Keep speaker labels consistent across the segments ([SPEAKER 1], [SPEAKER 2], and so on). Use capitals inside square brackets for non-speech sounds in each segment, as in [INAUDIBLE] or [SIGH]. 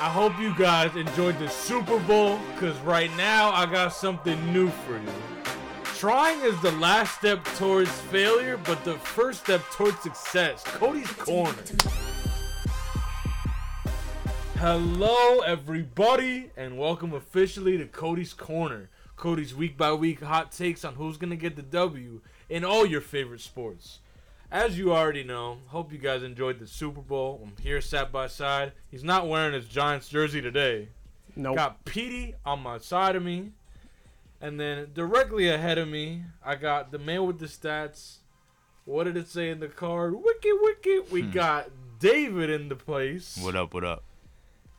[SPEAKER 1] I hope you guys enjoyed the Super Bowl because right now I got something new for you. Trying is the last step towards failure, but the first step towards success. Cody's Corner. Hello, everybody, and welcome officially to Cody's Corner. Cody's week by week hot takes on who's going to get the W in all your favorite sports. As you already know, hope you guys enjoyed the Super Bowl. I'm here side by side. He's not wearing his Giants jersey today.
[SPEAKER 2] Oh.
[SPEAKER 3] Nope.
[SPEAKER 1] Got Petey on my side of me. And then directly ahead of me, I got the man with the stats. What did it say in the card? Wicked, wicked. We got David in the place.
[SPEAKER 2] Hmm. What up? What up?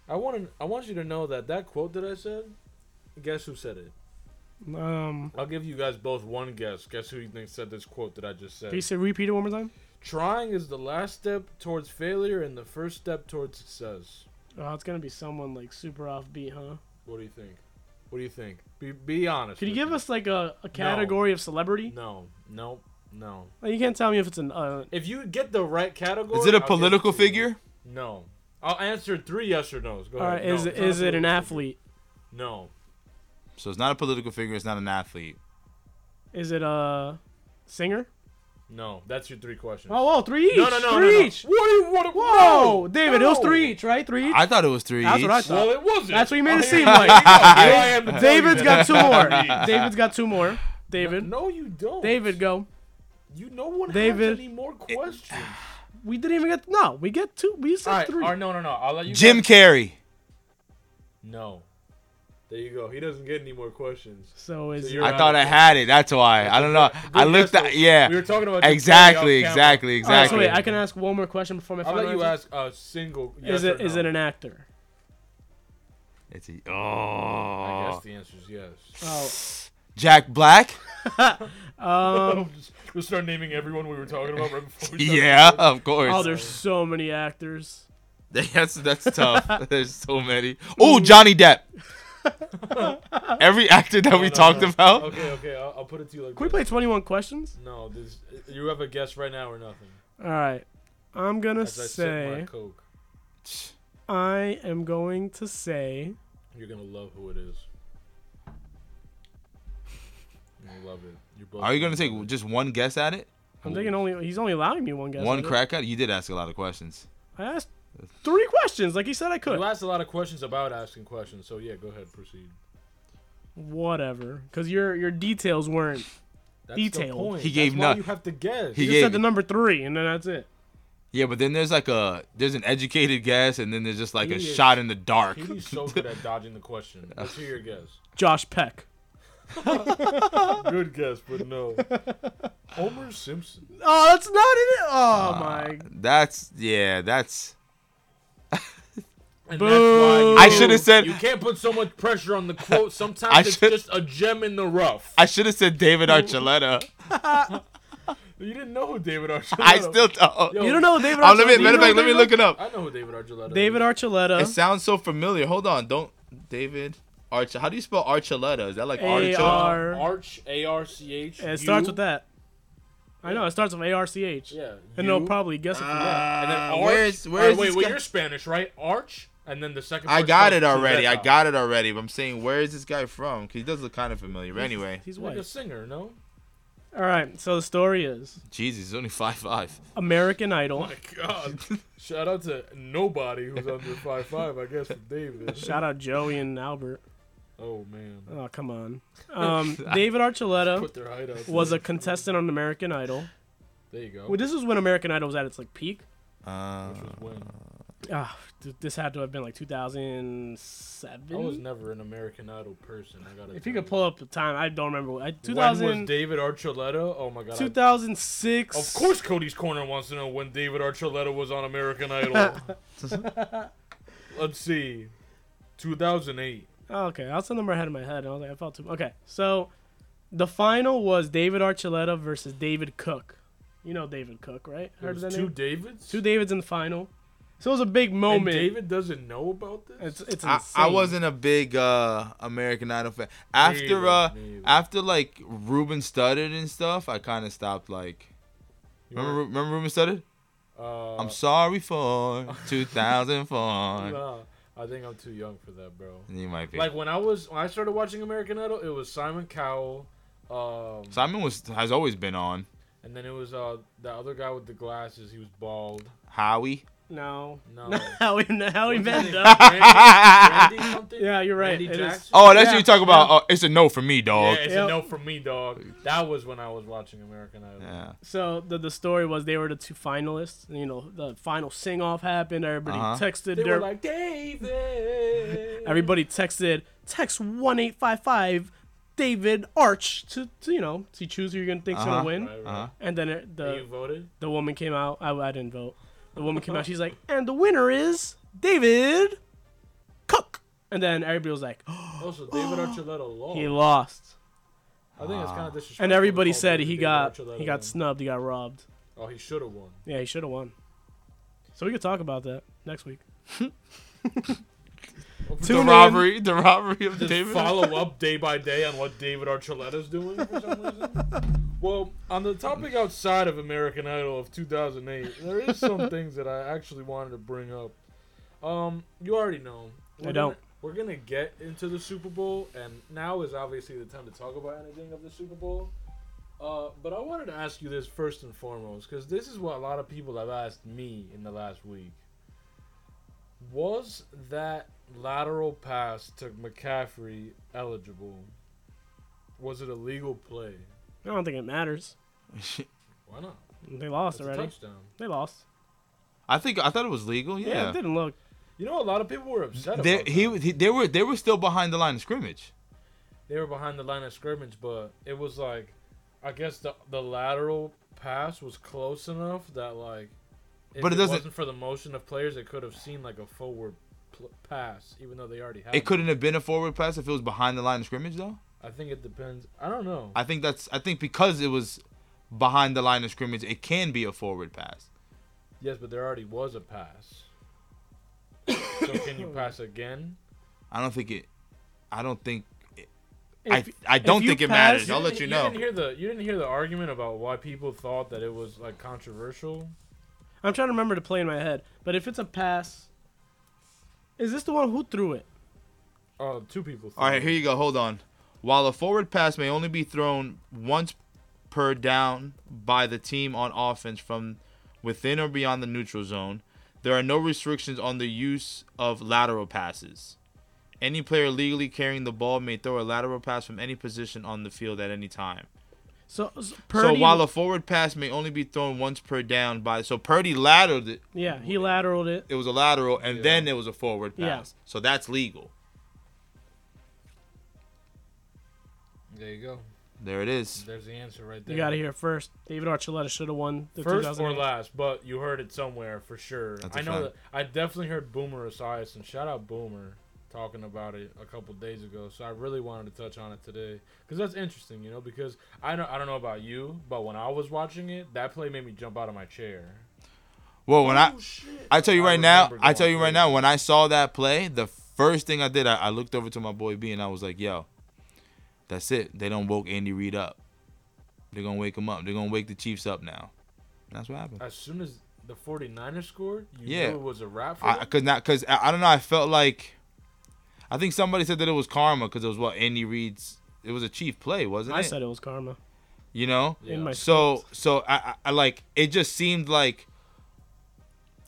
[SPEAKER 1] I want to. I want you to know that that quote that I said. Guess who said it?
[SPEAKER 3] Um,
[SPEAKER 1] I'll give you guys both one guess. Guess who you think said this quote that I just said?
[SPEAKER 3] can you say repeat it one more time?
[SPEAKER 1] Trying is the last step towards failure and the first step towards success.
[SPEAKER 3] Oh, it's gonna be someone like super offbeat, huh?
[SPEAKER 1] What do you think? What do you think? Be be honest.
[SPEAKER 3] Could you
[SPEAKER 1] with
[SPEAKER 3] give
[SPEAKER 1] me.
[SPEAKER 3] us like a, a category of celebrity?
[SPEAKER 1] No, no, no.
[SPEAKER 3] Like, you can't tell me if it's an uh,
[SPEAKER 1] If you get the right category,
[SPEAKER 2] Is it a
[SPEAKER 1] I'll give
[SPEAKER 2] political
[SPEAKER 1] to you.
[SPEAKER 2] figure?
[SPEAKER 1] No. I'll answer three yes or no's. Go
[SPEAKER 3] all right,
[SPEAKER 1] ahead.
[SPEAKER 3] is
[SPEAKER 1] no,
[SPEAKER 3] it
[SPEAKER 1] it's not
[SPEAKER 3] is
[SPEAKER 1] a
[SPEAKER 3] it an
[SPEAKER 1] political
[SPEAKER 3] athlete?
[SPEAKER 1] figure. No.
[SPEAKER 2] So it's not a political figure. It's not an athlete.
[SPEAKER 3] Is it a singer?
[SPEAKER 1] No. That's your three questions.
[SPEAKER 3] Oh, whoa, three each.
[SPEAKER 1] no, no, no,
[SPEAKER 3] three
[SPEAKER 1] no, no.
[SPEAKER 3] each.
[SPEAKER 1] What do you want?
[SPEAKER 3] Whoa, David, it was
[SPEAKER 1] no.
[SPEAKER 3] three each, right? Three each.
[SPEAKER 2] I thought it was three.
[SPEAKER 3] That's
[SPEAKER 2] each.
[SPEAKER 3] what I thought.
[SPEAKER 1] Well, it wasn't.
[SPEAKER 3] That's what you made it
[SPEAKER 1] Oh, here
[SPEAKER 3] seem
[SPEAKER 1] you go.
[SPEAKER 3] like.
[SPEAKER 1] Here I
[SPEAKER 3] [LAUGHS]
[SPEAKER 1] am to tell you
[SPEAKER 3] David's
[SPEAKER 1] that.
[SPEAKER 3] got two
[SPEAKER 1] [LAUGHS]
[SPEAKER 3] more. David's got two more. David.
[SPEAKER 1] No, you don't.
[SPEAKER 3] David, go.
[SPEAKER 1] you no one
[SPEAKER 3] David.
[SPEAKER 1] has any more questions.
[SPEAKER 3] We didn't even get. No, we get two. We said
[SPEAKER 1] All right,
[SPEAKER 3] three.
[SPEAKER 1] or no, no, no. I'll let you.
[SPEAKER 2] Jim
[SPEAKER 1] guys-
[SPEAKER 2] Carrey.
[SPEAKER 1] No. There you go. He doesn't get any more questions.
[SPEAKER 3] so is
[SPEAKER 1] So
[SPEAKER 3] it-
[SPEAKER 1] you're
[SPEAKER 2] I
[SPEAKER 1] Right.
[SPEAKER 2] thought I had it. That's why. I don't know. I
[SPEAKER 1] Good
[SPEAKER 2] looked
[SPEAKER 1] guess,
[SPEAKER 2] at
[SPEAKER 1] though.
[SPEAKER 2] yeah.
[SPEAKER 1] We were talking about Jim Carrey
[SPEAKER 2] exactly,
[SPEAKER 1] off camera.
[SPEAKER 2] exactly,
[SPEAKER 3] All right, so
[SPEAKER 2] exactly.
[SPEAKER 3] wait, I can ask one more question before my
[SPEAKER 1] I'll
[SPEAKER 3] final
[SPEAKER 1] let you
[SPEAKER 3] answer?
[SPEAKER 1] ask a single. Yes
[SPEAKER 3] Is it
[SPEAKER 1] or
[SPEAKER 3] is
[SPEAKER 1] no.
[SPEAKER 3] it an actor?
[SPEAKER 2] It's a,
[SPEAKER 1] I
[SPEAKER 2] oh.
[SPEAKER 1] guess the answer is
[SPEAKER 3] [LAUGHS]
[SPEAKER 1] yes. [LAUGHS]
[SPEAKER 3] Oh,
[SPEAKER 2] Jack Black. [LAUGHS]
[SPEAKER 3] um,
[SPEAKER 1] just, we'll start naming everyone we were talking about right before. We started. [LAUGHS]
[SPEAKER 2] Yeah, of course.
[SPEAKER 3] oh, there's so many actors.
[SPEAKER 2] [LAUGHS] That's that's tough. There's so many. Oh, Johnny Depp. Every actor that we
[SPEAKER 1] No, no,
[SPEAKER 2] talked
[SPEAKER 1] no.
[SPEAKER 2] about.
[SPEAKER 1] Okay, okay. I'll, I'll put it to you like.
[SPEAKER 3] Can we
[SPEAKER 1] this.
[SPEAKER 3] play 21 questions?
[SPEAKER 1] No, this, you have a guess right now or nothing.
[SPEAKER 3] All right, I'm gonna
[SPEAKER 1] As I sip my
[SPEAKER 3] say
[SPEAKER 1] coke,
[SPEAKER 3] I am going to say
[SPEAKER 1] you're gonna love who it
[SPEAKER 3] [LAUGHS]
[SPEAKER 1] is. You're gonna love it. You're both
[SPEAKER 2] Are you gonna
[SPEAKER 1] love
[SPEAKER 2] take
[SPEAKER 1] it.
[SPEAKER 2] just one guess at it?
[SPEAKER 3] I'm taking only he's only allowing me one guess.
[SPEAKER 2] One
[SPEAKER 3] at it.
[SPEAKER 2] crack at it. You did ask a lot of questions.
[SPEAKER 3] I asked three questions, like he said I could.
[SPEAKER 1] You asked a lot of questions about asking questions, so yeah, go ahead, proceed.
[SPEAKER 3] Whatever, because your your details
[SPEAKER 2] [LAUGHS]
[SPEAKER 3] weren't.
[SPEAKER 1] That's
[SPEAKER 3] Detailed.
[SPEAKER 1] The point.
[SPEAKER 2] He gave
[SPEAKER 1] That's why
[SPEAKER 2] none.
[SPEAKER 1] You have to guess.
[SPEAKER 2] He
[SPEAKER 3] You
[SPEAKER 2] gave
[SPEAKER 3] said the number three, and then that's it.
[SPEAKER 2] Yeah, but then there's like a there's an educated guess, and then there's just like
[SPEAKER 1] He
[SPEAKER 2] a
[SPEAKER 1] is-
[SPEAKER 2] shot in the dark.
[SPEAKER 1] He's
[SPEAKER 2] [LAUGHS]
[SPEAKER 1] so good at dodging the question. Let's hear your guess.
[SPEAKER 3] Josh Peck.
[SPEAKER 1] Good guess, but no. Homer Simpson.
[SPEAKER 3] Oh, that's not it. Oh
[SPEAKER 2] Ah.
[SPEAKER 3] my.
[SPEAKER 2] Uh, That's yeah. That's
[SPEAKER 1] And that's why you-
[SPEAKER 3] Boo.
[SPEAKER 2] I should have said
[SPEAKER 1] You can't put so much pressure
[SPEAKER 3] [LAUGHS]
[SPEAKER 1] on the quote. Sometimes
[SPEAKER 2] I
[SPEAKER 1] it's
[SPEAKER 2] should-
[SPEAKER 1] just a gem in the rough.
[SPEAKER 2] I should have said
[SPEAKER 1] [LAUGHS]
[SPEAKER 2] David Archuleta.
[SPEAKER 1] you didn't know who David Archuleta.
[SPEAKER 2] I still don't.
[SPEAKER 1] Yo,
[SPEAKER 3] You don't know who David.
[SPEAKER 2] Oh,
[SPEAKER 3] Archuleta-
[SPEAKER 2] let me
[SPEAKER 3] do you
[SPEAKER 2] matter of
[SPEAKER 3] know
[SPEAKER 2] fact, let me
[SPEAKER 3] David-
[SPEAKER 2] look it up.
[SPEAKER 1] I know who David Archuleta.
[SPEAKER 3] David
[SPEAKER 1] Is.
[SPEAKER 3] Archuleta.
[SPEAKER 2] It sounds so familiar. Hold on, don't David Arch. How do you spell Archuleta? Is that like
[SPEAKER 3] A
[SPEAKER 2] Archuleta?
[SPEAKER 3] R.
[SPEAKER 1] Arch A R C H.
[SPEAKER 3] It starts with that. I know it starts with A R C H.
[SPEAKER 1] Yeah.
[SPEAKER 3] And they'll
[SPEAKER 1] you,
[SPEAKER 3] probably guess it from that.
[SPEAKER 1] And then
[SPEAKER 2] Uh,
[SPEAKER 1] Arch.
[SPEAKER 2] where's-
[SPEAKER 1] All
[SPEAKER 2] where's
[SPEAKER 1] right, wait,
[SPEAKER 2] this
[SPEAKER 1] wait.
[SPEAKER 2] guy-
[SPEAKER 1] You're Spanish, right? Arch. And then the second.
[SPEAKER 2] I
[SPEAKER 1] part
[SPEAKER 2] got
[SPEAKER 1] starts
[SPEAKER 2] it already. I
[SPEAKER 1] with
[SPEAKER 2] got it already. But I'm saying, where is this guy from? Because he does look kind of familiar. But anyway,
[SPEAKER 3] He's
[SPEAKER 1] Like a
[SPEAKER 3] white.
[SPEAKER 1] singer, no?
[SPEAKER 3] All right. So the story is
[SPEAKER 2] Jesus, he's only five five.
[SPEAKER 3] American
[SPEAKER 1] [LAUGHS] [LAUGHS]
[SPEAKER 3] Idol.
[SPEAKER 1] My God. Shout out to nobody who's under five five. I guess for David.
[SPEAKER 3] Shout out Joey and Albert.
[SPEAKER 1] Oh man.
[SPEAKER 3] Oh
[SPEAKER 1] [LAUGHS]
[SPEAKER 3] come on. Um, David Archuleta
[SPEAKER 1] Put their height out.
[SPEAKER 3] was a
[SPEAKER 1] there.
[SPEAKER 3] contestant on American Idol.
[SPEAKER 1] There you go.
[SPEAKER 3] Well, this is when American Idol was at its like peak.
[SPEAKER 2] Uh,
[SPEAKER 1] Which was when.
[SPEAKER 3] Ah, th- this had to have been like
[SPEAKER 1] I was
[SPEAKER 3] 2007.
[SPEAKER 1] never an American Idol person. I gotta.
[SPEAKER 3] If you
[SPEAKER 1] tell
[SPEAKER 3] could pull up the time, I don't remember. what- I,
[SPEAKER 1] When was
[SPEAKER 3] 2000,
[SPEAKER 1] David Archuleta? Oh my god. I-
[SPEAKER 3] 2006.
[SPEAKER 1] of course, Cody's Corner wants to know when David Archuleta was on American
[SPEAKER 3] [LAUGHS]
[SPEAKER 1] Idol. Let's see. 2008.
[SPEAKER 3] Oh, okay, that's the number I had in my head. and I was like, I felt too. Okay, so the final was David Archuleta versus David Cook. You know David Cook, right?
[SPEAKER 1] There
[SPEAKER 3] Heard
[SPEAKER 1] was
[SPEAKER 3] of that
[SPEAKER 1] two
[SPEAKER 3] name?
[SPEAKER 1] Davids.
[SPEAKER 3] Two Davids in the final. So it was a big moment.
[SPEAKER 1] and David doesn't know about this.
[SPEAKER 3] it's it's
[SPEAKER 2] I,
[SPEAKER 3] insane.
[SPEAKER 2] I wasn't a big uh, American Idol fan. After
[SPEAKER 1] Neither,
[SPEAKER 2] uh,
[SPEAKER 1] neither.
[SPEAKER 2] after like Ruben Studdard and stuff, I kind of stopped. Like,
[SPEAKER 1] You
[SPEAKER 2] remember
[SPEAKER 1] weren't-
[SPEAKER 3] Uh.
[SPEAKER 2] remember Ruben Studdard?
[SPEAKER 1] Uh,
[SPEAKER 3] [LAUGHS]
[SPEAKER 2] I'm sorry for 2004.
[SPEAKER 1] nah. I think I'm too young for that, bro.
[SPEAKER 2] You might be.
[SPEAKER 1] Like when I was when I started watching American Idol, it was Simon Cowell, um,
[SPEAKER 2] Simon was has always been on
[SPEAKER 1] and then it was uh the other guy with the glasses. He was bald.
[SPEAKER 2] Howie.
[SPEAKER 3] No.
[SPEAKER 1] No.
[SPEAKER 3] [LAUGHS] Howie, Howie
[SPEAKER 1] What's his
[SPEAKER 3] Van
[SPEAKER 1] name?
[SPEAKER 3] Dyke.
[SPEAKER 1] Randy, Randy something?
[SPEAKER 3] [LAUGHS] Yeah, you're right.
[SPEAKER 1] Randy
[SPEAKER 3] it is.
[SPEAKER 1] Jackson?
[SPEAKER 2] [LAUGHS] Oh, that's
[SPEAKER 3] Yeah,
[SPEAKER 2] what you talk about. Oh, it's a no for me,
[SPEAKER 1] Yeah,
[SPEAKER 2] dog.
[SPEAKER 1] it's
[SPEAKER 3] Yep.
[SPEAKER 1] a no from me, dog. That was when I was watching American Idol.
[SPEAKER 2] Yeah.
[SPEAKER 3] So the the story was they were the two finalists. and, You know, the final sing off happened. Everybody
[SPEAKER 2] Uh-huh.
[SPEAKER 3] texted.
[SPEAKER 1] They
[SPEAKER 3] their-
[SPEAKER 1] were like David.
[SPEAKER 3] everybody texted. Text one eight five five. David Arch to, to you know to choose who you're gonna think's
[SPEAKER 2] Uh-huh.
[SPEAKER 3] gonna win.
[SPEAKER 1] Right, right.
[SPEAKER 2] Uh-huh.
[SPEAKER 3] And then it,
[SPEAKER 1] And you
[SPEAKER 3] the
[SPEAKER 1] voted.
[SPEAKER 3] the woman came out. I, I didn't vote. The woman came out. She's like, and the winner is David Cook. And then everybody was like, [GASPS]
[SPEAKER 1] Also, David Archuleta lost.
[SPEAKER 3] he lost.
[SPEAKER 1] I think it's kind of disrespectful.
[SPEAKER 3] And
[SPEAKER 1] to
[SPEAKER 3] everybody
[SPEAKER 1] call
[SPEAKER 3] said he
[SPEAKER 1] David
[SPEAKER 3] got
[SPEAKER 1] Archuleta
[SPEAKER 3] he got
[SPEAKER 1] then.
[SPEAKER 3] snubbed. He got robbed.
[SPEAKER 1] Oh, he should have won.
[SPEAKER 3] Yeah, he should have won. So we could talk about that next week.
[SPEAKER 2] The
[SPEAKER 3] Tune in.
[SPEAKER 2] robbery, the robbery of
[SPEAKER 1] Just
[SPEAKER 2] David.
[SPEAKER 1] follow up day by day on what David Archuleta's doing for some reason. well, on the topic outside of American Idol of 2008, there is
[SPEAKER 3] [LAUGHS]
[SPEAKER 1] some things that I actually wanted to bring up. Um, you already know.
[SPEAKER 3] I
[SPEAKER 1] We're
[SPEAKER 3] don't.
[SPEAKER 1] Gonna, we're gonna get into the Super Bowl, and now is obviously the time to talk about anything of the Super Bowl. Uh, but I wanted to ask you this first and foremost, because this is what a lot of people have asked me in the last week. Was that lateral pass to McCaffrey eligible? Was it a legal play?
[SPEAKER 3] I don't think it matters.
[SPEAKER 1] Why not?
[SPEAKER 3] They lost
[SPEAKER 1] It's a
[SPEAKER 3] already.
[SPEAKER 1] touchdown.
[SPEAKER 3] They lost.
[SPEAKER 2] [LAUGHS] I think I thought it was legal.
[SPEAKER 3] Yeah.
[SPEAKER 2] Yeah.
[SPEAKER 3] it didn't look.
[SPEAKER 1] You know, a lot of people were upset.
[SPEAKER 2] they,
[SPEAKER 1] about
[SPEAKER 2] he,
[SPEAKER 1] that.
[SPEAKER 2] he- they were they were still behind the line of scrimmage.
[SPEAKER 1] they were behind the line of scrimmage, but it was like, I guess the the lateral pass was close enough that like, if
[SPEAKER 2] But it doesn't-
[SPEAKER 1] wasn't for the motion of players, they could have seen like a forward pl- pass, even though they already had.
[SPEAKER 2] It couldn't have been a forward pass if it was behind the line of scrimmage though.
[SPEAKER 1] I think it depends. I don't know.
[SPEAKER 2] I think that's I think because it was behind the line of scrimmage, it can be a forward pass.
[SPEAKER 1] yes, but there already was a pass. so can you pass again?
[SPEAKER 2] I don't think it. I don't think. I,
[SPEAKER 3] If,
[SPEAKER 2] I don't
[SPEAKER 3] you
[SPEAKER 2] think it
[SPEAKER 3] pass-
[SPEAKER 2] matters. I'll let you
[SPEAKER 1] didn't-
[SPEAKER 2] know.
[SPEAKER 1] didn't hear the you didn't hear the argument about why people thought that it was like controversial.
[SPEAKER 3] I'm trying to remember to play in my head. But if it's a pass, is this the one who threw it?
[SPEAKER 1] Oh, two people.
[SPEAKER 2] All right,
[SPEAKER 1] thought.
[SPEAKER 2] here you go. Hold on. While a forward pass may only be thrown once per down by the team on offense from within or beyond the neutral zone, there are no restrictions on the use of lateral passes. Any player legally carrying the ball may throw a lateral pass from any position on the field at any time.
[SPEAKER 3] So, so Purdy.
[SPEAKER 2] So while a forward pass may only be thrown once per down by so Purdy lateraled it.
[SPEAKER 3] yeah, he lateraled it.
[SPEAKER 2] It was a lateral and
[SPEAKER 1] Yeah.
[SPEAKER 2] then it was a forward pass.
[SPEAKER 3] Yeah.
[SPEAKER 2] So that's legal.
[SPEAKER 1] There you go.
[SPEAKER 2] There it is.
[SPEAKER 1] There's the answer right there.
[SPEAKER 3] You got to hear it first. David Archuleta should have won the
[SPEAKER 1] First or
[SPEAKER 3] 2008.
[SPEAKER 1] last, but you heard it somewhere for sure.
[SPEAKER 2] That's a
[SPEAKER 1] I know
[SPEAKER 2] fact.
[SPEAKER 1] that I definitely heard Boomer Esiason. Shout out Boomer talking about it a couple days ago. So I really wanted to touch on it today because that's interesting, you know. Because I don't, I don't know about you, but when I was watching it, that play made me jump out of my chair.
[SPEAKER 2] Well, when I
[SPEAKER 1] Oh, shit.
[SPEAKER 2] I tell you right now,
[SPEAKER 1] remember
[SPEAKER 2] I
[SPEAKER 1] going
[SPEAKER 2] tell you right
[SPEAKER 1] crazy.
[SPEAKER 2] now, when I saw that play, the first thing I did, I, I looked over to my boy B and I was like, yo, that's it. They don't woke Andy Reid up. They're gonna wake him up. They're gonna wake the Chiefs up now. And that's what happened.
[SPEAKER 1] As soon as the 49ers scored, you
[SPEAKER 2] Yeah.
[SPEAKER 1] knew it was a wrap for
[SPEAKER 2] I, I
[SPEAKER 1] them.
[SPEAKER 2] could not because I, I don't know. I felt like I think somebody said that it was karma because it was what Andy Reid's. It was a Chief play, wasn't
[SPEAKER 3] I
[SPEAKER 2] it?
[SPEAKER 3] said it was karma.
[SPEAKER 2] you know.
[SPEAKER 1] Yeah.
[SPEAKER 3] In my
[SPEAKER 2] So so I, I I like it just seemed like,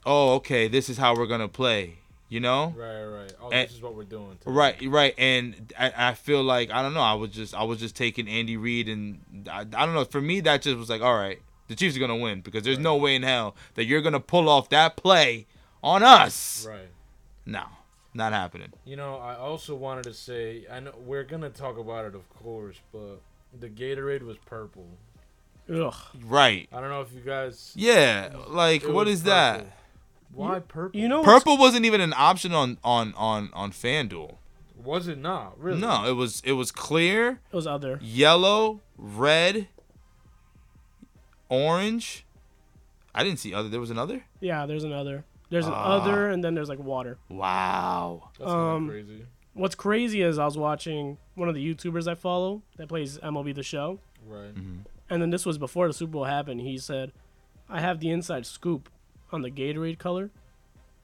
[SPEAKER 2] oh okay, this is how we're gonna play. You know.
[SPEAKER 1] Right, right. Oh,
[SPEAKER 2] And-
[SPEAKER 1] this is what we're doing. today.
[SPEAKER 2] Eh. Right, right, and I, I feel like I don't know. I was just I was just taking Andy Reid, and I, I don't know. For me, that just was like, all right, the Chiefs are gonna win because there's no way in hell that you're gonna pull off that play on us.
[SPEAKER 1] Right.
[SPEAKER 2] No, not happening.
[SPEAKER 1] You know, I also wanted to say, I know we're gonna talk about it, of course, but the Gatorade was purple.
[SPEAKER 3] Ugh.
[SPEAKER 2] Right.
[SPEAKER 1] I don't know if you guys.
[SPEAKER 2] Yeah. Like,
[SPEAKER 1] It
[SPEAKER 2] what
[SPEAKER 1] was
[SPEAKER 2] is that?
[SPEAKER 1] purple. Why purple?
[SPEAKER 3] You know,
[SPEAKER 2] Purple wasn't even an option on on on on FanDuel.
[SPEAKER 1] was it not really?
[SPEAKER 2] No, it was it was clear,
[SPEAKER 3] it was other.
[SPEAKER 2] yellow, red, orange. I didn't see other. There was another.
[SPEAKER 3] Yeah, there's another. There's an
[SPEAKER 2] Ah.
[SPEAKER 3] other, and then there's like water.
[SPEAKER 2] Wow.
[SPEAKER 1] that's kinda
[SPEAKER 3] um,
[SPEAKER 1] crazy.
[SPEAKER 3] What's crazy is I was watching one of the YouTubers I follow that plays MLB The Show,
[SPEAKER 1] Right.
[SPEAKER 2] mm-hmm.
[SPEAKER 3] and then this was before the Super Bowl happened. He said, "I have the inside scoop on the Gatorade color.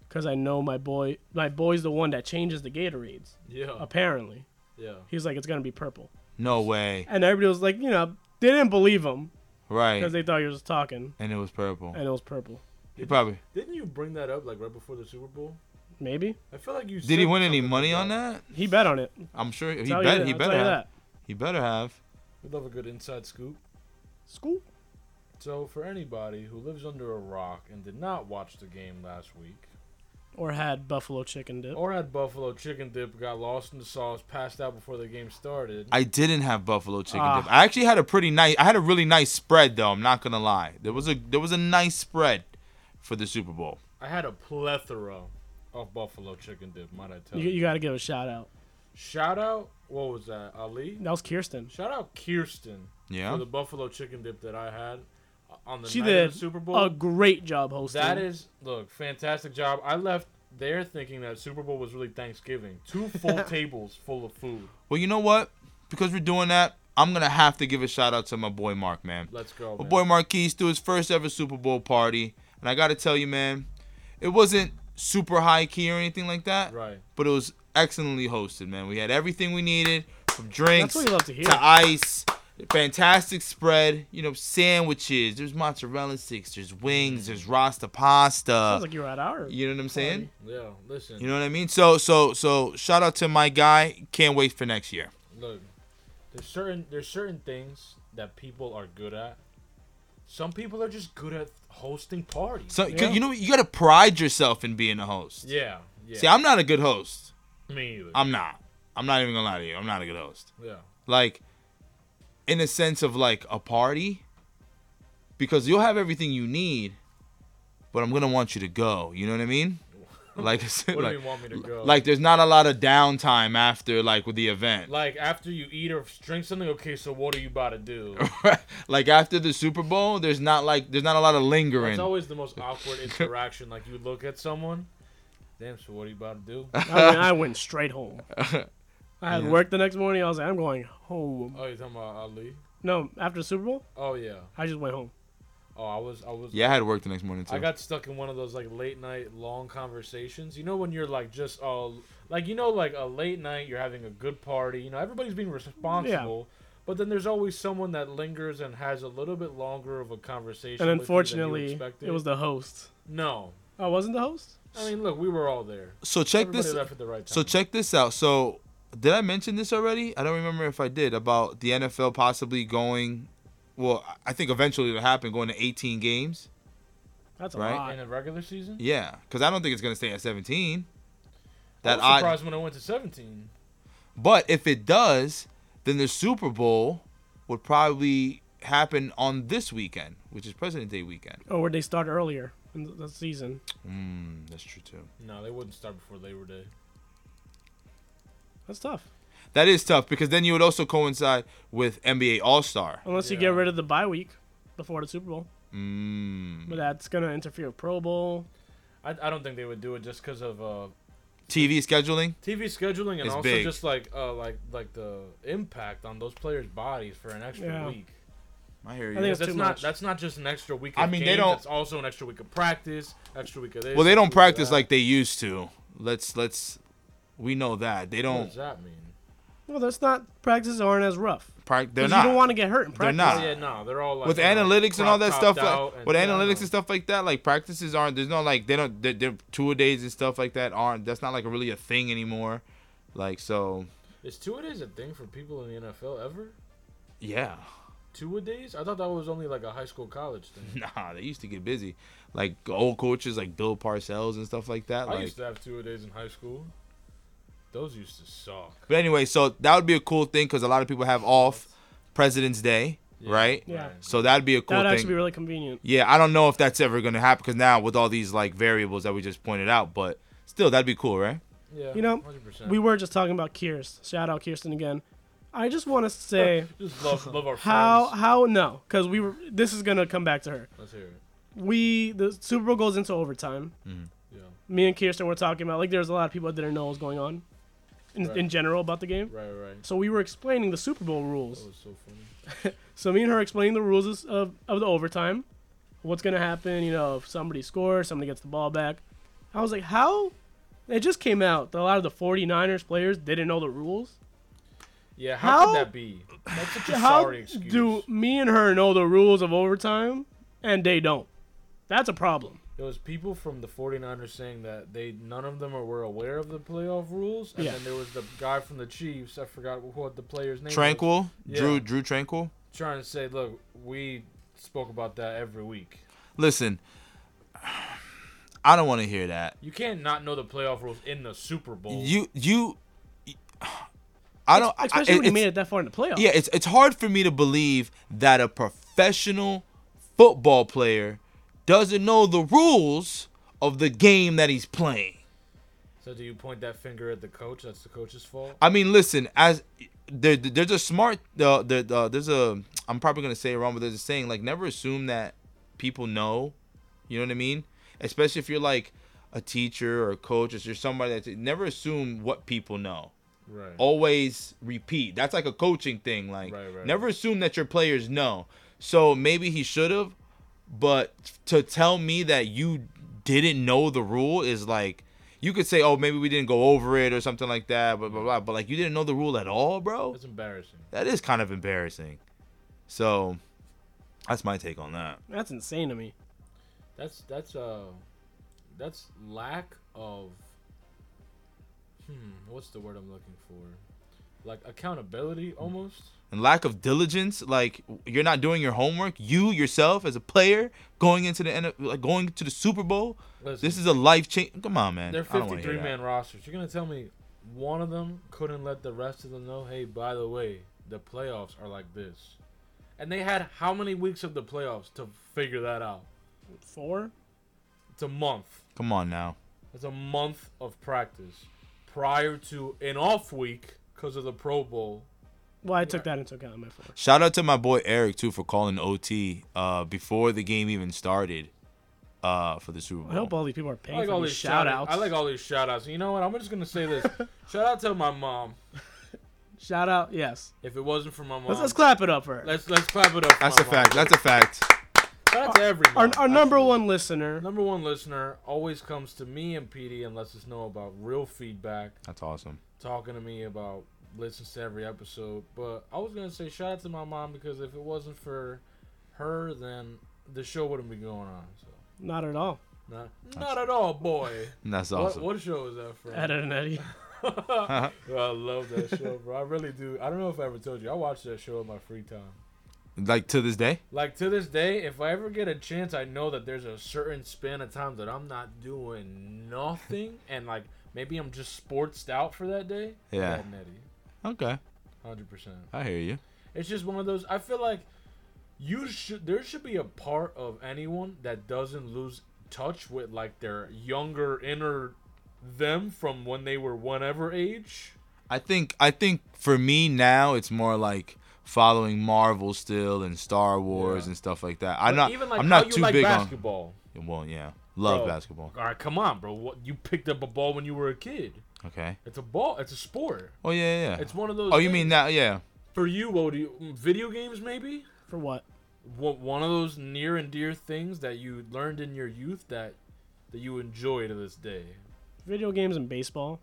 [SPEAKER 3] because I know my boy. My boy's the one that changes the Gatorades.
[SPEAKER 1] Yeah.
[SPEAKER 3] Apparently,
[SPEAKER 1] Yeah.
[SPEAKER 3] he's like, it's gonna be purple,
[SPEAKER 2] No way.
[SPEAKER 3] and everybody was like, you know, they didn't believe him
[SPEAKER 2] Right.
[SPEAKER 3] because they thought he was just talking,
[SPEAKER 2] and it was purple.
[SPEAKER 3] and it was purple.
[SPEAKER 2] He probably
[SPEAKER 1] Didn't you bring that up like right before the Super Bowl?
[SPEAKER 3] Maybe
[SPEAKER 1] I feel like you
[SPEAKER 2] did. He
[SPEAKER 1] said
[SPEAKER 2] win any
[SPEAKER 1] something
[SPEAKER 2] money
[SPEAKER 1] about
[SPEAKER 2] on that?
[SPEAKER 3] he bet on it.
[SPEAKER 2] I'm sure he
[SPEAKER 3] Tell you
[SPEAKER 2] bet.
[SPEAKER 3] that-
[SPEAKER 2] He
[SPEAKER 3] I'll tell
[SPEAKER 2] better
[SPEAKER 3] you
[SPEAKER 2] have.
[SPEAKER 3] that.
[SPEAKER 2] He better have.
[SPEAKER 1] We love a good inside scoop.
[SPEAKER 3] School.
[SPEAKER 1] So, for anybody who lives under a rock and did not watch the game last week,
[SPEAKER 3] Or had buffalo chicken
[SPEAKER 2] Oh,
[SPEAKER 3] dip.
[SPEAKER 1] or had buffalo chicken dip, got lost in the sauce, passed out before the game started.
[SPEAKER 2] I didn't have buffalo chicken
[SPEAKER 3] Ah.
[SPEAKER 2] dip. I actually had a pretty nice. I had a really nice spread though. I'm not gonna lie. There was a there was a nice spread for the Super Bowl.
[SPEAKER 1] I had a plethora of buffalo chicken dip, might I tell
[SPEAKER 3] You,
[SPEAKER 1] you.
[SPEAKER 3] you got to give a shout out.
[SPEAKER 1] Shout out, what was that, Ali?
[SPEAKER 3] That was Kirsten.
[SPEAKER 1] Shout out Kirsten for
[SPEAKER 2] Yeah.
[SPEAKER 1] the buffalo chicken dip that I had on the
[SPEAKER 3] She
[SPEAKER 1] night
[SPEAKER 3] did
[SPEAKER 1] of the Super Bowl.
[SPEAKER 3] A great job hosting.
[SPEAKER 1] That is look, fantastic job. I left there thinking that Super Bowl was really Thanksgiving. Two
[SPEAKER 2] [LAUGHS]
[SPEAKER 1] full tables full of food.
[SPEAKER 2] Well, you know what? Because we're doing that, I'm gonna have to give a shout out to my boy Mark, man.
[SPEAKER 1] Let's go.
[SPEAKER 2] My
[SPEAKER 1] man.
[SPEAKER 2] boy Marquise threw his first ever Super Bowl party, and I gotta tell you, man, it wasn't super high key or anything like that,
[SPEAKER 1] Right.
[SPEAKER 2] but it was excellently hosted, man. We had everything we needed from drinks.
[SPEAKER 3] That's what we love to hear.
[SPEAKER 2] to ice. Fantastic spread, you know, sandwiches. There's mozzarella sticks. There's wings. There's rasta pasta.
[SPEAKER 3] Sounds like you were at our.
[SPEAKER 2] you know what I'm saying?
[SPEAKER 3] party.
[SPEAKER 1] Yeah, listen.
[SPEAKER 2] You know what I mean? So, so, so, shout out to my guy. Can't wait for next year.
[SPEAKER 1] Look, there's certain there's certain things that people are good at. Some people are just good at hosting parties.
[SPEAKER 2] So, 'cause
[SPEAKER 3] Yeah.
[SPEAKER 2] you know, what? you gotta pride yourself in being a host.
[SPEAKER 1] yeah, yeah.
[SPEAKER 2] See, I'm not a good host.
[SPEAKER 1] me either.
[SPEAKER 2] I'm not. I'm not even gonna lie to you. I'm not a good host.
[SPEAKER 1] yeah,
[SPEAKER 2] Like, in a sense of like a party, because you'll have everything you need, but I'm gonna want you to go. You know what
[SPEAKER 1] [LAUGHS]
[SPEAKER 2] I mean? Like,
[SPEAKER 1] what
[SPEAKER 2] [LAUGHS] like
[SPEAKER 1] do you want me to go?
[SPEAKER 2] Like, there's not a lot of downtime after like with the event. [LAUGHS]
[SPEAKER 1] like after you eat or drink something. Okay, so what are you about to
[SPEAKER 2] [LAUGHS]
[SPEAKER 1] do?
[SPEAKER 2] like after the Super Bowl, there's not like there's not a lot of lingering.
[SPEAKER 1] It's always the most
[SPEAKER 2] [LAUGHS]
[SPEAKER 1] awkward interaction. Like you look at someone. Damn, so what are you about to
[SPEAKER 2] [LAUGHS]
[SPEAKER 1] do?
[SPEAKER 3] I, mean, I went straight home. I had
[SPEAKER 2] Yeah.
[SPEAKER 3] work the next morning. I was like, I'm going home.
[SPEAKER 1] Oh, you talking about Ali?
[SPEAKER 3] No, after the Super Bowl,
[SPEAKER 1] Oh yeah.
[SPEAKER 3] I just went home.
[SPEAKER 1] Oh, I was, I was.
[SPEAKER 2] yeah, I had work the next morning too.
[SPEAKER 1] I got stuck in one of those like late night long conversations. You know when you're like just uh like you know like a late night you're having a good party. You know everybody's being responsible, but then there's always someone that lingers and has a little bit longer of a conversation.
[SPEAKER 3] And
[SPEAKER 1] with you than you
[SPEAKER 3] unfortunately,
[SPEAKER 1] expected.
[SPEAKER 3] it was the host.
[SPEAKER 1] no.
[SPEAKER 3] I wasn't the host?
[SPEAKER 1] I mean, look, we were all there.
[SPEAKER 2] so check
[SPEAKER 1] Everybody
[SPEAKER 2] this.
[SPEAKER 1] left at the right time.
[SPEAKER 2] So check this out. So did I mention this already? I don't remember if I did about the NFL possibly going. Well, I- I think eventually it'll happen going to 18 games.
[SPEAKER 3] That's a
[SPEAKER 2] Right.
[SPEAKER 1] in
[SPEAKER 3] lot.
[SPEAKER 1] the regular season.
[SPEAKER 2] Yeah, because I don't think it's gonna stay at 17.
[SPEAKER 1] That
[SPEAKER 2] That
[SPEAKER 1] I was
[SPEAKER 2] odd
[SPEAKER 1] surprised when I went to 17.
[SPEAKER 2] But if it does, then the Super Bowl would probably happen on this weekend, which is President Day weekend.
[SPEAKER 3] Or would Oh, they start earlier in the- the season?
[SPEAKER 2] Mm, that's true too.
[SPEAKER 1] No, they wouldn't start before Labor Day.
[SPEAKER 3] That's tough.
[SPEAKER 2] That is tough because then you would also coincide with NBA All Star.
[SPEAKER 3] Unless you
[SPEAKER 1] Yeah.
[SPEAKER 3] get rid of the bye week before the Super Bowl.
[SPEAKER 2] Mm.
[SPEAKER 3] But that's going to interfere with Pro Bowl.
[SPEAKER 1] I, I don't think they would do it just because of uh,
[SPEAKER 2] TV scheduling.
[SPEAKER 1] TV scheduling and
[SPEAKER 2] It's
[SPEAKER 1] also
[SPEAKER 2] big.
[SPEAKER 1] just like uh like like the impact on those players' bodies for an extra
[SPEAKER 3] Yeah.
[SPEAKER 1] week.
[SPEAKER 2] I hear
[SPEAKER 3] I think
[SPEAKER 2] you.
[SPEAKER 3] it's
[SPEAKER 1] That's
[SPEAKER 3] too
[SPEAKER 1] not
[SPEAKER 3] much.
[SPEAKER 1] that's not just an extra week.
[SPEAKER 2] I
[SPEAKER 1] Of
[SPEAKER 2] mean, they
[SPEAKER 1] games,
[SPEAKER 2] don't-
[SPEAKER 1] It's also an extra week of practice, extra week of this.
[SPEAKER 2] Well, they don't
[SPEAKER 1] extra week of
[SPEAKER 2] practice
[SPEAKER 1] that.
[SPEAKER 2] like they used to. Let's let's. We know that they
[SPEAKER 1] What
[SPEAKER 2] don't.
[SPEAKER 1] does that mean?
[SPEAKER 3] Well, that's not practices aren't as rough.
[SPEAKER 2] Prac- they're
[SPEAKER 3] 'Cause
[SPEAKER 2] not.
[SPEAKER 3] You don't want to get hurt in
[SPEAKER 2] They're
[SPEAKER 3] practice.
[SPEAKER 2] not.
[SPEAKER 1] Oh, yeah, no, they're all like
[SPEAKER 2] with
[SPEAKER 1] you know,
[SPEAKER 2] analytics and all that stuff,
[SPEAKER 1] crop-topped out
[SPEAKER 2] like,
[SPEAKER 1] and-
[SPEAKER 2] with
[SPEAKER 1] yeah, I
[SPEAKER 2] analytics
[SPEAKER 1] know.
[SPEAKER 2] and stuff like that, like practices aren't. There's no like they don't. They're, they're two a days and stuff like that aren't. That's not like really a thing anymore. Like so,
[SPEAKER 1] Is two a days a thing for people in the NFL ever?
[SPEAKER 2] yeah. [LAUGHS]
[SPEAKER 1] Two a days? I thought that was only like a high school college
[SPEAKER 2] [LAUGHS]
[SPEAKER 1] thing.
[SPEAKER 2] Nah, they used to get busy. Like old coaches like Bill Parcells and stuff like that.
[SPEAKER 1] I
[SPEAKER 2] Like,
[SPEAKER 1] used to have two a days in high school. Those used to suck.
[SPEAKER 2] but anyway, so that would be a cool thing because a lot of people have off President's Day,
[SPEAKER 1] Yeah.
[SPEAKER 2] right?
[SPEAKER 3] Yeah.
[SPEAKER 1] Right.
[SPEAKER 2] So that'd be a
[SPEAKER 3] That
[SPEAKER 2] cool
[SPEAKER 3] would
[SPEAKER 2] thing.
[SPEAKER 3] actually be really convenient.
[SPEAKER 2] Yeah, I don't know if that's ever gonna happen because now with all these like variables that we just pointed out, but still, that'd be cool, right?
[SPEAKER 1] Yeah.
[SPEAKER 3] You know,
[SPEAKER 1] 100%.
[SPEAKER 3] We were just talking about Kirsten. Shout out Kirsten again. I just want to say
[SPEAKER 1] [LAUGHS] just love love our
[SPEAKER 3] how
[SPEAKER 1] friends.
[SPEAKER 3] how no, because we were. This is gonna come back to her.
[SPEAKER 1] Let's hear it.
[SPEAKER 3] We the Super Bowl goes into overtime.
[SPEAKER 1] Yeah.
[SPEAKER 3] Me and Kirsten were talking about like there's a lot of people that didn't know what was going on, in, in
[SPEAKER 1] Right.
[SPEAKER 3] general about the game.
[SPEAKER 1] Right. Right.
[SPEAKER 3] So we were explaining the Super Bowl
[SPEAKER 1] That
[SPEAKER 3] rules.
[SPEAKER 1] was so funny.
[SPEAKER 3] So me and her explaining the rules is- of of the overtime, what's gonna happen. You know, if somebody scores, somebody gets the ball back. I was like, how? It just came out that a lot of the 49ers players didn't know the rules.
[SPEAKER 1] Yeah, how,
[SPEAKER 3] How-
[SPEAKER 1] could that be? That's such a
[SPEAKER 3] How
[SPEAKER 1] sorry excuse.
[SPEAKER 3] do me and her know the rules of overtime and they don't? That's a problem.
[SPEAKER 1] It was people from the 49ers saying that they none of them were aware of the playoff rules. And
[SPEAKER 3] Yeah.
[SPEAKER 1] then there was the guy from the Chiefs. I forgot what the player's name was.
[SPEAKER 2] Tranquil,
[SPEAKER 1] Yeah.
[SPEAKER 2] Drew Drew Tranquil.
[SPEAKER 1] Trying to say, look, we spoke about that every week.
[SPEAKER 2] Listen, I don't want to hear that.
[SPEAKER 1] You can't not know the playoff rules in the Super
[SPEAKER 3] Oh.
[SPEAKER 1] Bowl.
[SPEAKER 2] You you. I don't. Uh, I-
[SPEAKER 3] Especially when you
[SPEAKER 2] it's-
[SPEAKER 3] made it that far in the playoffs.
[SPEAKER 2] yeah, it's it's hard for me to believe that a professional football player doesn't know the rules of the game that he's playing.
[SPEAKER 1] so do you point that finger at the coach? That's the coach's fault.
[SPEAKER 2] I mean, listen, as there, there's a smart, uh, there, uh, there's a, I'm probably gonna say it wrong, but there's a saying like never assume that people know, you know what I mean? Especially if you're like a teacher or a coach or you're somebody that's never assume what people know.
[SPEAKER 1] right.
[SPEAKER 2] Oh. Always repeat. That's like a coaching thing. Like
[SPEAKER 1] Right, right,
[SPEAKER 2] never assume that your players know. So maybe he should have, but to tell me that you didn't know the rule is like you could say, oh, maybe we didn't go over it or something like that, blah blah blah. But like you didn't know the rule at all, bro.
[SPEAKER 1] That's embarrassing.
[SPEAKER 2] That is kind of embarrassing. So that's my take on that.
[SPEAKER 3] That's insane to me.
[SPEAKER 1] That's that's uh that's lack of hmm, what's the word I'm looking for? Like accountability almost.
[SPEAKER 2] And lack of diligence, like you're not doing your homework. You yourself as a player going into the end, like going to the Super Bowl.
[SPEAKER 1] Listen,
[SPEAKER 2] This is a life change. Come on, man.
[SPEAKER 1] they're
[SPEAKER 2] I don't wanna hear
[SPEAKER 1] 53
[SPEAKER 2] that.
[SPEAKER 1] man rosters. You're gonna tell me one of them couldn't let the rest of them know, hey, by the way, the playoffs are like this. And they had how many weeks of the playoffs to figure that out?
[SPEAKER 3] Four?
[SPEAKER 1] It's a month.
[SPEAKER 2] Come on now.
[SPEAKER 1] It's a month of practice prior to an off week because of the Pro Bowl.
[SPEAKER 3] Well, I took that into account in my four.
[SPEAKER 2] Shout out to my boy Eric too for calling OT uh, before the game even started uh, for the Super Bowl.
[SPEAKER 3] I hope all these people are paying
[SPEAKER 1] I like
[SPEAKER 3] for
[SPEAKER 1] all
[SPEAKER 3] these
[SPEAKER 1] these
[SPEAKER 3] shout outs.
[SPEAKER 1] I like all these shout outs. You know what? I'm just gonna say
[SPEAKER 3] [LAUGHS]
[SPEAKER 1] this. shout out to my mom.
[SPEAKER 3] shout out, yes.
[SPEAKER 1] If it wasn't for my mom,
[SPEAKER 3] Let's, let's clap it up for her.
[SPEAKER 1] let's let's clap it up. for
[SPEAKER 2] That's
[SPEAKER 1] my
[SPEAKER 2] a
[SPEAKER 1] mom.
[SPEAKER 2] fact. That's a fact.
[SPEAKER 1] Shout out to every
[SPEAKER 3] our,
[SPEAKER 1] mom,
[SPEAKER 3] our number
[SPEAKER 1] actually.
[SPEAKER 3] one listener.
[SPEAKER 1] number one listener always comes to me and PD and lets us know about real feedback,
[SPEAKER 2] That's awesome.
[SPEAKER 1] talking to me about listens to every episode. But I was gonna say shout out to my mom because if it wasn't for her, then the show wouldn't be going on. So
[SPEAKER 3] Not at all.
[SPEAKER 1] not not at all, boy.
[SPEAKER 2] That's
[SPEAKER 1] What,
[SPEAKER 2] awesome.
[SPEAKER 1] what show is that from? [LAUGHS]
[SPEAKER 2] [LAUGHS]
[SPEAKER 3] Ed, Ed, and Eddie.
[SPEAKER 1] Bro, I love that show, bro. I really do. I don't know if I ever told you. I watch that show in my free time.
[SPEAKER 2] Like to this day,
[SPEAKER 1] Like to this day, if I ever get a chance, I know that there's a certain span of time that I'm not doing
[SPEAKER 2] [LAUGHS]
[SPEAKER 1] nothing, and like maybe I'm just sportsed out for that day.
[SPEAKER 2] Yeah.
[SPEAKER 1] That netty,
[SPEAKER 2] okay,
[SPEAKER 1] hundred percent.
[SPEAKER 2] I hear you.
[SPEAKER 1] It's just one of those. I feel like you should. There should be a part of anyone that doesn't lose touch with like their younger inner them from when they were whatever age.
[SPEAKER 2] I think I think for me now it's more like following Marvel still and Star Wars
[SPEAKER 1] Yeah.
[SPEAKER 2] and stuff like that. I'm
[SPEAKER 1] But
[SPEAKER 2] not
[SPEAKER 1] Even like
[SPEAKER 2] I'm
[SPEAKER 1] how
[SPEAKER 2] not
[SPEAKER 1] you
[SPEAKER 2] too
[SPEAKER 1] like
[SPEAKER 2] big
[SPEAKER 1] basketball.
[SPEAKER 2] on. Well, yeah, love
[SPEAKER 1] Bro.
[SPEAKER 2] basketball.
[SPEAKER 1] All right, come on, bro. What you picked up a ball when you were a kid?
[SPEAKER 2] Okay.
[SPEAKER 1] It's a ball. It's a sport.
[SPEAKER 2] Oh yeah, yeah, yeah.
[SPEAKER 1] It's one of those.
[SPEAKER 2] oh, you
[SPEAKER 1] things-
[SPEAKER 2] mean now? Yeah.
[SPEAKER 1] for you? What do you? mm, Video games, maybe.
[SPEAKER 3] For what?
[SPEAKER 1] What one of those near and dear things that you learned in your youth that that you enjoy to this day?
[SPEAKER 3] Video games and baseball.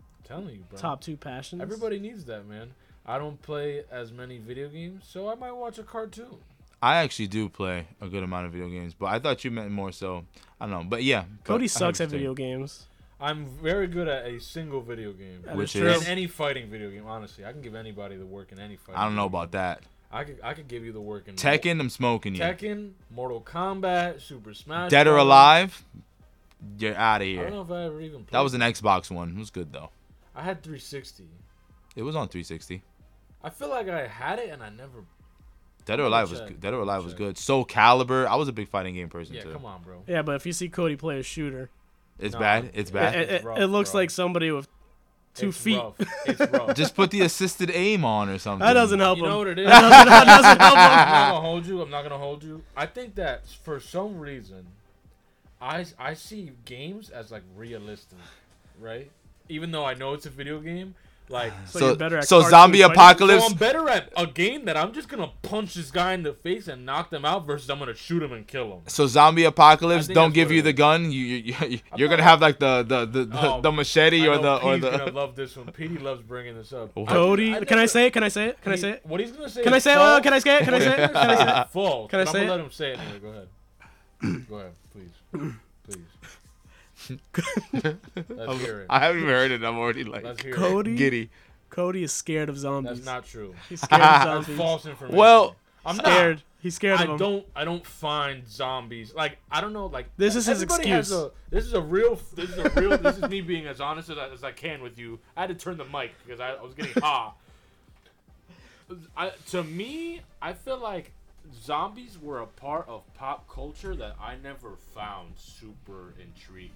[SPEAKER 1] I'm telling you, bro.
[SPEAKER 3] Top two passions.
[SPEAKER 1] Everybody needs that, man. I don't play as many video games, so I might watch a cartoon.
[SPEAKER 2] I actually do play a good amount of video games, but I thought you meant more so. I don't know, but yeah. but I
[SPEAKER 3] Cody
[SPEAKER 2] heard
[SPEAKER 3] sucks
[SPEAKER 2] what
[SPEAKER 3] at video
[SPEAKER 2] you're
[SPEAKER 3] games.
[SPEAKER 1] I'm very good at a single video game.
[SPEAKER 3] That
[SPEAKER 2] Which
[SPEAKER 3] true.
[SPEAKER 2] is-
[SPEAKER 1] And any fighting video game, honestly, I can give anybody the work in any
[SPEAKER 2] saying.
[SPEAKER 1] fight.
[SPEAKER 2] I don't know about that.
[SPEAKER 1] I could, I could give you the work in
[SPEAKER 2] Tekken, I'm smoking you.
[SPEAKER 1] Tekken, Mortal Kombat, Super Smash.
[SPEAKER 2] Dead or
[SPEAKER 1] Bros.
[SPEAKER 2] Alive, you're out of
[SPEAKER 1] I don't
[SPEAKER 2] here.
[SPEAKER 1] know if I ever even played.
[SPEAKER 2] That was an Xbox one. It was good though.
[SPEAKER 1] I had 360.
[SPEAKER 2] It was on 360.
[SPEAKER 1] I feel like I had it and I never.
[SPEAKER 2] Dead or
[SPEAKER 1] Let me
[SPEAKER 2] Alive was
[SPEAKER 1] check.
[SPEAKER 2] good. Dead or Alive was
[SPEAKER 1] Check.
[SPEAKER 2] good. Soul Calibur. I was a big fighting game person
[SPEAKER 1] Yeah,
[SPEAKER 2] too.
[SPEAKER 1] come on, bro.
[SPEAKER 3] Yeah, but if you see Cody play a shooter,
[SPEAKER 2] It's
[SPEAKER 1] Nah.
[SPEAKER 2] bad. It's
[SPEAKER 3] it,
[SPEAKER 1] That
[SPEAKER 3] [LAUGHS]
[SPEAKER 2] bad.
[SPEAKER 1] Yeah.
[SPEAKER 3] it,
[SPEAKER 1] is
[SPEAKER 3] it-
[SPEAKER 1] rough,
[SPEAKER 3] it looks
[SPEAKER 1] bro.
[SPEAKER 3] like somebody with two
[SPEAKER 1] It's
[SPEAKER 3] feet.
[SPEAKER 1] rough.
[SPEAKER 2] [LAUGHS]
[SPEAKER 1] It's rough.
[SPEAKER 2] Just put the assisted aim on or something.
[SPEAKER 3] That doesn't help
[SPEAKER 1] you
[SPEAKER 3] him.
[SPEAKER 1] know what it is.
[SPEAKER 2] [LAUGHS]
[SPEAKER 3] That doesn't- that doesn't help him.
[SPEAKER 1] I'm not gonna hold you. I'm not gonna hold you. I think that for some reason, I I see games as like realistic, right? Even though I know it's a video game, Like,
[SPEAKER 3] So,
[SPEAKER 2] So,
[SPEAKER 3] you're better at
[SPEAKER 2] so
[SPEAKER 3] cartoon
[SPEAKER 2] zombie
[SPEAKER 3] fighting?
[SPEAKER 1] so
[SPEAKER 2] apocalypse.
[SPEAKER 1] I'm better at a game that I'm just gonna punch this guy in the face and knock them out versus I'm gonna shoot him and kill him.
[SPEAKER 2] So zombie apocalypse
[SPEAKER 1] I think
[SPEAKER 2] don't
[SPEAKER 1] that's
[SPEAKER 2] give
[SPEAKER 1] what
[SPEAKER 2] you
[SPEAKER 1] it
[SPEAKER 2] the
[SPEAKER 1] is.
[SPEAKER 2] gun. You, you you- [LAUGHS] you're
[SPEAKER 1] not-
[SPEAKER 2] gonna have like the the the, the,
[SPEAKER 1] Oh,
[SPEAKER 2] the machete
[SPEAKER 1] I
[SPEAKER 2] or
[SPEAKER 1] know
[SPEAKER 2] the or
[SPEAKER 1] Petey's
[SPEAKER 2] [LAUGHS]
[SPEAKER 1] gonna
[SPEAKER 2] the.
[SPEAKER 1] love this one. Petey loves bringing this
[SPEAKER 2] [LAUGHS]
[SPEAKER 1] up.
[SPEAKER 2] What?
[SPEAKER 3] Cody,
[SPEAKER 1] I
[SPEAKER 3] can I
[SPEAKER 1] never-
[SPEAKER 3] say it? Can I say it? Can I say it?
[SPEAKER 1] What he's gonna say?
[SPEAKER 3] Can I
[SPEAKER 1] is
[SPEAKER 3] say it?
[SPEAKER 1] false.
[SPEAKER 3] Oh, Can I say it? Can I say it? Can I
[SPEAKER 1] [LAUGHS]
[SPEAKER 3] say it?
[SPEAKER 1] False.
[SPEAKER 3] Can I
[SPEAKER 1] but
[SPEAKER 3] say
[SPEAKER 1] I'm
[SPEAKER 3] it?
[SPEAKER 1] gonna let him say it. Anyway. Go ahead.
[SPEAKER 2] [CLEARS THROAT]
[SPEAKER 1] Go ahead, please. Please.
[SPEAKER 2] [LAUGHS]
[SPEAKER 1] Let's hear it.
[SPEAKER 2] I haven't even heard it. I'm already like
[SPEAKER 1] Let's hear it.
[SPEAKER 3] Cody,
[SPEAKER 2] giddy.
[SPEAKER 3] [LAUGHS] Cody is scared of zombies.
[SPEAKER 1] That's not true.
[SPEAKER 3] He's scared of
[SPEAKER 1] That's [LAUGHS]
[SPEAKER 3] zombies.
[SPEAKER 1] false information.
[SPEAKER 2] Well,
[SPEAKER 1] I'm not.
[SPEAKER 3] Scared. He's scared
[SPEAKER 1] I
[SPEAKER 3] of them.
[SPEAKER 1] don't. I don't find zombies. Like I don't know. Like
[SPEAKER 3] This is his
[SPEAKER 1] everybody has
[SPEAKER 3] excuse.
[SPEAKER 1] a- this is a real. This is a real. this is me being as honest as I, as I can with you. I had to turn the mic because I, I was getting ha. I, to me, I feel like zombies were a part of pop culture that I never found super intriguing.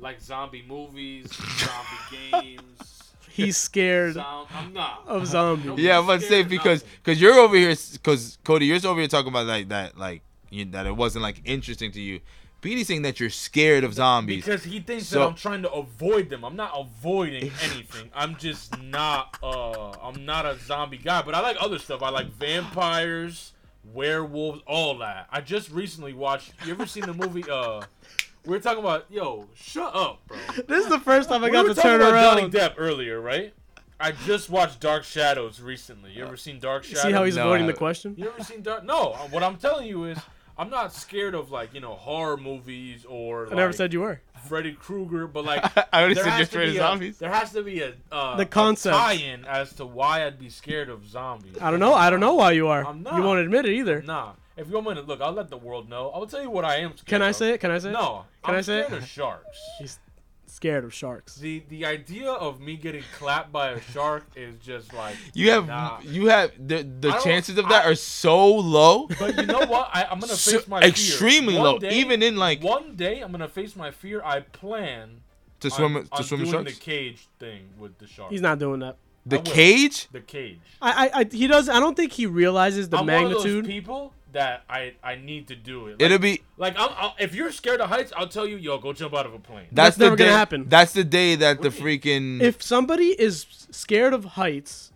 [SPEAKER 1] Like zombie movies,
[SPEAKER 3] [LAUGHS]
[SPEAKER 1] zombie games.
[SPEAKER 3] He's scared
[SPEAKER 1] Sound, I'm not.
[SPEAKER 3] of zombies.
[SPEAKER 2] Yeah, I'm about to say
[SPEAKER 1] scared of
[SPEAKER 2] because
[SPEAKER 1] nothing.
[SPEAKER 2] because you're over here because Cody, you're over here talking about like that like you, that it wasn't like interesting to you. Beatty's saying that you're scared of zombies.
[SPEAKER 1] Because he thinks
[SPEAKER 2] So-
[SPEAKER 1] that I'm trying to avoid them. I'm not
[SPEAKER 3] [LAUGHS]
[SPEAKER 1] avoiding anything. I'm just not uh I'm not a zombie guy, but I like other stuff. I like vampires, werewolves, all that. I just recently watched you ever seen the movie uh we were talking about yo, shut up, bro.
[SPEAKER 3] This is the first time I
[SPEAKER 1] We
[SPEAKER 3] got
[SPEAKER 1] were
[SPEAKER 3] to
[SPEAKER 1] talking
[SPEAKER 3] turn
[SPEAKER 1] about Johnny
[SPEAKER 3] around.
[SPEAKER 1] Depp earlier, right? I just watched Dark Shadows recently. You ever seen Dark Shadows?
[SPEAKER 3] See how he's
[SPEAKER 2] No,
[SPEAKER 3] avoiding
[SPEAKER 2] I-
[SPEAKER 3] the question?
[SPEAKER 1] You ever seen Dark? No. uh, What I'm telling you is, I'm not scared of like you know horror movies or.
[SPEAKER 3] I never
[SPEAKER 1] like,
[SPEAKER 3] said you were.
[SPEAKER 1] Freddy Krueger, but
[SPEAKER 3] [LAUGHS]
[SPEAKER 1] like
[SPEAKER 2] [LAUGHS] I already
[SPEAKER 1] there
[SPEAKER 2] said you're
[SPEAKER 1] has, to
[SPEAKER 2] scared of
[SPEAKER 1] be a,
[SPEAKER 2] zombies.
[SPEAKER 1] there has to be a uh,
[SPEAKER 3] The
[SPEAKER 1] a
[SPEAKER 3] concept.
[SPEAKER 1] tie-in as to why I'd be scared of zombies.
[SPEAKER 3] I don't know. I don't know why you are.
[SPEAKER 1] I'm not.
[SPEAKER 3] You won't admit it either.
[SPEAKER 1] Nah, if you want me to look, I'll let the world know. I'll tell you what I am. Scared
[SPEAKER 3] Can I
[SPEAKER 1] of.
[SPEAKER 3] say it? Can I say it?
[SPEAKER 1] No.
[SPEAKER 3] Can
[SPEAKER 1] I'm
[SPEAKER 3] I say it?
[SPEAKER 1] scared of sharks.
[SPEAKER 3] He's scared of sharks.
[SPEAKER 1] The the idea of me getting clapped by a shark is just like
[SPEAKER 2] you have
[SPEAKER 1] nah.
[SPEAKER 2] you have the the
[SPEAKER 1] I don't-
[SPEAKER 2] chances of that
[SPEAKER 1] I-
[SPEAKER 2] are so low.
[SPEAKER 1] But you know what? I, I'm
[SPEAKER 3] [LAUGHS]
[SPEAKER 1] gonna
[SPEAKER 2] So-
[SPEAKER 1] face my
[SPEAKER 2] extremely
[SPEAKER 1] fear. One
[SPEAKER 2] low.
[SPEAKER 1] day-
[SPEAKER 2] Even in, like-
[SPEAKER 1] one day, I'm gonna face my fear. I plan
[SPEAKER 2] To
[SPEAKER 1] [LAUGHS]
[SPEAKER 2] swim
[SPEAKER 1] on,
[SPEAKER 2] to
[SPEAKER 1] on
[SPEAKER 2] swim with
[SPEAKER 1] doing
[SPEAKER 2] sharks.
[SPEAKER 1] the cage thing with the shark.
[SPEAKER 3] He's not doing that.
[SPEAKER 2] The,
[SPEAKER 1] I will.
[SPEAKER 2] cage.
[SPEAKER 1] the cage.
[SPEAKER 3] I, I, I he does. I don't think he realizes the
[SPEAKER 1] I'm one of those
[SPEAKER 3] magnitude.
[SPEAKER 1] people that I I need to do it. Like,
[SPEAKER 2] It'll be
[SPEAKER 1] like I'm, I'll, if you're scared of heights, I'll tell you, yo, go jump out of a plane.
[SPEAKER 3] That's
[SPEAKER 2] that's, the
[SPEAKER 3] never
[SPEAKER 2] day,
[SPEAKER 3] gonna happen.
[SPEAKER 2] That's the day that the
[SPEAKER 1] What do you-
[SPEAKER 2] freaking
[SPEAKER 3] If somebody is scared of heights,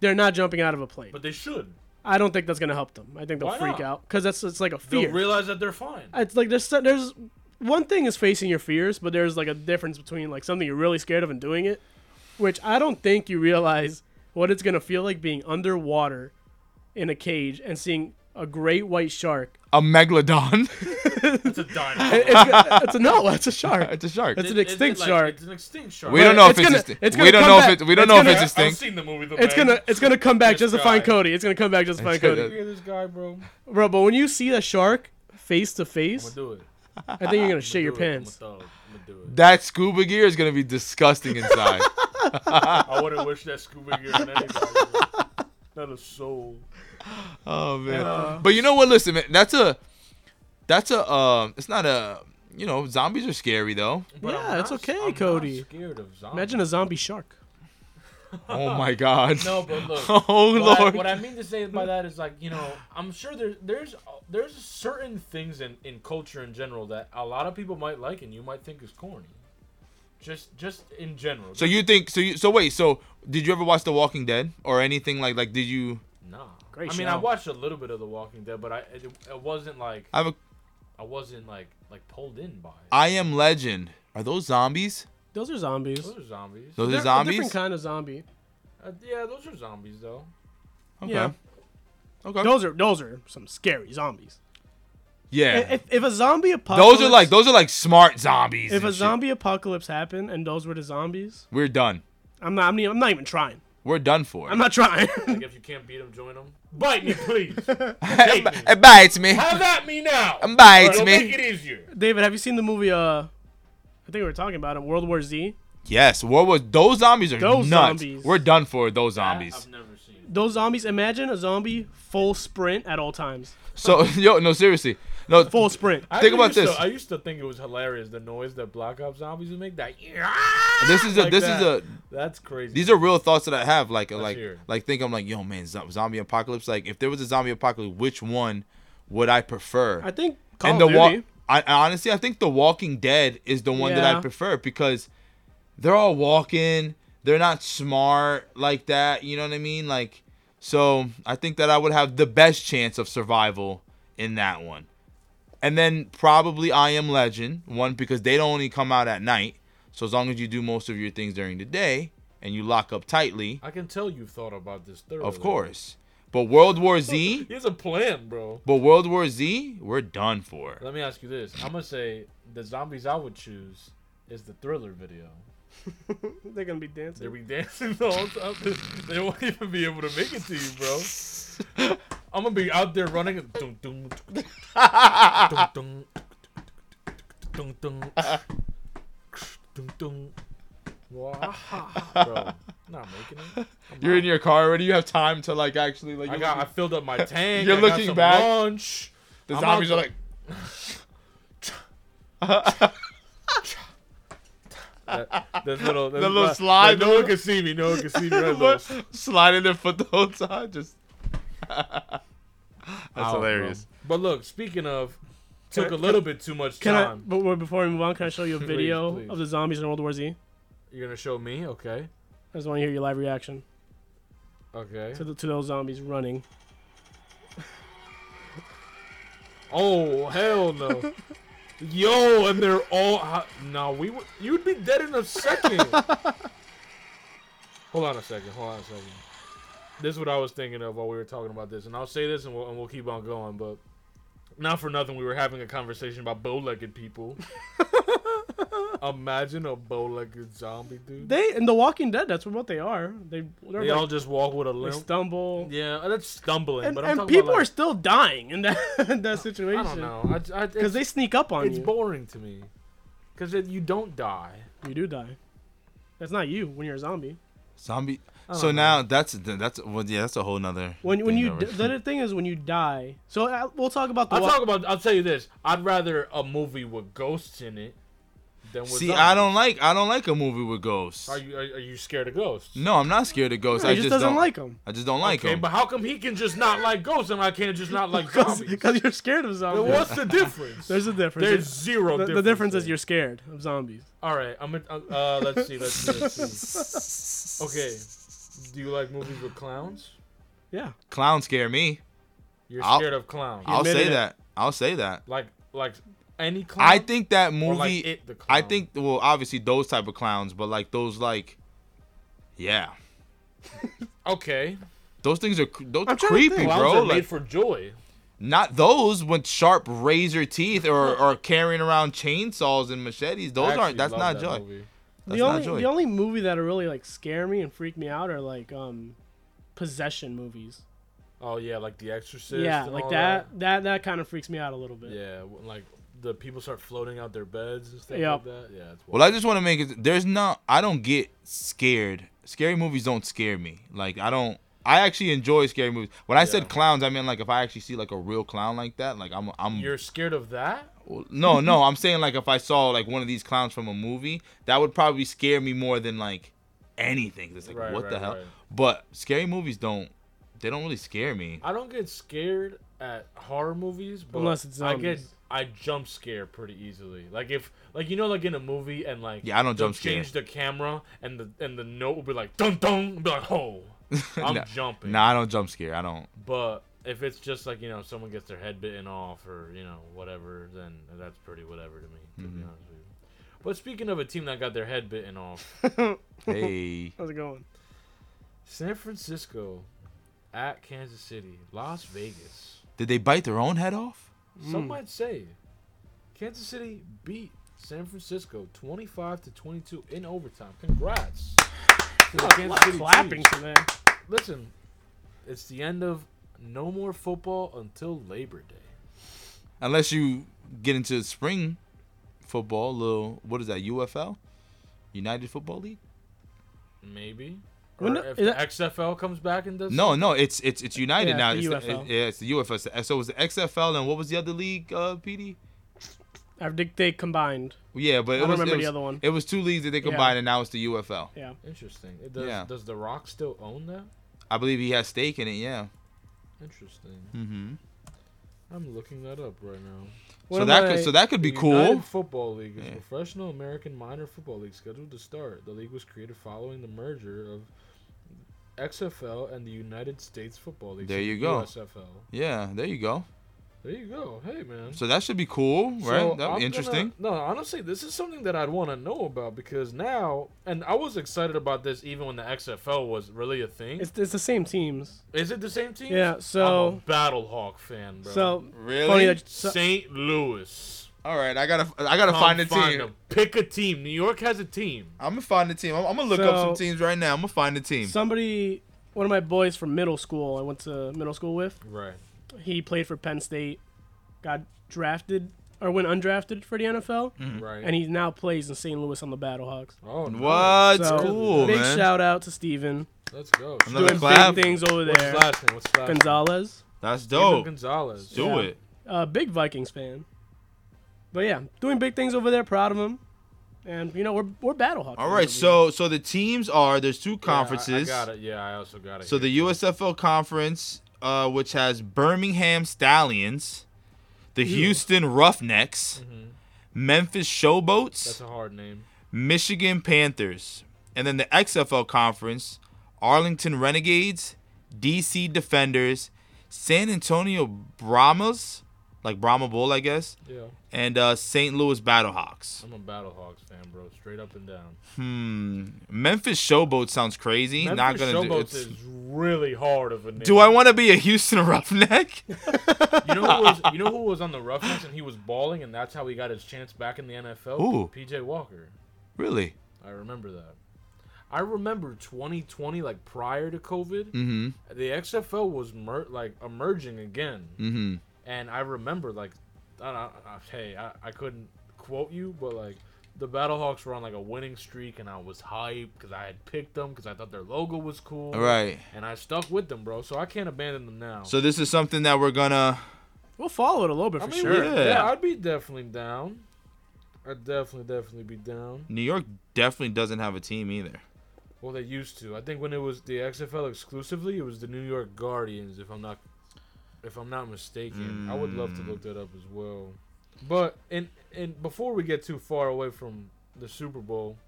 [SPEAKER 3] they're not jumping out of a plane.
[SPEAKER 1] but they should.
[SPEAKER 3] I don't think that's gonna help them. I think they'll
[SPEAKER 1] Why
[SPEAKER 3] freak
[SPEAKER 1] not?
[SPEAKER 3] out because that's it's like a
[SPEAKER 1] They'll
[SPEAKER 3] fear.
[SPEAKER 1] realize that they're fine.
[SPEAKER 3] it's like there's so- there's one thing is facing your fears, but there's like a difference between like something you're really scared of and doing it, which I don't think you realize what it's gonna feel like being underwater in a cage and seeing a great white shark. [LAUGHS]
[SPEAKER 2] a megalodon. [LAUGHS]
[SPEAKER 1] It's a dinosaur.
[SPEAKER 3] It's, go- it's a no, it's a shark.
[SPEAKER 2] it's a shark.
[SPEAKER 3] It's an
[SPEAKER 1] It-
[SPEAKER 3] extinct
[SPEAKER 1] like-
[SPEAKER 3] shark.
[SPEAKER 1] It's an extinct shark.
[SPEAKER 2] we don't know
[SPEAKER 3] it's
[SPEAKER 2] if it's
[SPEAKER 3] gonna-
[SPEAKER 2] extinct.
[SPEAKER 3] it's
[SPEAKER 2] we
[SPEAKER 3] gonna
[SPEAKER 2] don't
[SPEAKER 3] come
[SPEAKER 2] know
[SPEAKER 3] back.
[SPEAKER 2] if it, we don't
[SPEAKER 3] It's
[SPEAKER 2] know
[SPEAKER 3] gonna-
[SPEAKER 2] if it's
[SPEAKER 1] I've, I've
[SPEAKER 2] extinct.
[SPEAKER 1] seen the movie. The
[SPEAKER 3] It's gonna
[SPEAKER 1] Meg.
[SPEAKER 3] it's gonna come back
[SPEAKER 1] This
[SPEAKER 3] just to find
[SPEAKER 1] guy.
[SPEAKER 3] Cody. It's gonna come back just to find
[SPEAKER 2] gonna-
[SPEAKER 3] Cody.
[SPEAKER 1] [LAUGHS] Look at this guy, bro. I'm
[SPEAKER 3] Bro, but when you see a shark face to
[SPEAKER 1] gonna
[SPEAKER 3] face,
[SPEAKER 1] do it.
[SPEAKER 3] I
[SPEAKER 1] [LAUGHS]
[SPEAKER 3] think you're gonna shit your
[SPEAKER 1] do it.
[SPEAKER 3] pants.
[SPEAKER 1] I'm a thug. I'm gonna do it.
[SPEAKER 2] That scuba gear is gonna be disgusting
[SPEAKER 3] [LAUGHS]
[SPEAKER 2] inside.
[SPEAKER 1] I wouldn't wish that
[SPEAKER 2] [LAUGHS]
[SPEAKER 1] scuba gear on anybody. Not a soul.
[SPEAKER 2] Oh man.
[SPEAKER 3] Uh.
[SPEAKER 2] but you know what? Listen, man, that's a that's a um. It's not a you know zombies are scary though.
[SPEAKER 1] But I'm
[SPEAKER 3] Yeah, it's
[SPEAKER 1] not-
[SPEAKER 3] okay,
[SPEAKER 1] I'm not
[SPEAKER 3] Cody.
[SPEAKER 1] scared of zombies.
[SPEAKER 3] Imagine a zombie shark. [LAUGHS]
[SPEAKER 2] Oh my god.
[SPEAKER 1] No, but look.
[SPEAKER 2] [LAUGHS] oh
[SPEAKER 1] what, I,
[SPEAKER 2] lord.
[SPEAKER 1] what I mean to say by that is like you know I'm sure there, there's there's certain things in, in culture in general that a lot of people might like and you might think is corny. Just just in general.
[SPEAKER 2] so you think so? You so wait. So did you ever watch The Walking Dead or anything like like? Did you?
[SPEAKER 1] nah.
[SPEAKER 3] Great
[SPEAKER 1] I mean I
[SPEAKER 3] show.
[SPEAKER 1] watched a little bit of The Walking Dead, but I it, it wasn't like
[SPEAKER 2] I have a
[SPEAKER 1] I wasn't like like pulled in by it.
[SPEAKER 2] I Am Legend. Are those zombies?
[SPEAKER 3] Those are zombies.
[SPEAKER 1] Those are zombies.
[SPEAKER 2] Those
[SPEAKER 3] They're
[SPEAKER 2] are
[SPEAKER 3] A different
[SPEAKER 2] zombies.
[SPEAKER 3] kind of zombie.
[SPEAKER 1] Uh, yeah, those are zombies though.
[SPEAKER 2] Okay.
[SPEAKER 3] Yeah.
[SPEAKER 2] Okay.
[SPEAKER 3] Those are those are some scary zombies.
[SPEAKER 2] yeah.
[SPEAKER 3] If, if a zombie apocalypse,
[SPEAKER 2] Those are like those are like smart zombies.
[SPEAKER 3] If
[SPEAKER 2] and
[SPEAKER 3] a
[SPEAKER 2] shit.
[SPEAKER 3] zombie apocalypse happened and those were the zombies,
[SPEAKER 2] we're done.
[SPEAKER 3] I'm not. I'm, not- I'm not even trying.
[SPEAKER 2] We're done for.
[SPEAKER 3] I'm not trying. [LAUGHS]
[SPEAKER 1] Like if you can't beat them, join them. Bite me,
[SPEAKER 2] [LAUGHS]
[SPEAKER 1] please. Take me.
[SPEAKER 2] it bites me.
[SPEAKER 1] Have at me now.
[SPEAKER 2] It bites
[SPEAKER 1] It'll
[SPEAKER 2] me.
[SPEAKER 1] make it easier.
[SPEAKER 3] David, have you seen the movie? Uh, I think we were talking about it. World War Z.
[SPEAKER 2] Yes, what was those zombies are
[SPEAKER 3] Those
[SPEAKER 2] nuts.
[SPEAKER 3] zombies.
[SPEAKER 2] We're done for those
[SPEAKER 1] That
[SPEAKER 2] zombies.
[SPEAKER 1] I've never seen.
[SPEAKER 3] Those zombies. Imagine a zombie full sprint at all times.
[SPEAKER 2] So [LAUGHS] yo, no seriously, no.
[SPEAKER 3] Full sprint.
[SPEAKER 1] I
[SPEAKER 2] Think about
[SPEAKER 1] used to-
[SPEAKER 2] this.
[SPEAKER 1] I used to think it was hilarious the noise that Black Ops zombies would make. That
[SPEAKER 2] This is a.
[SPEAKER 1] like
[SPEAKER 2] this is
[SPEAKER 1] that.
[SPEAKER 2] a.
[SPEAKER 1] that's crazy.
[SPEAKER 2] These are real thoughts that I have. Like like
[SPEAKER 1] hear it.
[SPEAKER 2] like think I'm like yo man zo- zombie apocalypse. Like if there was a zombie apocalypse, which one would I prefer?
[SPEAKER 3] I think Call
[SPEAKER 2] the
[SPEAKER 3] of
[SPEAKER 2] wa-
[SPEAKER 3] Duty.
[SPEAKER 2] I I honestly I think The Walking Dead is the one that
[SPEAKER 3] Yeah.
[SPEAKER 2] I prefer because they're all walking. They're not smart like that. You know what I mean? Like, so I think that I would have the best chance of survival in that one. And then probably I Am Legend, one because they don't only come out at night. So as long as you do most of your things during the day and you lock up tightly,
[SPEAKER 1] I can tell you've thought about this thoroughly.
[SPEAKER 2] of course. But World War Z,
[SPEAKER 1] Here's a plan, bro.
[SPEAKER 2] but World War Z, we're done for.
[SPEAKER 1] Let me ask you this. I'm gonna say the zombies I would choose is the thriller video.
[SPEAKER 3] They're gonna be
[SPEAKER 1] They'll
[SPEAKER 3] dancing.
[SPEAKER 1] be dancing the whole time. [LAUGHS] They won't even be able to make it to you, bro. I'm gonna be out there running. [LAUGHS] and dun, dun, dun, dun, dun, dun, dun, dun. Wah-ha-ha, Bro, not making it.
[SPEAKER 2] You're in your car already. You have time to like actually like.
[SPEAKER 1] I
[SPEAKER 2] you're
[SPEAKER 1] got. I
[SPEAKER 2] looking-
[SPEAKER 1] filled up my tank.
[SPEAKER 2] [LAUGHS] You're
[SPEAKER 1] I got
[SPEAKER 2] looking
[SPEAKER 1] some
[SPEAKER 2] back.
[SPEAKER 1] Lunch.
[SPEAKER 2] the
[SPEAKER 1] I'm
[SPEAKER 2] zombies
[SPEAKER 1] out
[SPEAKER 2] are like.
[SPEAKER 1] That, that little. That
[SPEAKER 2] [LAUGHS] The little slide,
[SPEAKER 1] No
[SPEAKER 2] the
[SPEAKER 1] one
[SPEAKER 2] little-
[SPEAKER 1] can see me. No one can see me.
[SPEAKER 2] [LAUGHS]
[SPEAKER 1] Right,
[SPEAKER 2] What?
[SPEAKER 1] little-
[SPEAKER 2] sliding their foot the whole time. Just [LAUGHS] that's Oh,
[SPEAKER 1] out, bro.
[SPEAKER 2] hilarious.
[SPEAKER 1] But look, speaking of, took
[SPEAKER 3] Can I-
[SPEAKER 1] a little bit too much
[SPEAKER 3] Can I?
[SPEAKER 1] time.
[SPEAKER 3] But wait, before we move on, can I show
[SPEAKER 2] [LAUGHS]
[SPEAKER 3] you a video
[SPEAKER 1] please.
[SPEAKER 3] of the zombies in World War Z?
[SPEAKER 1] You're gonna show me, okay?
[SPEAKER 3] I just want to hear your live reaction
[SPEAKER 1] Okay.
[SPEAKER 3] to the, to those zombies running.
[SPEAKER 1] Oh hell
[SPEAKER 3] [LAUGHS]
[SPEAKER 1] no. Yo, and they're all. ho- No, we would. You'd be dead in a
[SPEAKER 3] [LAUGHS]
[SPEAKER 1] second. hold on a second. Hold on a second. This is what I was thinking of while we were talking about this, and I'll say this, and we'll, and we'll keep on going. But not for nothing, we were having a conversation about bow-legged
[SPEAKER 3] [LAUGHS]
[SPEAKER 1] people. Imagine a bow-legged zombie, dude. They,
[SPEAKER 3] They in The Walking Dead. That's what they are. They they're like,
[SPEAKER 1] all just walk with a
[SPEAKER 3] they
[SPEAKER 1] limp.
[SPEAKER 3] stumble.
[SPEAKER 1] yeah, that's stumbling.
[SPEAKER 3] and
[SPEAKER 1] but I'm
[SPEAKER 3] and
[SPEAKER 1] talking
[SPEAKER 3] people
[SPEAKER 1] about,
[SPEAKER 3] are still dying in that [LAUGHS] in that
[SPEAKER 1] like,
[SPEAKER 3] situation.
[SPEAKER 1] I don't know. I, I, it's
[SPEAKER 3] Because they sneak up on
[SPEAKER 1] it's
[SPEAKER 3] you.
[SPEAKER 1] boring to me. Because you don't die.
[SPEAKER 3] you do die. That's not you when you're a zombie.
[SPEAKER 2] Zombie.
[SPEAKER 1] I
[SPEAKER 2] So
[SPEAKER 1] don't know.
[SPEAKER 2] now that's that's well yeah that's a whole nother.
[SPEAKER 3] Oh, When when
[SPEAKER 2] thing
[SPEAKER 3] you
[SPEAKER 2] over.
[SPEAKER 3] d- the other thing is when you die. So uh, we'll talk
[SPEAKER 2] Oh,
[SPEAKER 3] about the.
[SPEAKER 1] I'll
[SPEAKER 3] wa-
[SPEAKER 1] talk about. I'll tell you this. I'd rather a movie with ghosts in it than with.
[SPEAKER 2] see
[SPEAKER 1] zombies.
[SPEAKER 2] I don't like I don't like a movie with ghosts.
[SPEAKER 1] Are you are, are you scared of ghosts?
[SPEAKER 2] no, I'm not scared of ghosts.
[SPEAKER 3] he
[SPEAKER 2] I
[SPEAKER 3] just
[SPEAKER 2] just
[SPEAKER 3] doesn't
[SPEAKER 2] don't,
[SPEAKER 3] like them.
[SPEAKER 2] I just don't like
[SPEAKER 1] okay,
[SPEAKER 2] [LAUGHS] them.
[SPEAKER 1] but how come he can just not like ghosts and I can't just not
[SPEAKER 3] [LAUGHS]
[SPEAKER 2] [LAUGHS]
[SPEAKER 1] like zombies?
[SPEAKER 3] Because you're scared of
[SPEAKER 1] Then
[SPEAKER 3] zombies.
[SPEAKER 1] what's the difference?
[SPEAKER 3] There's a difference.
[SPEAKER 1] There's zero.
[SPEAKER 3] the, the difference is
[SPEAKER 1] there.
[SPEAKER 3] you're scared of zombies.
[SPEAKER 1] All right, I'm. gonna- uh, uh, let's see. Let's see.
[SPEAKER 2] [LAUGHS]
[SPEAKER 1] Let's see. Okay. Do you like movies with clowns?
[SPEAKER 3] Yeah.
[SPEAKER 2] Clowns scare me.
[SPEAKER 1] You're
[SPEAKER 2] I'll-
[SPEAKER 1] scared of clowns.
[SPEAKER 2] I'll say
[SPEAKER 3] admitted it.
[SPEAKER 2] that. I'll say that.
[SPEAKER 1] like like any clown.
[SPEAKER 2] I think that
[SPEAKER 1] Or
[SPEAKER 2] movie.
[SPEAKER 1] like it, the clown.
[SPEAKER 2] I think well obviously those type of clowns, but like those like, yeah,
[SPEAKER 1] Okay.
[SPEAKER 2] those things are cr- those
[SPEAKER 3] I'm trying to
[SPEAKER 2] creepy,
[SPEAKER 3] think.
[SPEAKER 1] Clowns
[SPEAKER 2] bro.
[SPEAKER 1] are made
[SPEAKER 2] Like,
[SPEAKER 1] for joy.
[SPEAKER 2] Not those with sharp razor teeth or, or carrying around chainsaws and machetes.
[SPEAKER 1] I
[SPEAKER 2] Those
[SPEAKER 1] actually
[SPEAKER 2] aren't. That's
[SPEAKER 1] love
[SPEAKER 2] not
[SPEAKER 1] that
[SPEAKER 2] joy.
[SPEAKER 1] movie.
[SPEAKER 2] That's
[SPEAKER 3] the
[SPEAKER 2] not
[SPEAKER 3] only
[SPEAKER 2] joy.
[SPEAKER 3] the only movie that really like scare me and freak me out are like um possession movies.
[SPEAKER 1] Oh yeah, like The Exorcist.
[SPEAKER 3] yeah,
[SPEAKER 1] and
[SPEAKER 3] like
[SPEAKER 1] all
[SPEAKER 3] that, that that kind of freaks me out a little bit.
[SPEAKER 1] Yeah, when, like the people start floating out their beds and stuff
[SPEAKER 3] Yep.
[SPEAKER 1] like that. Yeah, it's
[SPEAKER 2] Well, I just want to make it. There's not. I don't get scared. Scary movies don't scare me. Like I don't. I actually enjoy scary movies. When I
[SPEAKER 1] Yeah.
[SPEAKER 2] said clowns, I mean like if I actually see like a real clown like that, like I'm I'm
[SPEAKER 1] you're scared of that.
[SPEAKER 2] Well, No, no, I'm saying like if I saw like one of these clowns from a movie, that would probably scare me more than like anything. It's like
[SPEAKER 1] Right,
[SPEAKER 2] what the
[SPEAKER 1] right,
[SPEAKER 2] hell?
[SPEAKER 1] right.
[SPEAKER 2] But scary movies don't they don't really scare me.
[SPEAKER 1] I don't get scared at horror movies, but
[SPEAKER 3] Unless it's
[SPEAKER 1] I get
[SPEAKER 3] zombies.
[SPEAKER 1] I jump scare pretty easily. Like if like you know like in a movie and like
[SPEAKER 2] Yeah, I don't
[SPEAKER 1] they'll
[SPEAKER 2] jump scare.
[SPEAKER 1] Change the camera and the and the note will be like dun dun, be like
[SPEAKER 2] [LAUGHS]
[SPEAKER 1] oh, I'm
[SPEAKER 2] Nah.
[SPEAKER 1] jumping.
[SPEAKER 2] Nah, I don't jump scare. I don't.
[SPEAKER 1] But if it's just like you know someone gets their head bitten off or you know whatever, then that's pretty whatever to me. To
[SPEAKER 3] Mm-hmm.
[SPEAKER 1] be honest with you. But speaking of a team that got their head bitten off,
[SPEAKER 2] Hey,
[SPEAKER 3] How's it going?
[SPEAKER 1] San Francisco at Kansas City, Las Vegas.
[SPEAKER 2] did they bite their own head off?
[SPEAKER 3] Mm.
[SPEAKER 1] Some might say Kansas City beat San Francisco 25 to 22 in overtime. Congrats. to the
[SPEAKER 3] A
[SPEAKER 1] Kansas
[SPEAKER 3] lot of
[SPEAKER 1] City
[SPEAKER 3] clapping
[SPEAKER 1] Chiefs.
[SPEAKER 3] today.
[SPEAKER 1] Listen, it's the end of no more football until Labor Day.
[SPEAKER 2] Unless you get into spring football, little what is that? UFL, United Football League.
[SPEAKER 1] Maybe. Or
[SPEAKER 3] When the-
[SPEAKER 1] if
[SPEAKER 3] is
[SPEAKER 1] the
[SPEAKER 3] that-
[SPEAKER 1] XFL comes back and does
[SPEAKER 2] No, no, it's it's it's United
[SPEAKER 3] Yeah,
[SPEAKER 2] now.
[SPEAKER 3] it's
[SPEAKER 2] It's
[SPEAKER 3] the
[SPEAKER 2] the,
[SPEAKER 3] UFL.
[SPEAKER 2] it- yeah, it's the UFL. So it was the XFL and what was the other league? Uh, PD.
[SPEAKER 3] I think they combined.
[SPEAKER 2] Yeah, but it
[SPEAKER 3] I don't
[SPEAKER 2] was, it
[SPEAKER 3] remember the
[SPEAKER 2] was-
[SPEAKER 3] other one.
[SPEAKER 2] It was two leagues that they combined, and now it's the UFL.
[SPEAKER 3] Yeah.
[SPEAKER 1] interesting. It does,
[SPEAKER 2] Yeah.
[SPEAKER 1] does The Rock still own that?
[SPEAKER 2] I believe he has stake in it. Yeah.
[SPEAKER 1] Interesting.
[SPEAKER 2] Mm-hmm.
[SPEAKER 1] I'm looking that up right now.
[SPEAKER 3] One
[SPEAKER 2] so
[SPEAKER 3] of
[SPEAKER 2] that
[SPEAKER 3] my-
[SPEAKER 2] could, so that could be
[SPEAKER 1] The
[SPEAKER 2] cool.
[SPEAKER 1] United Football League is
[SPEAKER 2] Yeah.
[SPEAKER 1] a professional American minor football league scheduled to start. The league was created following the merger of XFL and the United States Football League.
[SPEAKER 2] There
[SPEAKER 1] so
[SPEAKER 2] you
[SPEAKER 1] the
[SPEAKER 2] go.
[SPEAKER 1] USFL.
[SPEAKER 2] Yeah, there you go.
[SPEAKER 1] There you go. Hey man.
[SPEAKER 2] So that should be cool, right?
[SPEAKER 1] So
[SPEAKER 2] That'd
[SPEAKER 1] I'm
[SPEAKER 2] be interesting.
[SPEAKER 1] gonna- no, honestly, this is something that I'd want to know about because now, and I was excited about this even when the XFL was really a thing.
[SPEAKER 3] It's, it's the same teams.
[SPEAKER 1] is it the same team?
[SPEAKER 3] Yeah,
[SPEAKER 1] I'm a
[SPEAKER 3] so
[SPEAKER 1] Battle Hawk fan, bro.
[SPEAKER 3] so
[SPEAKER 2] Really?
[SPEAKER 3] funny that so,
[SPEAKER 1] St. Louis.
[SPEAKER 2] All right, I gotta I gotta
[SPEAKER 1] Come
[SPEAKER 2] find a team.
[SPEAKER 1] them. Pick a team. New York has a team.
[SPEAKER 2] I'm gonna find a team. I'm, I'm gonna look up some
[SPEAKER 3] So-
[SPEAKER 2] teams right now. I'm gonna find a team.
[SPEAKER 3] somebody one of my boys from middle school I went to middle school with,
[SPEAKER 1] Right.
[SPEAKER 3] he played for Penn State, got drafted or went undrafted for the NFL,
[SPEAKER 2] Mm-hmm.
[SPEAKER 1] Right.
[SPEAKER 3] and he now plays in St. Louis on the Battlehawks.
[SPEAKER 1] oh, nice.
[SPEAKER 2] What's
[SPEAKER 3] So,
[SPEAKER 2] cool,
[SPEAKER 3] Big
[SPEAKER 2] man?
[SPEAKER 3] shout out to Steven.
[SPEAKER 1] Let's go.
[SPEAKER 2] Another
[SPEAKER 3] Doing
[SPEAKER 2] clap.
[SPEAKER 3] big things over
[SPEAKER 1] What's
[SPEAKER 3] there.
[SPEAKER 1] his last name? What's his last name?
[SPEAKER 3] Gonzalez,
[SPEAKER 2] That's
[SPEAKER 1] Steven
[SPEAKER 2] dope.
[SPEAKER 1] Gonzalez.
[SPEAKER 2] Do
[SPEAKER 3] Yeah.
[SPEAKER 2] it.
[SPEAKER 3] uh, big Vikings fan. But yeah, doing big things over there. Proud of him. And you know we're we're Battlehawks.
[SPEAKER 2] All right, so so the teams are there's two conferences.
[SPEAKER 1] Yeah, I, I got it. Yeah, I also got it.
[SPEAKER 2] So
[SPEAKER 1] here.
[SPEAKER 2] the USFL conference, uh, which has Birmingham Stallions, the Houston Roughnecks, Memphis
[SPEAKER 1] Mm-hmm. That's
[SPEAKER 2] Showboats,
[SPEAKER 1] a hard name.
[SPEAKER 2] Michigan Panthers, and then the XFL conference, Arlington Renegades, DC Defenders, San Antonio Brahmas, like Brahma Bull, I guess,
[SPEAKER 1] Yeah.
[SPEAKER 2] and uh, St. Louis Battlehawks.
[SPEAKER 1] I'm a Battle Hawks fan, bro. Straight up and down.
[SPEAKER 2] Hmm. Memphis Showboat sounds crazy. Not
[SPEAKER 1] Memphis
[SPEAKER 2] gonna do
[SPEAKER 1] Showboats
[SPEAKER 2] it's-
[SPEAKER 1] is really hard of a name.
[SPEAKER 2] Do I want to be a
[SPEAKER 1] [LAUGHS]
[SPEAKER 2] Houston Roughneck?
[SPEAKER 1] You know who was? You know who was on the Roughnecks and he was balling, and that's how he got his chance back in the NFL.
[SPEAKER 2] Who?
[SPEAKER 1] PJ Walker.
[SPEAKER 2] really?
[SPEAKER 1] I remember that. I remember 2020, like prior to COVID,
[SPEAKER 2] Mm-hmm.
[SPEAKER 1] the XFL was mer- like emerging again,
[SPEAKER 2] Mm-hmm.
[SPEAKER 1] and I remember like, I don't, I, I- hey, I, I couldn't quote you, but like the Battlehawks were on like a winning streak, and I was hyped because I had picked them because I thought their logo was cool,
[SPEAKER 2] All right.
[SPEAKER 1] and I stuck with them, bro. So I can't abandon them now.
[SPEAKER 2] So this is something that we're gonna.
[SPEAKER 3] we'll follow it a little bit
[SPEAKER 1] I
[SPEAKER 3] for
[SPEAKER 1] mean,
[SPEAKER 3] sure.
[SPEAKER 1] yeah.
[SPEAKER 2] Yeah.
[SPEAKER 1] I'd be definitely down. I'd definitely, definitely be down.
[SPEAKER 2] New York definitely doesn't have a team either.
[SPEAKER 1] Well, they used to. I think when it was the XFL exclusively, it was the New York Guardians, if I'm not, if I'm not mistaken. I would love to look that up as well. But and and before we get too far away from the Super Bowl,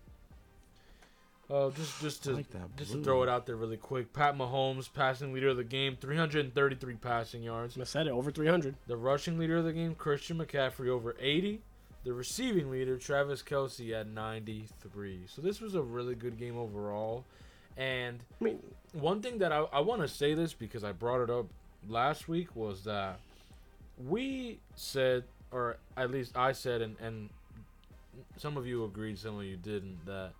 [SPEAKER 1] uh, just just to
[SPEAKER 2] I like that
[SPEAKER 1] just
[SPEAKER 2] blue.
[SPEAKER 1] to throw it out there really quick, Pat Mahomes, passing leader of the game, 333 passing yards.
[SPEAKER 3] I said it over 300.
[SPEAKER 1] The rushing leader of the game, Christian McCaffrey, over 80. The receiving leader, Travis Kelsey, at 93. So this was a really good game overall. And
[SPEAKER 3] I mean,
[SPEAKER 1] one thing that I, I want to say this because I brought it up last week was that we said, or at least I said, and, and some of you agreed, some of you didn't, that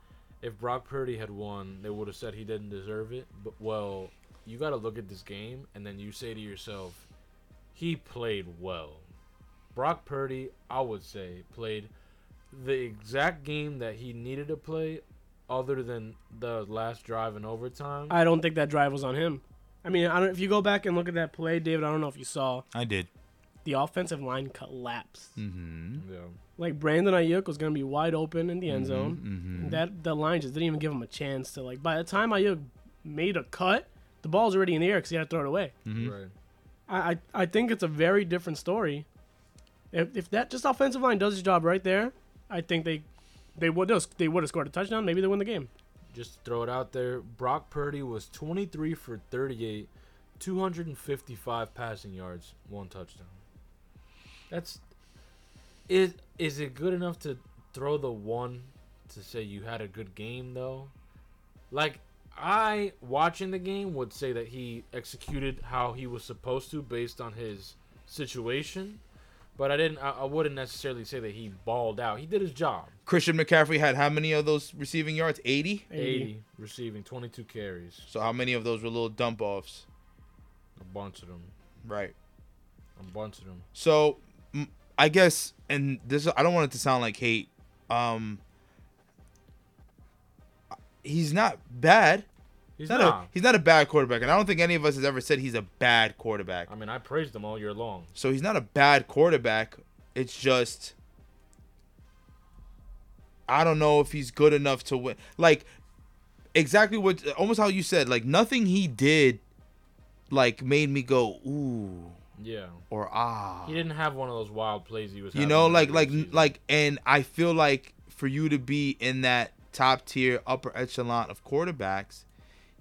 [SPEAKER 1] if Brock Purdy had won, they would have said he didn't deserve it. But, well, you got to look at this game and then you say to yourself, he played well. Brock Purdy, I would say, played the exact game that he needed to play, other than the last drive in overtime.
[SPEAKER 3] I don't think that drive was on him. I mean, I don't. If you go back and look at that play, David, I don't know if you saw
[SPEAKER 2] I did.
[SPEAKER 3] the offensive line collapsed.
[SPEAKER 2] Mm-hmm.
[SPEAKER 1] yeah.
[SPEAKER 3] Like Brandon Ayuk was gonna be wide open in the end zone.
[SPEAKER 2] Mm-hmm.
[SPEAKER 3] That the line just didn't even give him a chance to like. By the time Ayuk made a cut, the ball's already in the air because he had to throw it away.
[SPEAKER 1] Right.
[SPEAKER 3] I, I I think it's a very different story. If, if that just offensive line does its job right there, I think they they would they would have scored a touchdown. Maybe they win the game.
[SPEAKER 1] Just to throw it out there. Brock Purdy was 23 for 38, 255 passing yards, one touchdown. That's is is it good enough to throw the one to say you had a good game though? Like I watching the game would say that he executed how he was supposed to based on his situation, but I didn't. I, I wouldn't necessarily say that he balled out. He did his job.
[SPEAKER 2] Christian McCaffrey had how many of those receiving yards? 80.
[SPEAKER 1] 80, receiving, 22 carries,
[SPEAKER 2] So how many of those were little dump offs?
[SPEAKER 1] a bunch of them,
[SPEAKER 2] Right.
[SPEAKER 1] a bunch of them.
[SPEAKER 2] So m- I guess, and this I don't want it to sound like hate. Um, he's not bad.
[SPEAKER 1] He's
[SPEAKER 2] He's not,
[SPEAKER 1] not.
[SPEAKER 2] a, he's not a bad quarterback, and I don't think any of us has ever said he's a bad quarterback.
[SPEAKER 1] I mean, I praised him all year long.
[SPEAKER 2] So he's not a bad quarterback. It's just I don't know if he's good enough to win. Like exactly what almost how you said, like nothing he did like made me go, "Ooh,
[SPEAKER 1] Yeah.
[SPEAKER 2] or ah.
[SPEAKER 1] He didn't have one of those wild plays he was
[SPEAKER 2] You
[SPEAKER 1] having
[SPEAKER 2] know,
[SPEAKER 1] in the
[SPEAKER 2] like like
[SPEAKER 1] regular season.
[SPEAKER 2] like, and I feel like for you to be in that top tier, upper echelon of quarterbacks,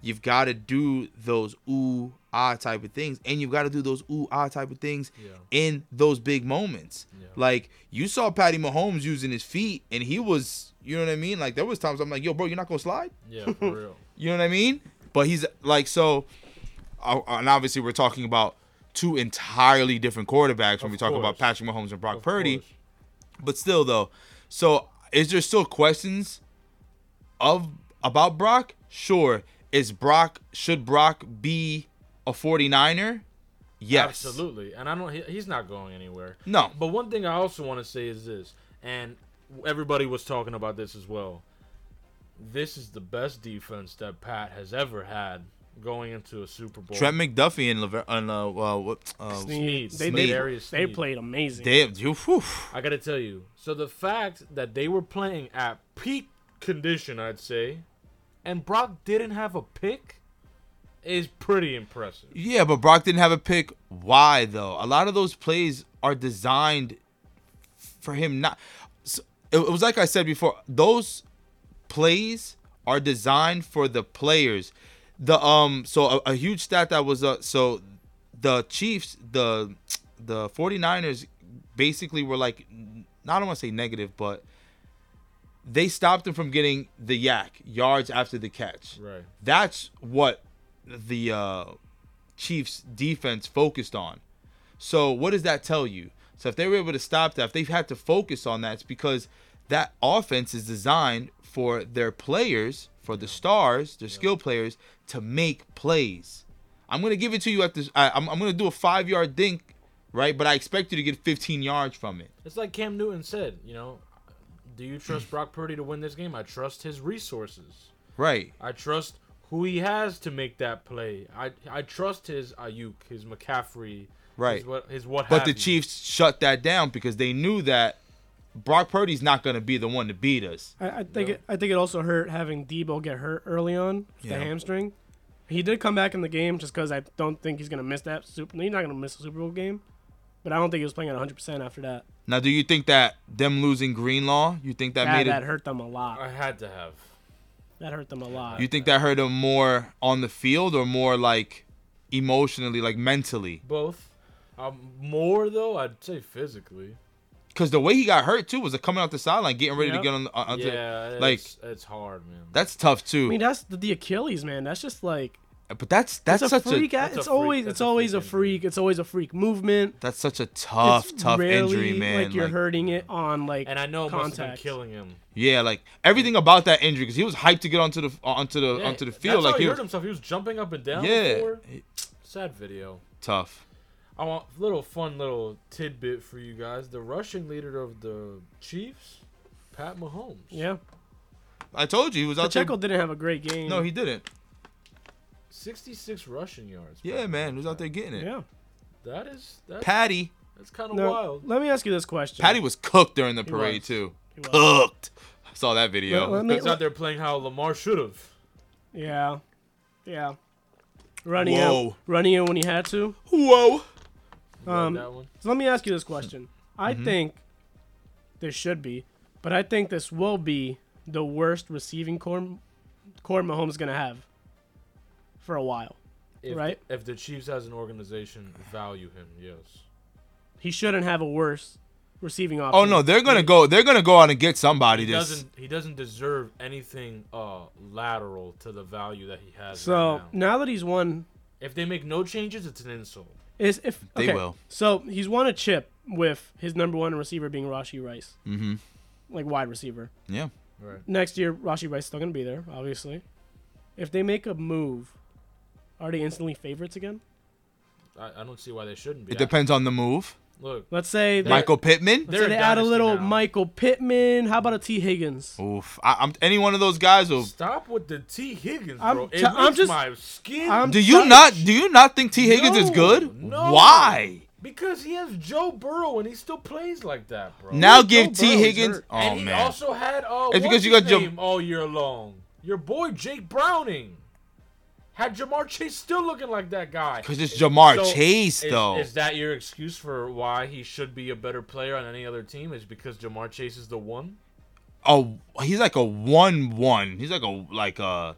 [SPEAKER 2] you've got to do those ooh ah type of things, and you've got to do those ooh ah type of things
[SPEAKER 1] Yeah.
[SPEAKER 2] in those big moments.
[SPEAKER 1] Yeah.
[SPEAKER 2] Like you saw Patty Mahomes using his feet, and he was, you know what I mean. Like there was times I'm like, yo, bro, you're not gonna slide. [LAUGHS]
[SPEAKER 1] Yeah, for real.
[SPEAKER 2] You know what I mean? But he's like so, uh, and obviously we're talking about two entirely different quarterbacks when
[SPEAKER 1] Of
[SPEAKER 2] we talk
[SPEAKER 1] course.
[SPEAKER 2] about Patrick Mahomes and Brock
[SPEAKER 1] Of
[SPEAKER 2] Purdy.
[SPEAKER 1] course.
[SPEAKER 2] But still, though, so is there still questions of about Brock? Sure. Is Brock should Brock be a 49er? Yes.
[SPEAKER 1] Absolutely. And I don't. He, he's not going anywhere.
[SPEAKER 2] No.
[SPEAKER 1] But one thing I also want to say is this, and everybody was talking about this as well. This is the best defense that Pat has ever had going into a Super Bowl.
[SPEAKER 2] Trent McDuffie and Lever- and uh, uh, what uh,
[SPEAKER 1] Sneed.
[SPEAKER 3] They,
[SPEAKER 2] Sneed.
[SPEAKER 3] they,
[SPEAKER 1] Darius
[SPEAKER 3] they
[SPEAKER 1] Sneed.
[SPEAKER 3] played amazing.
[SPEAKER 2] they, you, whew.
[SPEAKER 1] I gotta tell you. So the fact that they were playing at peak condition, I'd say, and Brock didn't have a pick, is pretty impressive.
[SPEAKER 2] Yeah, but Brock didn't have a pick. Why though? A lot of those plays are designed for him not. So, it, it was like I said before. Those plays are designed for the players. The um. So a, a huge stat that was uh. So the Chiefs, the the 49ers, basically were like, I don't want to say negative, but they stopped him from getting the yak yards after the catch.
[SPEAKER 1] Right.
[SPEAKER 2] That's what the uh, Chiefs defense focused on. So what does that tell you? So if they were able to stop that, if they've had to focus on that, it's because that offense is designed for their players, for the stars, their skill players, to make plays. I'm gonna give it to you at this. I, I'm, I'm gonna do a five yard dink, right? But I expect you to get 15 yards from it.
[SPEAKER 1] It's like Cam Newton said, you know, do you
[SPEAKER 2] [CLEARS THROAT]
[SPEAKER 1] trust Brock Purdy to win this game? I trust his resources.
[SPEAKER 2] Right.
[SPEAKER 1] I trust who he has to make that play. I I trust his Ayuk, his McCaffrey,
[SPEAKER 2] Right.
[SPEAKER 1] His what, his what
[SPEAKER 2] But
[SPEAKER 1] have
[SPEAKER 2] the
[SPEAKER 1] you.
[SPEAKER 2] Chiefs shut that down because they knew that Brock Purdy's not going to be the one to beat us.
[SPEAKER 3] I, I think it, I think it also hurt having Debo get hurt early on with
[SPEAKER 2] Yeah.
[SPEAKER 3] the hamstring. He did come back in the game just because I don't think he's gonna miss that super. He's not gonna miss a Super Bowl game, but I don't think he was playing at 100 percent after that.
[SPEAKER 2] Now, do you think that them losing Greenlaw, you think that
[SPEAKER 3] That,
[SPEAKER 2] made
[SPEAKER 3] that
[SPEAKER 2] it?
[SPEAKER 3] hurt them a lot.
[SPEAKER 1] I had to have.
[SPEAKER 3] That hurt them a lot.
[SPEAKER 2] You think that hurt him more on the field or more like emotionally, like mentally?
[SPEAKER 1] Both. Um, more though, I'd say physically.
[SPEAKER 2] Because the way he got hurt too was like coming out the sideline, getting ready
[SPEAKER 3] Yep.
[SPEAKER 2] to get on. The, on the-
[SPEAKER 1] yeah, it's,
[SPEAKER 2] like
[SPEAKER 1] it's hard, man.
[SPEAKER 2] that's tough too.
[SPEAKER 3] I mean, that's the, the Achilles, man. That's just like
[SPEAKER 2] but that's that's
[SPEAKER 3] it's a
[SPEAKER 2] such
[SPEAKER 3] freak.
[SPEAKER 2] a
[SPEAKER 3] a,
[SPEAKER 1] that's a
[SPEAKER 3] it's
[SPEAKER 1] freak-
[SPEAKER 3] always
[SPEAKER 1] that's
[SPEAKER 3] it's
[SPEAKER 1] a
[SPEAKER 3] always a
[SPEAKER 1] freak injury.
[SPEAKER 3] freak. It's always a freak movement.
[SPEAKER 2] that's such a tough
[SPEAKER 3] It's
[SPEAKER 2] tough injury,
[SPEAKER 3] rarely
[SPEAKER 2] man.
[SPEAKER 3] Like you're
[SPEAKER 2] Like,
[SPEAKER 3] hurting it on like
[SPEAKER 1] and I know it must have been
[SPEAKER 3] contact.
[SPEAKER 1] killing him.
[SPEAKER 2] Yeah, like everything about that injury because he was hyped to get onto the uh, onto the
[SPEAKER 1] Yeah,
[SPEAKER 2] onto the
[SPEAKER 1] that's
[SPEAKER 2] field.
[SPEAKER 1] how
[SPEAKER 2] like
[SPEAKER 1] he
[SPEAKER 2] he
[SPEAKER 1] hurt
[SPEAKER 2] was
[SPEAKER 1] himself. He was jumping up and down.
[SPEAKER 2] yeah,
[SPEAKER 1] Before.
[SPEAKER 2] he-
[SPEAKER 1] Sad video.
[SPEAKER 2] tough.
[SPEAKER 1] I want a little fun little tidbit for you guys. The rushing leader of the Chiefs, Pat Mahomes.
[SPEAKER 3] Yeah,
[SPEAKER 2] I told you he was out there.
[SPEAKER 3] Pacheco didn't have a great game.
[SPEAKER 2] No, he didn't.
[SPEAKER 1] 66 rushing yards.
[SPEAKER 2] Yeah, man, he was out there getting it.
[SPEAKER 3] yeah.
[SPEAKER 1] That is that's,
[SPEAKER 2] Patty,
[SPEAKER 1] that's kind of
[SPEAKER 3] Now,
[SPEAKER 1] wild.
[SPEAKER 3] let me ask you this question.
[SPEAKER 2] Patty was cooked during the
[SPEAKER 3] was.
[SPEAKER 2] parade too.
[SPEAKER 3] He was.
[SPEAKER 2] Cooked. I saw that video.
[SPEAKER 3] Let- let me-
[SPEAKER 1] He's out there playing how Lamar should have.
[SPEAKER 3] Yeah. Yeah. Running out
[SPEAKER 2] Whoa.
[SPEAKER 3] running in when he had to.
[SPEAKER 2] Whoa.
[SPEAKER 3] Um,
[SPEAKER 1] that one.
[SPEAKER 3] So let me ask you this
[SPEAKER 2] [LAUGHS]
[SPEAKER 3] question. I
[SPEAKER 2] Mm-hmm.
[SPEAKER 3] think this should be, but I think this will be the worst receiving core core Mahomes is gonna have for a while.
[SPEAKER 1] If,
[SPEAKER 3] right.
[SPEAKER 1] If the Chiefs as an organization value him, yes.
[SPEAKER 3] He shouldn't have a worse receiving offense.
[SPEAKER 2] Oh no, they're gonna go. They're gonna go out and get somebody.
[SPEAKER 1] He
[SPEAKER 2] This.
[SPEAKER 1] doesn't. He doesn't deserve anything uh, lateral to the value that he has.
[SPEAKER 3] So
[SPEAKER 1] right now.
[SPEAKER 3] now that he's won
[SPEAKER 1] if they make no changes, it's an insult.
[SPEAKER 3] is if
[SPEAKER 2] They
[SPEAKER 3] okay,
[SPEAKER 2] will.
[SPEAKER 3] So he's won a chip with his number one receiver being Rashi Rice. Mm-hmm. Like wide receiver.
[SPEAKER 2] Yeah.
[SPEAKER 1] Right.
[SPEAKER 3] next year Rashi Rice still gonna be there, obviously. If they make a move, are they instantly favorites again?
[SPEAKER 1] I, I don't see why they shouldn't be.
[SPEAKER 2] It depends on the move.
[SPEAKER 1] I- look,
[SPEAKER 3] Let's say they,
[SPEAKER 2] Michael Pittman.
[SPEAKER 3] let's say
[SPEAKER 1] They're a
[SPEAKER 3] they add a
[SPEAKER 1] dynasty
[SPEAKER 3] little
[SPEAKER 1] now.
[SPEAKER 3] Michael Pittman. How about a T Higgins?
[SPEAKER 2] Oof. I, I'm any one of those guys will.
[SPEAKER 1] stop with the T Higgins,
[SPEAKER 3] I'm
[SPEAKER 1] bro.
[SPEAKER 3] t-
[SPEAKER 1] it
[SPEAKER 3] I'm
[SPEAKER 1] makes
[SPEAKER 3] just-
[SPEAKER 1] my skin.
[SPEAKER 3] I'm-
[SPEAKER 2] Do you
[SPEAKER 3] Touch.
[SPEAKER 2] not? Do you not think T Higgins is
[SPEAKER 1] No,
[SPEAKER 2] good?
[SPEAKER 1] no.
[SPEAKER 2] Why?
[SPEAKER 1] because he has Joe Burrow and he still plays like that, bro.
[SPEAKER 2] Now
[SPEAKER 3] Joe
[SPEAKER 2] give T
[SPEAKER 3] Burrow's
[SPEAKER 2] Higgins.
[SPEAKER 3] hurt.
[SPEAKER 2] Oh
[SPEAKER 1] and he
[SPEAKER 2] man.
[SPEAKER 1] also had uh,
[SPEAKER 2] It's
[SPEAKER 1] what's
[SPEAKER 2] because you
[SPEAKER 1] his
[SPEAKER 2] got Joe-
[SPEAKER 1] name all year long. Your boy Jake Browning had Jamar Chase still looking like that guy.
[SPEAKER 2] Because it's Jamar
[SPEAKER 1] So,
[SPEAKER 2] Chase,
[SPEAKER 1] is-
[SPEAKER 2] though.
[SPEAKER 1] Is, that your excuse for why he should be a better player on any other team? Is because Jamar Chase is the one?
[SPEAKER 2] oh, he's like a one-one. He's like a like a.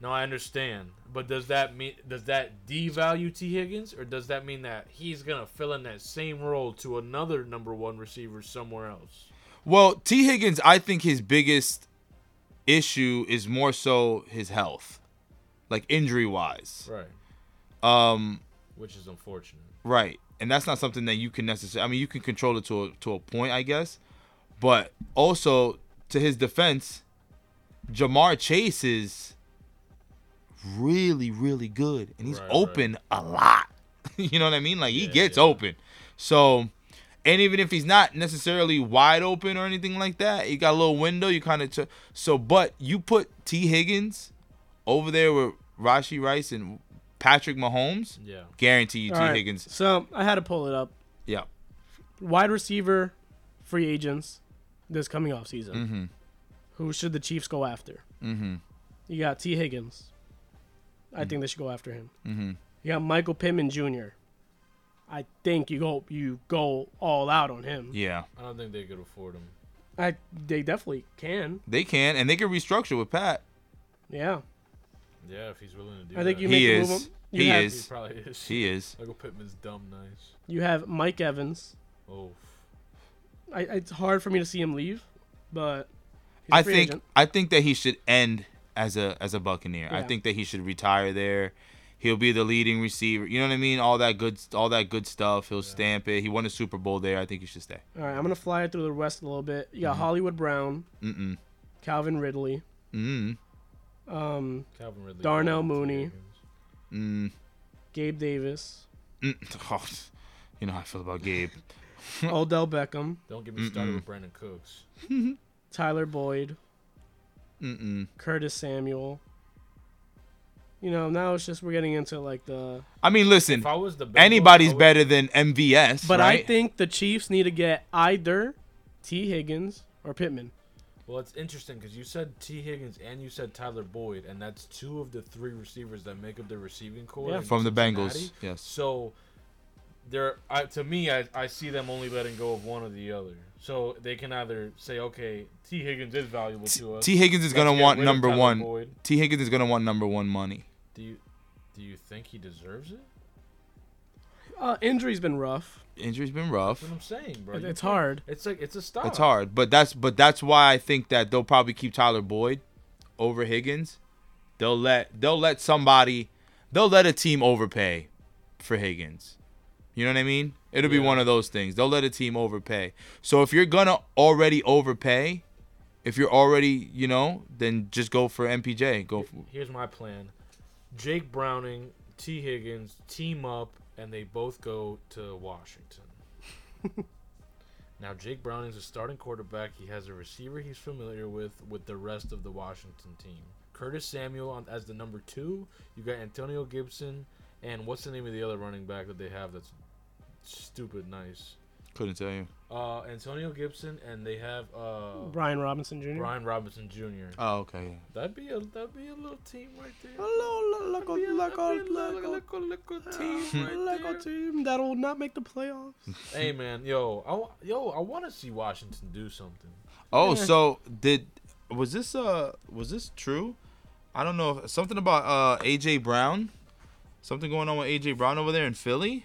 [SPEAKER 1] No, I understand. But does that mean does that devalue T Higgins or does that mean that he's going to fill in that same role to another number 1 receiver somewhere else?
[SPEAKER 2] Well, T. Higgins, I think his biggest issue is more so his health, like injury-wise.
[SPEAKER 1] Right.
[SPEAKER 2] Um,
[SPEAKER 1] Which is unfortunate.
[SPEAKER 2] right, and that's not something that you can necessarily. I mean, you can control it to a, to a point, I guess, but also to his defense, Jamar Chase is really, really good, and he's
[SPEAKER 1] Right, right.
[SPEAKER 2] open a lot. [LAUGHS] you know what I mean? Like he
[SPEAKER 1] Yeah,
[SPEAKER 2] gets
[SPEAKER 1] yeah.
[SPEAKER 2] open, so. And even if he's not necessarily wide open or anything like that, you got a little window. You kind of ch- so, but you put T. Higgins over there with Rashi Rice and Patrick Mahomes.
[SPEAKER 1] Yeah.
[SPEAKER 2] Guarantee you, T.
[SPEAKER 3] All right,
[SPEAKER 2] Higgins.
[SPEAKER 3] So I had to pull it up.
[SPEAKER 2] Yeah,
[SPEAKER 3] Wide receiver, free agents, this coming off season.
[SPEAKER 2] Mm-hmm.
[SPEAKER 3] Who should the Chiefs go after? Mm-hmm. You got T. Higgins. I
[SPEAKER 2] Mm.
[SPEAKER 3] think they should go after him. Mm-hmm. You got Michael Pittman Jr. I think you go you go all out on him.
[SPEAKER 2] yeah,
[SPEAKER 1] I don't think they could afford him.
[SPEAKER 3] I they definitely can.
[SPEAKER 2] they can, and they can restructure with Pat.
[SPEAKER 3] Yeah,
[SPEAKER 1] Yeah, if he's willing to do
[SPEAKER 3] I think
[SPEAKER 1] that.
[SPEAKER 3] you
[SPEAKER 2] He
[SPEAKER 3] make a move.
[SPEAKER 2] is.
[SPEAKER 3] him. You
[SPEAKER 2] He
[SPEAKER 3] have,
[SPEAKER 1] He
[SPEAKER 2] is.
[SPEAKER 1] probably is.
[SPEAKER 2] He is.
[SPEAKER 1] Michael Pittman's dumb nice.
[SPEAKER 3] You have Mike Evans.
[SPEAKER 1] Oh.
[SPEAKER 3] I, it's hard for me to see him leave, but he's a
[SPEAKER 2] I
[SPEAKER 3] free
[SPEAKER 2] think
[SPEAKER 3] agent.
[SPEAKER 2] I think that he should end as a as a Buccaneer. I
[SPEAKER 3] Yeah.
[SPEAKER 2] think that he should retire there. He'll be the leading receiver. You know what I mean? All that good all that good stuff. He'll stamp it. He won a Super Bowl there. I think he should stay.
[SPEAKER 3] All right, I'm gonna fly it through the rest a little bit. You got Hollywood Brown,
[SPEAKER 2] Mm-hmm. Mm-mm.
[SPEAKER 3] Calvin Ridley,
[SPEAKER 2] Mm.
[SPEAKER 3] um,
[SPEAKER 1] Calvin Ridley.
[SPEAKER 3] Darnell
[SPEAKER 1] T.
[SPEAKER 3] Mooney.
[SPEAKER 1] Higgins.
[SPEAKER 2] Mm.
[SPEAKER 3] Gabe [LAUGHS] Davis,
[SPEAKER 2] mm. [LAUGHS] Oh, you know how I feel about Gabe.
[SPEAKER 3] Odell Beckham,
[SPEAKER 1] Don't get me started with Brandon Cooks.
[SPEAKER 3] Tyler Boyd,
[SPEAKER 2] Mm-mm.
[SPEAKER 3] Curtis Samuel. You know, now it's just we're getting into like the.
[SPEAKER 2] I mean, listen.
[SPEAKER 1] If I was the Bengals, I
[SPEAKER 2] Anybody's
[SPEAKER 1] would-
[SPEAKER 2] better than MVS,
[SPEAKER 3] But
[SPEAKER 2] right?
[SPEAKER 3] I think the Chiefs need to get either T. Higgins or Pittman.
[SPEAKER 1] Well, it's interesting because you said T. Higgins and you said Tyler Boyd, and that's two of the three receivers that make up the receiving core
[SPEAKER 3] Yeah.
[SPEAKER 1] in
[SPEAKER 2] From the Bengals,
[SPEAKER 1] Cincinnati.
[SPEAKER 2] yes.
[SPEAKER 1] So, there, I, to me, I, I see them only letting go of one or the other. So they can either say, okay, T. Higgins is valuable to us.
[SPEAKER 2] T. Higgins is
[SPEAKER 1] Let's
[SPEAKER 2] gonna
[SPEAKER 1] get
[SPEAKER 2] want
[SPEAKER 1] rid of
[SPEAKER 2] number
[SPEAKER 1] Tyler
[SPEAKER 2] one.
[SPEAKER 1] Boyd.
[SPEAKER 2] T. Higgins is gonna want number one money.
[SPEAKER 1] Do you, do you think he deserves it?
[SPEAKER 3] Uh, injury's been rough.
[SPEAKER 2] Injury's been rough.
[SPEAKER 1] That's what I'm saying, bro.
[SPEAKER 3] It-
[SPEAKER 1] You
[SPEAKER 3] it's
[SPEAKER 1] can't-
[SPEAKER 3] hard.
[SPEAKER 1] It's like it's a stop.
[SPEAKER 2] It's hard, but that's but that's why I think that they'll probably keep Tyler Boyd over Higgins. They'll let they'll let somebody they'll let a team overpay for Higgins. You know what I mean? It'll be
[SPEAKER 1] Yeah.
[SPEAKER 2] one of those things. They'll let a team overpay. So if you're gonna already overpay, if you're already you know, then just go for MPJ. Go. For,
[SPEAKER 1] Here's my plan: Jake Browning, T. Higgins team up, and they both go to Washington. now Jake Browning's a starting quarterback. He has a receiver he's familiar with with the rest of the Washington team. Curtis Samuel on, as the number two. You got Antonio Gibson, and what's the name of the other running back that they have that's stupid nice?
[SPEAKER 2] couldn't tell you.
[SPEAKER 1] Uh, Antonio Gibson, and they have uh,
[SPEAKER 3] Brian Robinson Jr.
[SPEAKER 1] Brian Robinson Jr.
[SPEAKER 2] Oh, okay.
[SPEAKER 1] That'd be a that'd be a little team right there.
[SPEAKER 3] Hello, local,
[SPEAKER 1] Be a-
[SPEAKER 3] local,
[SPEAKER 1] be a little-
[SPEAKER 3] local,
[SPEAKER 1] little- little
[SPEAKER 3] [SIGHS]
[SPEAKER 1] team right
[SPEAKER 3] local
[SPEAKER 1] there.
[SPEAKER 3] team that will not make the playoffs. [LAUGHS]
[SPEAKER 1] Hey man, yo, I, wa- yo, I want to see Washington do something.
[SPEAKER 2] Oh,
[SPEAKER 3] Yeah.
[SPEAKER 2] so did was this uh was this true? I don't know if, something about uh AJ Brown. Something going on with AJ Brown over there in Philly.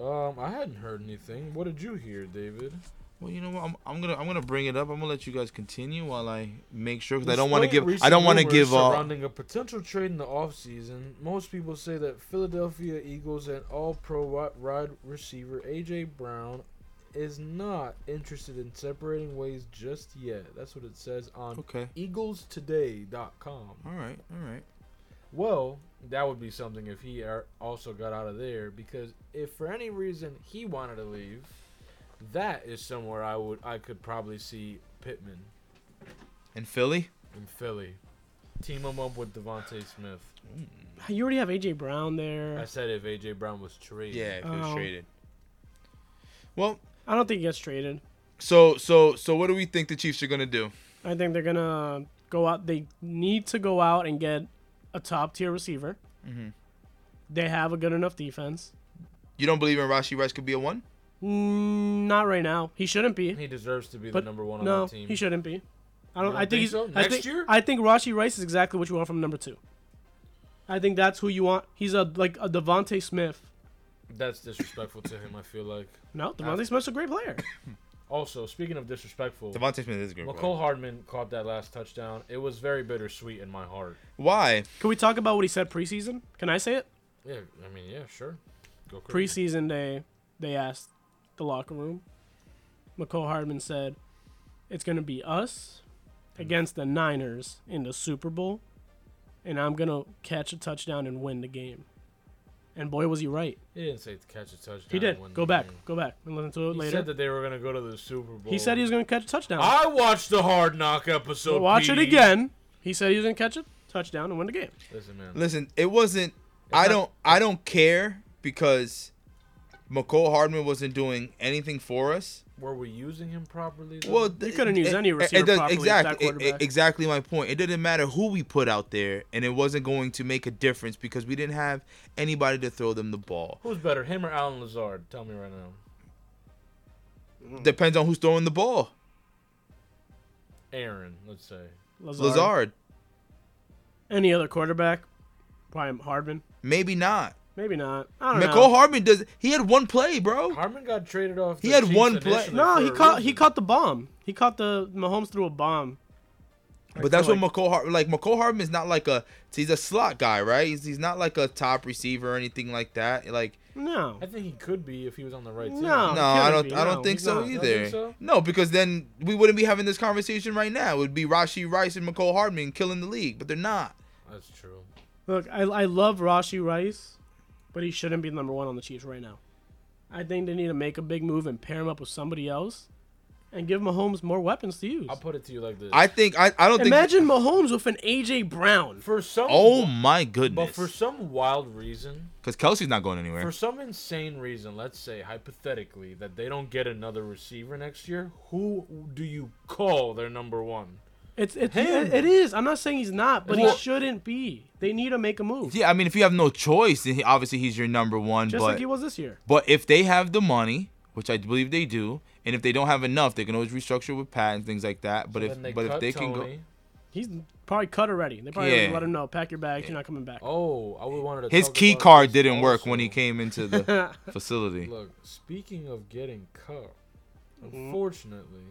[SPEAKER 1] Um, I hadn't heard anything. What did you hear, David?
[SPEAKER 2] Well, you know what? I'm, I'm gonna I'm gonna bring it up. I'm gonna let you guys continue while I make sure because I
[SPEAKER 1] Despite
[SPEAKER 2] don't want to give I
[SPEAKER 1] recent
[SPEAKER 2] don't want to
[SPEAKER 1] rumors
[SPEAKER 2] give uh,
[SPEAKER 1] surrounding a potential trade in the offseason, most people say that Philadelphia Eagles and All-Pro wi- wide receiver AJ Brown is not interested in separating ways just yet. That's what it says on
[SPEAKER 2] Okay.
[SPEAKER 1] eaglestoday.com.
[SPEAKER 2] All right. All right.
[SPEAKER 1] Well, that would be something if he ar- also got out of there because if for any reason he wanted to leave, that is somewhere I would I could probably see Pittman
[SPEAKER 2] In Philly.
[SPEAKER 1] in Philly. Team him up with Devontae Smith.
[SPEAKER 3] You already have AJ Brown there.
[SPEAKER 1] I said if AJ Brown was traded.
[SPEAKER 2] Yeah, if it was
[SPEAKER 3] Oh.
[SPEAKER 2] traded. Well,
[SPEAKER 3] I don't think he gets traded.
[SPEAKER 2] so so so what do we think the Chiefs are gonna do?
[SPEAKER 3] I think they're gonna go out. They need to go out and get a top tier receiver.
[SPEAKER 1] Mm-hmm.
[SPEAKER 3] They have a good enough defense.
[SPEAKER 2] You don't believe in Rashi Rice could be a one?
[SPEAKER 3] Mm, not right now. He shouldn't be.
[SPEAKER 1] He deserves to be
[SPEAKER 3] But
[SPEAKER 1] the number one on
[SPEAKER 3] no,
[SPEAKER 1] that team.
[SPEAKER 3] he shouldn't be. I don't.
[SPEAKER 1] don't
[SPEAKER 3] I think,
[SPEAKER 1] think
[SPEAKER 3] he's.
[SPEAKER 1] so?
[SPEAKER 3] I
[SPEAKER 1] Next
[SPEAKER 3] think,
[SPEAKER 1] year?
[SPEAKER 3] I think Rashi Rice is exactly what you want from number two. I think that's who you want. He's a like a Devonte Smith.
[SPEAKER 1] That's disrespectful to him. I feel like.
[SPEAKER 3] No, Devonte Smith's a great player.
[SPEAKER 1] Also, speaking of disrespectful,
[SPEAKER 2] Devontae Smith is a good.
[SPEAKER 1] McCole
[SPEAKER 2] player.
[SPEAKER 1] Hardman caught that last touchdown. It was very bittersweet in my heart.
[SPEAKER 2] Why?
[SPEAKER 3] Can we talk about what he said preseason? Can I say it?
[SPEAKER 1] Yeah, I mean, yeah, sure. Go crazy.
[SPEAKER 3] Preseason day, they asked the locker room. McCole Hardman said, "It's gonna be us against the Niners in the Super Bowl, and I'm gonna catch a touchdown and win the game." And boy, was he right.
[SPEAKER 1] He didn't say to catch a touchdown.
[SPEAKER 3] He did.
[SPEAKER 1] when
[SPEAKER 3] Go
[SPEAKER 1] the
[SPEAKER 3] back.
[SPEAKER 1] game-
[SPEAKER 3] Go back and listen to it
[SPEAKER 1] He
[SPEAKER 3] later.
[SPEAKER 1] said that they were gonna go to the Super Bowl.
[SPEAKER 3] he said he was going to catch a touchdown.
[SPEAKER 1] I watched the Hard Knock episode.
[SPEAKER 3] Watch it
[SPEAKER 1] Petey.
[SPEAKER 3] again. He said he was going to catch a touchdown and win the game.
[SPEAKER 1] Listen, man.
[SPEAKER 2] Listen, it wasn't.
[SPEAKER 1] not-
[SPEAKER 2] I don't. I don't care because McCole Hardman wasn't doing anything for us.
[SPEAKER 1] Were we using him properly? though?
[SPEAKER 2] Well,
[SPEAKER 3] You couldn't use any receiver properly with that
[SPEAKER 2] Exactly,
[SPEAKER 3] quarterback.
[SPEAKER 2] exactly my point. It didn't matter who we put out there, and it wasn't going to make a difference because we didn't have anybody to throw them the ball.
[SPEAKER 1] who's better, him or Alan Lazard? Tell me right now.
[SPEAKER 3] Hmm.
[SPEAKER 2] Depends on who's throwing the ball.
[SPEAKER 1] Aaron, let's say.
[SPEAKER 3] Lazard.
[SPEAKER 2] Lazard,
[SPEAKER 3] Any other quarterback? Probably Hardman.
[SPEAKER 2] maybe not.
[SPEAKER 3] Maybe not. I don't
[SPEAKER 2] McCole
[SPEAKER 3] know.
[SPEAKER 2] Hardman does. He had one play, bro.
[SPEAKER 1] Harmon got traded off.
[SPEAKER 2] He
[SPEAKER 1] the
[SPEAKER 2] had
[SPEAKER 1] Chiefs
[SPEAKER 2] one play.
[SPEAKER 1] initially
[SPEAKER 3] No,
[SPEAKER 1] for
[SPEAKER 3] he
[SPEAKER 1] a
[SPEAKER 3] caught he
[SPEAKER 1] reason.
[SPEAKER 3] caught the bomb. He caught the Mahomes threw a bomb.
[SPEAKER 2] But that's
[SPEAKER 3] feel
[SPEAKER 2] what McCole Hardman like. McCole Hardman is not like a. He's a slot guy, right? He's, he's not like a top receiver or anything like that. Like
[SPEAKER 3] No.
[SPEAKER 1] I think he could be if he was on the right team.
[SPEAKER 3] No.
[SPEAKER 2] no,
[SPEAKER 3] it
[SPEAKER 2] I
[SPEAKER 3] couldn't
[SPEAKER 2] don't.
[SPEAKER 3] be.
[SPEAKER 2] I don't
[SPEAKER 3] No,
[SPEAKER 2] think
[SPEAKER 3] he's
[SPEAKER 2] so
[SPEAKER 3] not.
[SPEAKER 1] You
[SPEAKER 2] either.
[SPEAKER 1] don't think so?
[SPEAKER 2] No, because then we wouldn't be having this conversation right now. It would be Rashi Rice and McCole Hardman killing the league, but they're not.
[SPEAKER 1] That's true.
[SPEAKER 3] Look, I, I love Rashi Rice, but he shouldn't be number one on the Chiefs right now. I think they need to make a big move and pair him up with somebody else and give Mahomes more weapons to use.
[SPEAKER 1] I'll put it to you like this.
[SPEAKER 2] I think. I. I don't think.
[SPEAKER 3] Imagine Mahomes with an AJ Brown.
[SPEAKER 1] for some
[SPEAKER 2] Oh my
[SPEAKER 1] but
[SPEAKER 2] goodness.
[SPEAKER 1] for some wild reason,
[SPEAKER 2] Because Kelsey's not going
[SPEAKER 1] for
[SPEAKER 2] anywhere.
[SPEAKER 1] some insane reason, let's say hypothetically that they don't get another receiver next year, who do you call their number one?
[SPEAKER 3] It's it's
[SPEAKER 1] Him.
[SPEAKER 3] it is. I'm not saying he's not, but
[SPEAKER 1] Well-
[SPEAKER 3] he shouldn't be. They need to make a move.
[SPEAKER 2] Yeah, I mean, if you have no choice, then he, obviously he's your number one.
[SPEAKER 3] Just
[SPEAKER 2] but
[SPEAKER 3] like he was this year.
[SPEAKER 2] But if they have the money, which I believe they do, and if they don't have enough, they can always restructure with Pat and things like that. But
[SPEAKER 1] Then they
[SPEAKER 2] if but if
[SPEAKER 1] cut
[SPEAKER 2] they
[SPEAKER 1] Tony.
[SPEAKER 2] can
[SPEAKER 3] He's probably cut already. They probably
[SPEAKER 2] Yeah.
[SPEAKER 3] let him know, pack your bags, you're not coming back.
[SPEAKER 1] Oh, I would wanted
[SPEAKER 2] go,
[SPEAKER 1] to
[SPEAKER 2] his
[SPEAKER 1] talk
[SPEAKER 2] key
[SPEAKER 1] about
[SPEAKER 2] card
[SPEAKER 1] this
[SPEAKER 2] didn't work when
[SPEAKER 1] also.
[SPEAKER 2] he came
[SPEAKER 1] [LAUGHS]
[SPEAKER 2] into the facility.
[SPEAKER 1] Look, speaking of getting cut,
[SPEAKER 2] Mm-hmm.
[SPEAKER 1] unfortunately,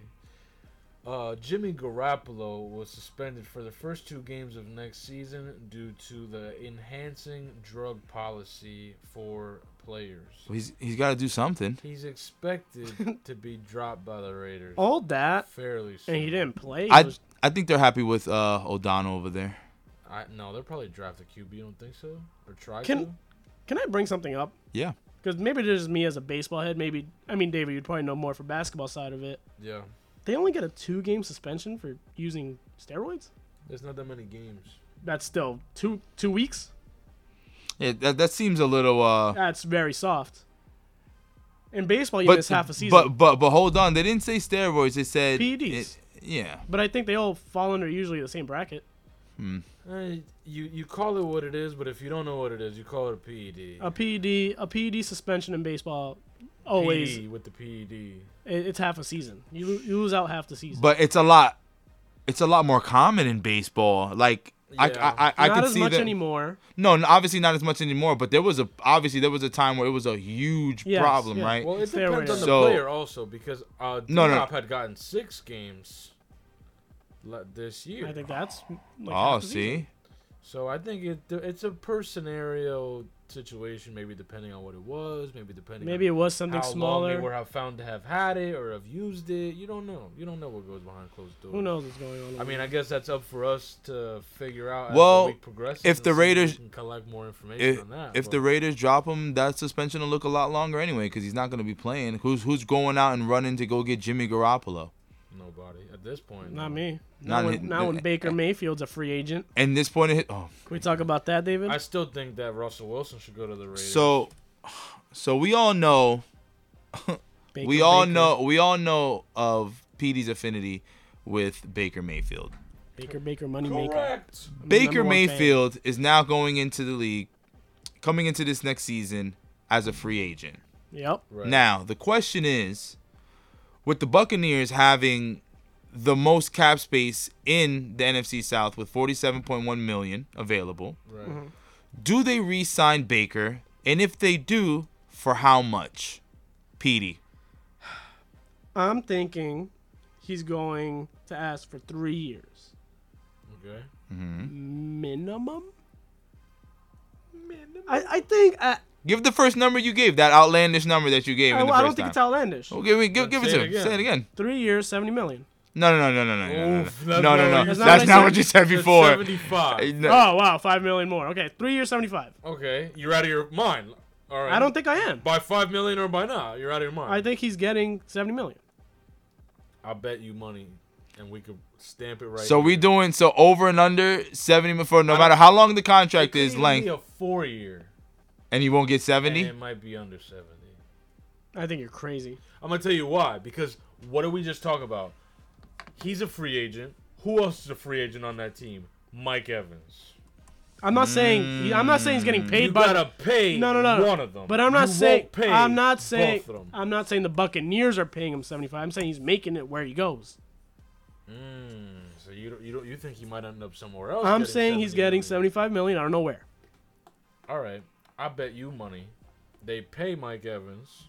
[SPEAKER 1] uh, Jimmy Garoppolo was suspended for the first two games of next season due to the enhancing drug policy for players.
[SPEAKER 2] He's he's got to do something.
[SPEAKER 1] He's
[SPEAKER 2] [LAUGHS]
[SPEAKER 1] expected to be dropped by the Raiders
[SPEAKER 3] All that
[SPEAKER 1] fairly soon.
[SPEAKER 3] and he didn't play.
[SPEAKER 2] I
[SPEAKER 3] was-
[SPEAKER 2] I think they're happy with uh, O'Donnell over there.
[SPEAKER 1] I, no, they'll probably draft a QB. You don't think so? Or try
[SPEAKER 3] Can-
[SPEAKER 1] to?
[SPEAKER 3] Can I bring something up?
[SPEAKER 2] Yeah.
[SPEAKER 3] Because maybe this is me as a baseball head. Maybe I mean David, you'd probably know more for basketball side of it.
[SPEAKER 1] Yeah.
[SPEAKER 3] They only get a two game suspension for using steroids.
[SPEAKER 1] There's not that many games.
[SPEAKER 3] That's still two two weeks.
[SPEAKER 2] Yeah, that, that seems a little uh
[SPEAKER 3] That's very soft. In baseball, you
[SPEAKER 2] but,
[SPEAKER 3] miss half a season. E
[SPEAKER 2] but but but hold on, they didn't say steroids, they said
[SPEAKER 3] PEDs.
[SPEAKER 2] it- yeah.
[SPEAKER 3] But I think they all fall under usually the same bracket.
[SPEAKER 1] Eh, you you call it what it is, but if you don't know what it is, you call it a E PED.
[SPEAKER 3] A PED, a PED suspension in baseball, always
[SPEAKER 1] PED with the E PED.
[SPEAKER 3] it, it's half a season. You, lo- you lose out half the season.
[SPEAKER 2] But it's a lot it's a lot more common in baseball. Like I
[SPEAKER 1] Yeah.
[SPEAKER 2] I I, I
[SPEAKER 3] not
[SPEAKER 2] could
[SPEAKER 3] as
[SPEAKER 2] see
[SPEAKER 3] much
[SPEAKER 2] that
[SPEAKER 3] anymore.
[SPEAKER 2] No, n- obviously not as much anymore. But there was a obviously there was a time where it was a huge
[SPEAKER 3] Yes,
[SPEAKER 2] problem,
[SPEAKER 3] yeah.
[SPEAKER 2] right?
[SPEAKER 1] Well, it
[SPEAKER 3] Fair
[SPEAKER 1] depends
[SPEAKER 3] way
[SPEAKER 1] on the
[SPEAKER 2] to- So-
[SPEAKER 1] player also because uh,
[SPEAKER 2] No,
[SPEAKER 1] no,
[SPEAKER 2] no.
[SPEAKER 1] had gotten six games le- this year.
[SPEAKER 3] I think that's like
[SPEAKER 2] oh,
[SPEAKER 3] half the season.
[SPEAKER 2] see,
[SPEAKER 1] so I think it it's a per scenario situation, maybe depending on what it was, maybe depending
[SPEAKER 3] Maybe it
[SPEAKER 1] on
[SPEAKER 3] was something
[SPEAKER 1] how long
[SPEAKER 3] smaller.
[SPEAKER 1] they were have found to have had it or have used it. You don't know. You don't know what goes behind closed doors.
[SPEAKER 3] Who knows what's going on?
[SPEAKER 1] I mean, I guess that's up for us to figure out. As
[SPEAKER 2] Well,
[SPEAKER 1] the week progresses
[SPEAKER 2] if
[SPEAKER 1] and
[SPEAKER 2] the
[SPEAKER 1] see if we
[SPEAKER 2] Raiders-
[SPEAKER 1] can collect more information
[SPEAKER 2] if,
[SPEAKER 1] on that,
[SPEAKER 2] if
[SPEAKER 1] but-
[SPEAKER 2] the Raiders drop him, that suspension will look a lot longer anyway because he's not going to be playing. Who's who's going out and running to go get Jimmy Garoppolo?
[SPEAKER 1] nobody at this point,
[SPEAKER 3] not
[SPEAKER 1] no.
[SPEAKER 3] me.
[SPEAKER 2] Not
[SPEAKER 3] Not
[SPEAKER 2] in-
[SPEAKER 3] when, not when
[SPEAKER 2] [LAUGHS]
[SPEAKER 3] Baker Mayfield's a free agent.
[SPEAKER 2] And this point, it, oh,
[SPEAKER 3] Can we talk about that, David?
[SPEAKER 1] I still think that Russell Wilson should go to the Raiders.
[SPEAKER 2] so so we all know
[SPEAKER 3] Baker,
[SPEAKER 2] we all
[SPEAKER 3] Baker.
[SPEAKER 2] know we all know of PD's affinity with Baker Mayfield.
[SPEAKER 3] Baker, Baker, money maker.
[SPEAKER 1] Correct.
[SPEAKER 3] I'm the
[SPEAKER 2] Baker
[SPEAKER 3] number one fan.
[SPEAKER 2] Mayfield is now going into the league, coming into this next season as a free agent.
[SPEAKER 3] Yep.
[SPEAKER 1] Right.
[SPEAKER 2] Now, the question is with the Buccaneers having the most cap space in the NFC South with 47.1 million available,
[SPEAKER 1] Right.
[SPEAKER 3] Mm-hmm.
[SPEAKER 2] do they re-sign Baker? And if they do, for how much? Petey.
[SPEAKER 3] I'm thinking he's going to ask for three years
[SPEAKER 1] Okay.
[SPEAKER 3] minimum. Minimum. I, I think I,
[SPEAKER 2] Give the first number you gave, that outlandish number that you
[SPEAKER 1] Uh,
[SPEAKER 2] gave
[SPEAKER 3] I,
[SPEAKER 2] in the
[SPEAKER 3] I don't
[SPEAKER 2] first
[SPEAKER 3] think
[SPEAKER 2] time.
[SPEAKER 3] it's outlandish.
[SPEAKER 2] Oh, give, me- give, give it
[SPEAKER 1] Say
[SPEAKER 2] to
[SPEAKER 1] it
[SPEAKER 2] him.
[SPEAKER 1] again.
[SPEAKER 2] Say it again.
[SPEAKER 3] Three years, seventy million.
[SPEAKER 2] No, no, no, no, no, no,
[SPEAKER 1] Oof,
[SPEAKER 2] no,
[SPEAKER 1] that's
[SPEAKER 2] no, no,
[SPEAKER 1] not
[SPEAKER 2] no,
[SPEAKER 1] what
[SPEAKER 2] no.
[SPEAKER 1] you
[SPEAKER 2] That's,
[SPEAKER 3] said.
[SPEAKER 2] not what you
[SPEAKER 1] Said
[SPEAKER 2] said
[SPEAKER 1] Ah.
[SPEAKER 2] before.
[SPEAKER 1] 75.
[SPEAKER 2] No.
[SPEAKER 3] Oh wow, five million more. Okay, three years, seventy-five.
[SPEAKER 1] Okay. You're out of your mind. All right.
[SPEAKER 3] I don't think I am.
[SPEAKER 1] By five million or by not, you're out of your mind.
[SPEAKER 3] I think he's getting seventy million.
[SPEAKER 1] I'll bet you money, and we could stamp it right.
[SPEAKER 2] So we
[SPEAKER 1] here.
[SPEAKER 2] doing so over and under seventy for no
[SPEAKER 1] I-
[SPEAKER 2] matter how long the
[SPEAKER 1] It
[SPEAKER 2] contract
[SPEAKER 1] could
[SPEAKER 2] is
[SPEAKER 1] even be
[SPEAKER 2] length,
[SPEAKER 1] a four year,
[SPEAKER 2] and you won't get
[SPEAKER 1] and
[SPEAKER 2] seventy.
[SPEAKER 1] it might be under seventy.
[SPEAKER 3] I think you're crazy.
[SPEAKER 1] I'm gonna tell you why. Because what did we just talk about? He's a free agent. Who else is a free agent on that team? Mike Evans.
[SPEAKER 3] I'm not saying I'm not saying he's getting paid
[SPEAKER 1] You
[SPEAKER 3] by
[SPEAKER 1] gotta pay
[SPEAKER 3] no, no, no,
[SPEAKER 1] one of them.
[SPEAKER 3] But I'm not
[SPEAKER 1] You
[SPEAKER 3] saying
[SPEAKER 1] won't pay
[SPEAKER 3] I'm not saying
[SPEAKER 1] both of them.
[SPEAKER 3] I'm not saying the Buccaneers are paying him 75. I'm saying he's making it where he goes.
[SPEAKER 1] Mm, so you don't, you don't you think he might end up somewhere else?
[SPEAKER 3] I'm
[SPEAKER 1] getting
[SPEAKER 3] saying he's
[SPEAKER 1] 70
[SPEAKER 3] getting
[SPEAKER 1] million.
[SPEAKER 3] 75 million. I don't know where.
[SPEAKER 1] All right, I bet you money. They pay Mike Evans,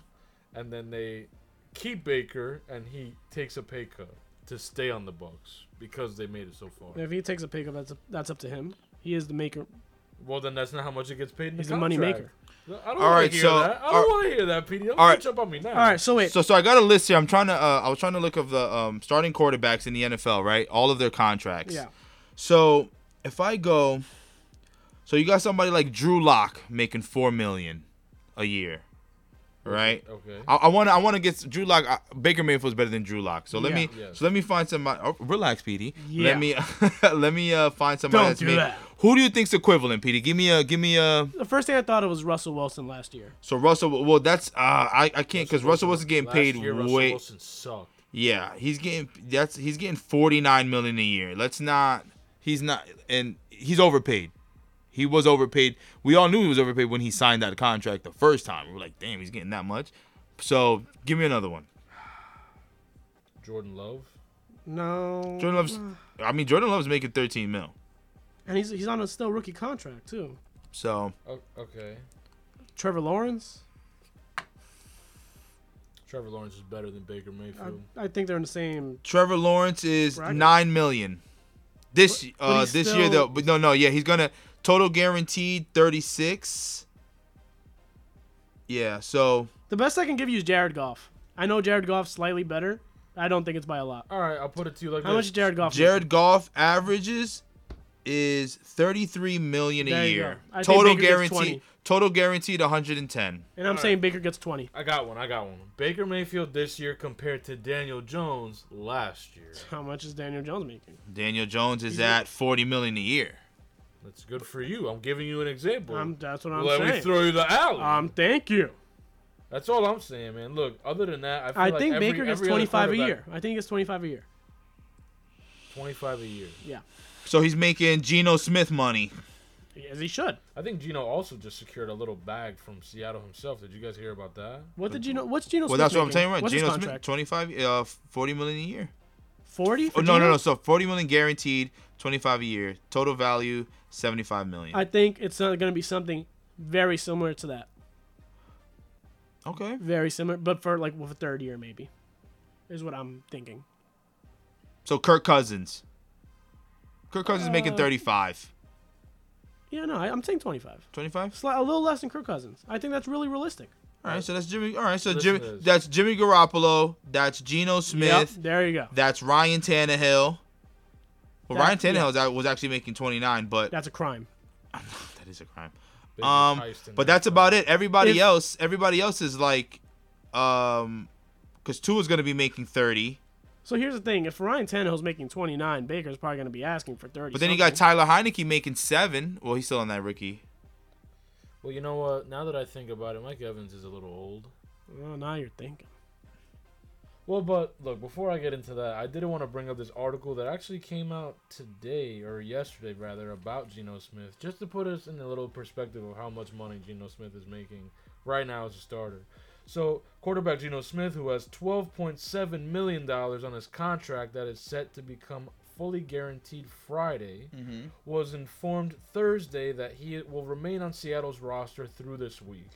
[SPEAKER 1] and then they keep Baker, and he takes a pay cut to stay on the Bucks because they made it so far.
[SPEAKER 3] If he takes a pickup, that's that's up to him. He is the maker.
[SPEAKER 1] Well, then that's not how much it gets paid. In
[SPEAKER 3] He's
[SPEAKER 1] the
[SPEAKER 3] a money
[SPEAKER 1] contract. I don't
[SPEAKER 2] All
[SPEAKER 1] want
[SPEAKER 2] right,
[SPEAKER 1] to hear
[SPEAKER 2] so-
[SPEAKER 1] that. I
[SPEAKER 2] all-
[SPEAKER 1] don't want to hear that, Petey. Don't
[SPEAKER 2] all right.
[SPEAKER 1] catch up on me now.
[SPEAKER 3] All right, so wait.
[SPEAKER 2] So, so I got a list here. I'm trying to. Uh, I was trying to look of the um, starting quarterbacks in the NFL, right? All of their contracts.
[SPEAKER 3] yeah.
[SPEAKER 2] So if I go, so you got somebody like Drew Lock making four million a year, right?
[SPEAKER 1] Okay.
[SPEAKER 2] I- I want to. I want to get s- Drew Lock. I, Baker Mayfield's better than Drew Lock. So let me.
[SPEAKER 1] Yeah. Yes.
[SPEAKER 2] So let me find somebody. Oh, relax, Petey.
[SPEAKER 3] Yeah.
[SPEAKER 2] Let me. [LAUGHS] let me uh, find somebody.
[SPEAKER 3] Don't
[SPEAKER 2] that's
[SPEAKER 3] do
[SPEAKER 2] made-
[SPEAKER 3] that.
[SPEAKER 2] Who do you think's equivalent, Petey? Give me a. Give me a.
[SPEAKER 3] The first thing I thought of was Russell Wilson last year.
[SPEAKER 2] So Russell. Well, that's. Uh, I. I can't because Russell Wilson's getting
[SPEAKER 1] Last
[SPEAKER 2] paid
[SPEAKER 1] year, Russell
[SPEAKER 2] way.
[SPEAKER 1] Wilson sucked.
[SPEAKER 2] Yeah, he's getting. That's he's getting forty nine million a year. Let's not. He's not, and he's overpaid. He was overpaid. We all knew he was overpaid when he signed that contract the first time. We were like, damn, he's getting that much. So give me another one.
[SPEAKER 1] Jordan Love.
[SPEAKER 3] No.
[SPEAKER 2] Jordan Love's. I mean, Jordan Love's making 13 mil.
[SPEAKER 3] And he's he's on a still rookie contract too.
[SPEAKER 2] So
[SPEAKER 1] O- okay.
[SPEAKER 3] Trevor Lawrence.
[SPEAKER 1] Trevor Lawrence is better than Baker Mayfield.
[SPEAKER 3] I, I think they're in the same.
[SPEAKER 2] Trevor Lawrence is
[SPEAKER 3] Bracket.
[SPEAKER 2] nine million. This
[SPEAKER 3] but
[SPEAKER 2] uh
[SPEAKER 3] he's
[SPEAKER 2] this
[SPEAKER 3] still-
[SPEAKER 2] year though, but no no yeah he's gonna total guaranteed 36. Yeah, so
[SPEAKER 3] The best I can give you is Jared Goff. I know Jared Goff's slightly better. I don't think it's by a lot.
[SPEAKER 1] All right, I'll put it to you like
[SPEAKER 3] Uh, How
[SPEAKER 1] this.
[SPEAKER 3] much is Jared Goff?
[SPEAKER 2] Jared Goff averages is 33 million a
[SPEAKER 3] There you
[SPEAKER 2] year.
[SPEAKER 3] go. I think
[SPEAKER 2] Total
[SPEAKER 3] Baker gets 20.
[SPEAKER 2] guaranteed total guaranteed 110.
[SPEAKER 3] And I'm
[SPEAKER 1] All
[SPEAKER 3] saying Baker gets 20.
[SPEAKER 1] I got one. I got one. Baker Mayfield this year compared to Daniel Jones last year.
[SPEAKER 3] How much is Daniel Jones making?
[SPEAKER 2] Daniel Jones is
[SPEAKER 3] He's-
[SPEAKER 2] at 40 million a year.
[SPEAKER 1] That's good for you. I'm giving you an example.
[SPEAKER 3] I'm, that's what I'm
[SPEAKER 1] Let me
[SPEAKER 3] saying.
[SPEAKER 1] throw you the alley.
[SPEAKER 3] um, thank you.
[SPEAKER 1] That's all I'm saying, man. Look, other than that, I, feel
[SPEAKER 3] I
[SPEAKER 1] like
[SPEAKER 3] think
[SPEAKER 1] every-
[SPEAKER 3] Baker gets
[SPEAKER 1] every other
[SPEAKER 3] 25 a
[SPEAKER 1] quarterback-
[SPEAKER 3] year. I think he gets 25 a year.
[SPEAKER 1] 25 a year.
[SPEAKER 2] So he's making Geno Smith money.
[SPEAKER 3] As he should.
[SPEAKER 1] I think Gino also just secured a little bag from Seattle himself. Did you guys hear about that?
[SPEAKER 3] What did Gino? What's Geno?
[SPEAKER 2] Well,
[SPEAKER 3] Smith
[SPEAKER 2] that's what I'm
[SPEAKER 3] making?
[SPEAKER 2] saying right.
[SPEAKER 3] What's his
[SPEAKER 2] Geno Smith
[SPEAKER 3] contract?
[SPEAKER 2] 25 uh 40 million a year.
[SPEAKER 3] 40?
[SPEAKER 2] Oh, no, no, no. So 40 million guaranteed, 25 a year, total value 75 million.
[SPEAKER 3] I think it's going to be something very similar to that.
[SPEAKER 2] okay.
[SPEAKER 3] Very similar, but for like with a third year maybe, is what I'm thinking.
[SPEAKER 2] So Kirk Cousins. Kirk Cousins is
[SPEAKER 3] Uh,
[SPEAKER 2] making 35.
[SPEAKER 3] Yeah, no, I, I'm saying 25.
[SPEAKER 2] 25?
[SPEAKER 3] Sli- a little less than Kirk Cousins. I think that's really realistic.
[SPEAKER 2] All right, so that's Jimmy. All right, so
[SPEAKER 1] Listen
[SPEAKER 2] Jimmy
[SPEAKER 1] to this.
[SPEAKER 2] that's Jimmy Garoppolo, that's Geno
[SPEAKER 3] Yep,
[SPEAKER 2] Smith,
[SPEAKER 3] there you go.
[SPEAKER 2] that's Ryan Tannehill.
[SPEAKER 3] That-
[SPEAKER 2] Well, Ryan Tannehill is out- was actually making 29, but
[SPEAKER 3] That's a crime.
[SPEAKER 2] [LAUGHS] that is a crime.
[SPEAKER 1] Baker's
[SPEAKER 2] Um,
[SPEAKER 1] iced in
[SPEAKER 2] but
[SPEAKER 1] that
[SPEAKER 2] that's about it. Everybody
[SPEAKER 3] If-
[SPEAKER 2] else, everybody else is like, um, because two is gonna be making 30.
[SPEAKER 3] So here's the thing: if Ryan Tannehill's making 29, Baker's probably going to be asking for 30.
[SPEAKER 2] But then you
[SPEAKER 3] something.
[SPEAKER 2] got Tyler Heineke making seven. Well, he's still on that rookie.
[SPEAKER 1] Well, you know what? Now that I think about it, Mike Evans is a little old.
[SPEAKER 3] Well, now you're thinking.
[SPEAKER 1] Well, but look, before I get into that, I did want to bring up this article that actually came out today or yesterday, rather, about Geno Smith, just to put us in a little perspective of how much money Geno Smith is making right now as a starter. So, quarterback Geno Smith, who has $12.7 million on his contract that is set to become fully guaranteed Friday,
[SPEAKER 2] Mm-hmm.
[SPEAKER 1] was informed Thursday that he will remain on Seattle's roster through this week.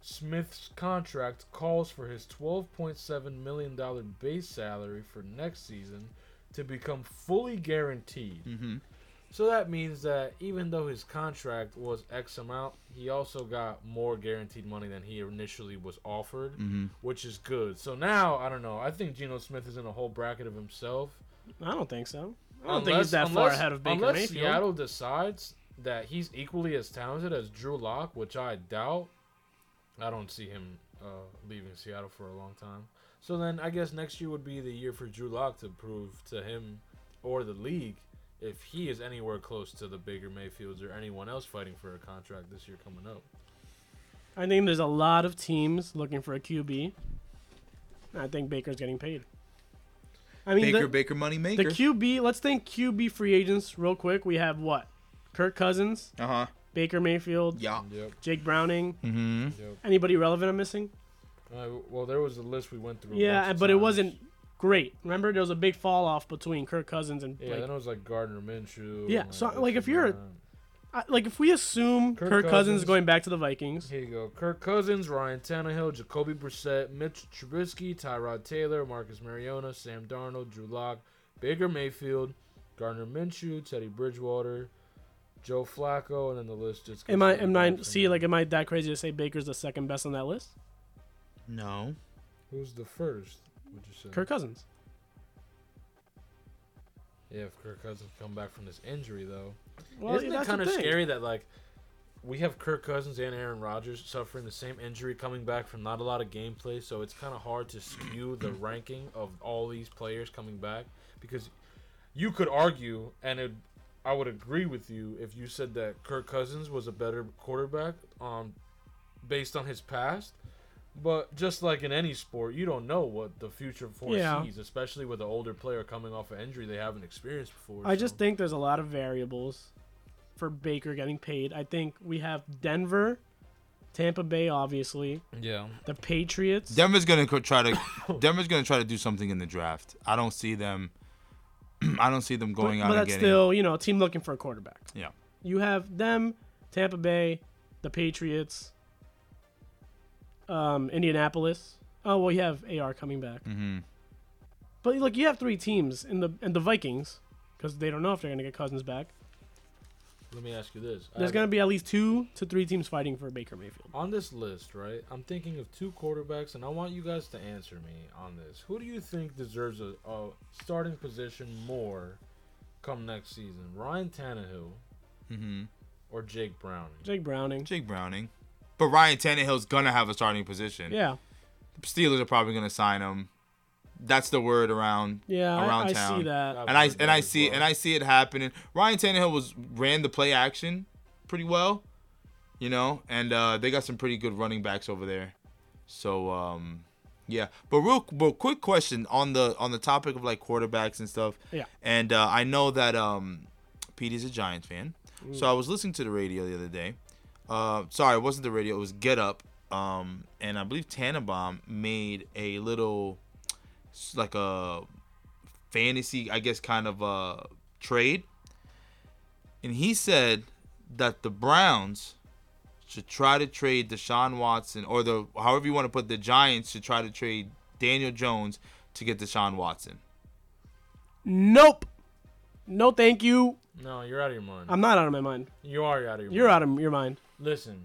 [SPEAKER 1] Smith's contract calls for his $12.7 million base salary for next season to become fully guaranteed.
[SPEAKER 2] Mm-hmm.
[SPEAKER 1] So that means that even though his contract was X amount, he also got more guaranteed money than he initially was offered, which is good. So now, I don't know. I think Geno Smith is in a whole bracket of himself.
[SPEAKER 3] I don't think so. I don't think he's that far ahead of Baker
[SPEAKER 1] unless
[SPEAKER 3] Mayfield.
[SPEAKER 1] Seattle decides that he's equally as talented as Drew Lock, which I doubt. I don't see him uh, leaving Seattle for a long time. So then I guess next year would be the year for Drew Lock to prove to him or the league if he is anywhere close to the Baker Mayfields or anyone else fighting for a contract this year coming up.
[SPEAKER 3] I think there's a lot of teams looking for a QB. I think Baker's getting paid. I mean,
[SPEAKER 2] Baker,
[SPEAKER 3] the,
[SPEAKER 2] Baker, money
[SPEAKER 3] the
[SPEAKER 2] maker.
[SPEAKER 3] QB. Let's think QB free agents real quick. We have what? Kirk Cousins,
[SPEAKER 2] uh huh.
[SPEAKER 3] Baker Mayfield,
[SPEAKER 2] Yeah.
[SPEAKER 1] Yep.
[SPEAKER 3] Jake Browning.
[SPEAKER 2] Mm-hmm.
[SPEAKER 1] Yep.
[SPEAKER 3] Anybody relevant I'm missing?
[SPEAKER 1] Uh, well, there was a list we went through. a bunch
[SPEAKER 3] yeah,
[SPEAKER 1] of
[SPEAKER 3] but it
[SPEAKER 1] times.
[SPEAKER 3] wasn't great. Remember, there was a big fall off between Kirk Cousins and
[SPEAKER 1] Yeah,
[SPEAKER 3] like,
[SPEAKER 1] then it was like Gardner Minshew.
[SPEAKER 3] Yeah,
[SPEAKER 1] and,
[SPEAKER 3] so,
[SPEAKER 1] this
[SPEAKER 3] like, if
[SPEAKER 1] and
[SPEAKER 3] you're-
[SPEAKER 1] that.
[SPEAKER 3] I, like if we assume
[SPEAKER 1] Kirk
[SPEAKER 3] Kirk, Cousins
[SPEAKER 1] Cousins.
[SPEAKER 3] is going back to the Vikings,
[SPEAKER 1] Here you go. Kirk Cousins, Ryan Tannehill, Jacoby Brissett, Mitch Trubisky, Tyrod Taylor, Marcus Mariota, Sam Darnold, Drew Lock, Baker Mayfield, Gardner Minshew, Teddy Bridgewater, Joe Flacco, and then the list just.
[SPEAKER 3] am I am
[SPEAKER 1] continues
[SPEAKER 3] I
[SPEAKER 1] from
[SPEAKER 3] see
[SPEAKER 1] there.
[SPEAKER 3] like am I that crazy to say Baker's the second best on that list?
[SPEAKER 2] No.
[SPEAKER 1] Who's the first? Would you say?
[SPEAKER 3] Kirk Cousins.
[SPEAKER 1] Yeah, if Kirk Cousins come back from this injury though,
[SPEAKER 3] Well,
[SPEAKER 1] isn't it
[SPEAKER 3] that's the
[SPEAKER 1] kind of
[SPEAKER 3] thing.
[SPEAKER 1] scary that like we have Kirk Cousins and Aaron Rodgers suffering the same injury, coming back from not a lot of gameplay, so it's kind of hard to skew the ranking of all these players coming back because you could argue, and it, I would agree with you if you said that Kirk Cousins was a better quarterback um, based on his past. But just like in any sport, you don't know what the future foresees,
[SPEAKER 3] Yeah.
[SPEAKER 1] especially with an older player coming off an injury they haven't experienced before.
[SPEAKER 3] I
[SPEAKER 1] so-
[SPEAKER 3] just think there's a lot of variables for Baker getting paid. I think we have Denver, Tampa Bay, obviously,
[SPEAKER 1] yeah,
[SPEAKER 3] the Patriots.
[SPEAKER 2] Denver's gonna co- try to.
[SPEAKER 3] [COUGHS]
[SPEAKER 2] Denver's gonna try to do something in the draft. I don't see them. [CLEARS THROAT] I don't see them
[SPEAKER 3] but,
[SPEAKER 2] going out
[SPEAKER 3] but
[SPEAKER 2] and
[SPEAKER 3] that's
[SPEAKER 2] getting.
[SPEAKER 3] still you know a team looking for a quarterback.
[SPEAKER 2] Yeah.
[SPEAKER 3] You have them, Tampa Bay, the Patriots, um, Indianapolis. Oh well, you have AR coming back.
[SPEAKER 2] Mhm.
[SPEAKER 3] But look, you have three teams in the and the Vikings because they don't know if they're gonna get Cousins back.
[SPEAKER 1] let me ask you this: I
[SPEAKER 3] There's
[SPEAKER 1] have-
[SPEAKER 3] gonna be at least two to three teams fighting for Baker Mayfield.
[SPEAKER 1] On this list, right, I'm thinking of two quarterbacks, and I want you guys to answer me on this. Who do you think deserves a, a starting position more come next season? Ryan Tannehill
[SPEAKER 2] Mm-hmm.
[SPEAKER 1] or Jake Browning?
[SPEAKER 3] Jake Browning.
[SPEAKER 2] Jake Browning, but Ryan Tannehill's gonna have a starting position.
[SPEAKER 3] Yeah,
[SPEAKER 2] Steelers are probably gonna sign him. That's the word around
[SPEAKER 3] yeah, I,
[SPEAKER 2] around
[SPEAKER 3] I
[SPEAKER 2] town.
[SPEAKER 3] see that.
[SPEAKER 1] I've
[SPEAKER 2] and I
[SPEAKER 1] heard
[SPEAKER 2] and
[SPEAKER 1] that
[SPEAKER 2] I
[SPEAKER 1] as
[SPEAKER 2] see
[SPEAKER 1] well.
[SPEAKER 2] and I see it happening. Ryan Tannehill was ran the play action pretty well, you know, and uh, they got some pretty good running backs over there. So um, yeah, but real but quick question on the on the topic of like quarterbacks and stuff.
[SPEAKER 3] Yeah.
[SPEAKER 2] And uh, I know that um, Pete is a Giants fan, so I was listening to the radio the other day. Uh, sorry, it wasn't the radio. It was Get Up. Um, and I believe Tannenbaum made a little, s- like a fantasy, I guess, kind of uh, trade. And he said that the Browns should try to trade Deshaun Watson, or the however you want to put the Giants should try to trade Daniel Jones to get Deshaun Watson.
[SPEAKER 3] Nope. No, thank you.
[SPEAKER 1] No, you're out of your mind.
[SPEAKER 3] I'm not out of my mind.
[SPEAKER 1] you are out of your
[SPEAKER 3] You're
[SPEAKER 1] mind.
[SPEAKER 3] out of your mind.
[SPEAKER 1] Listen,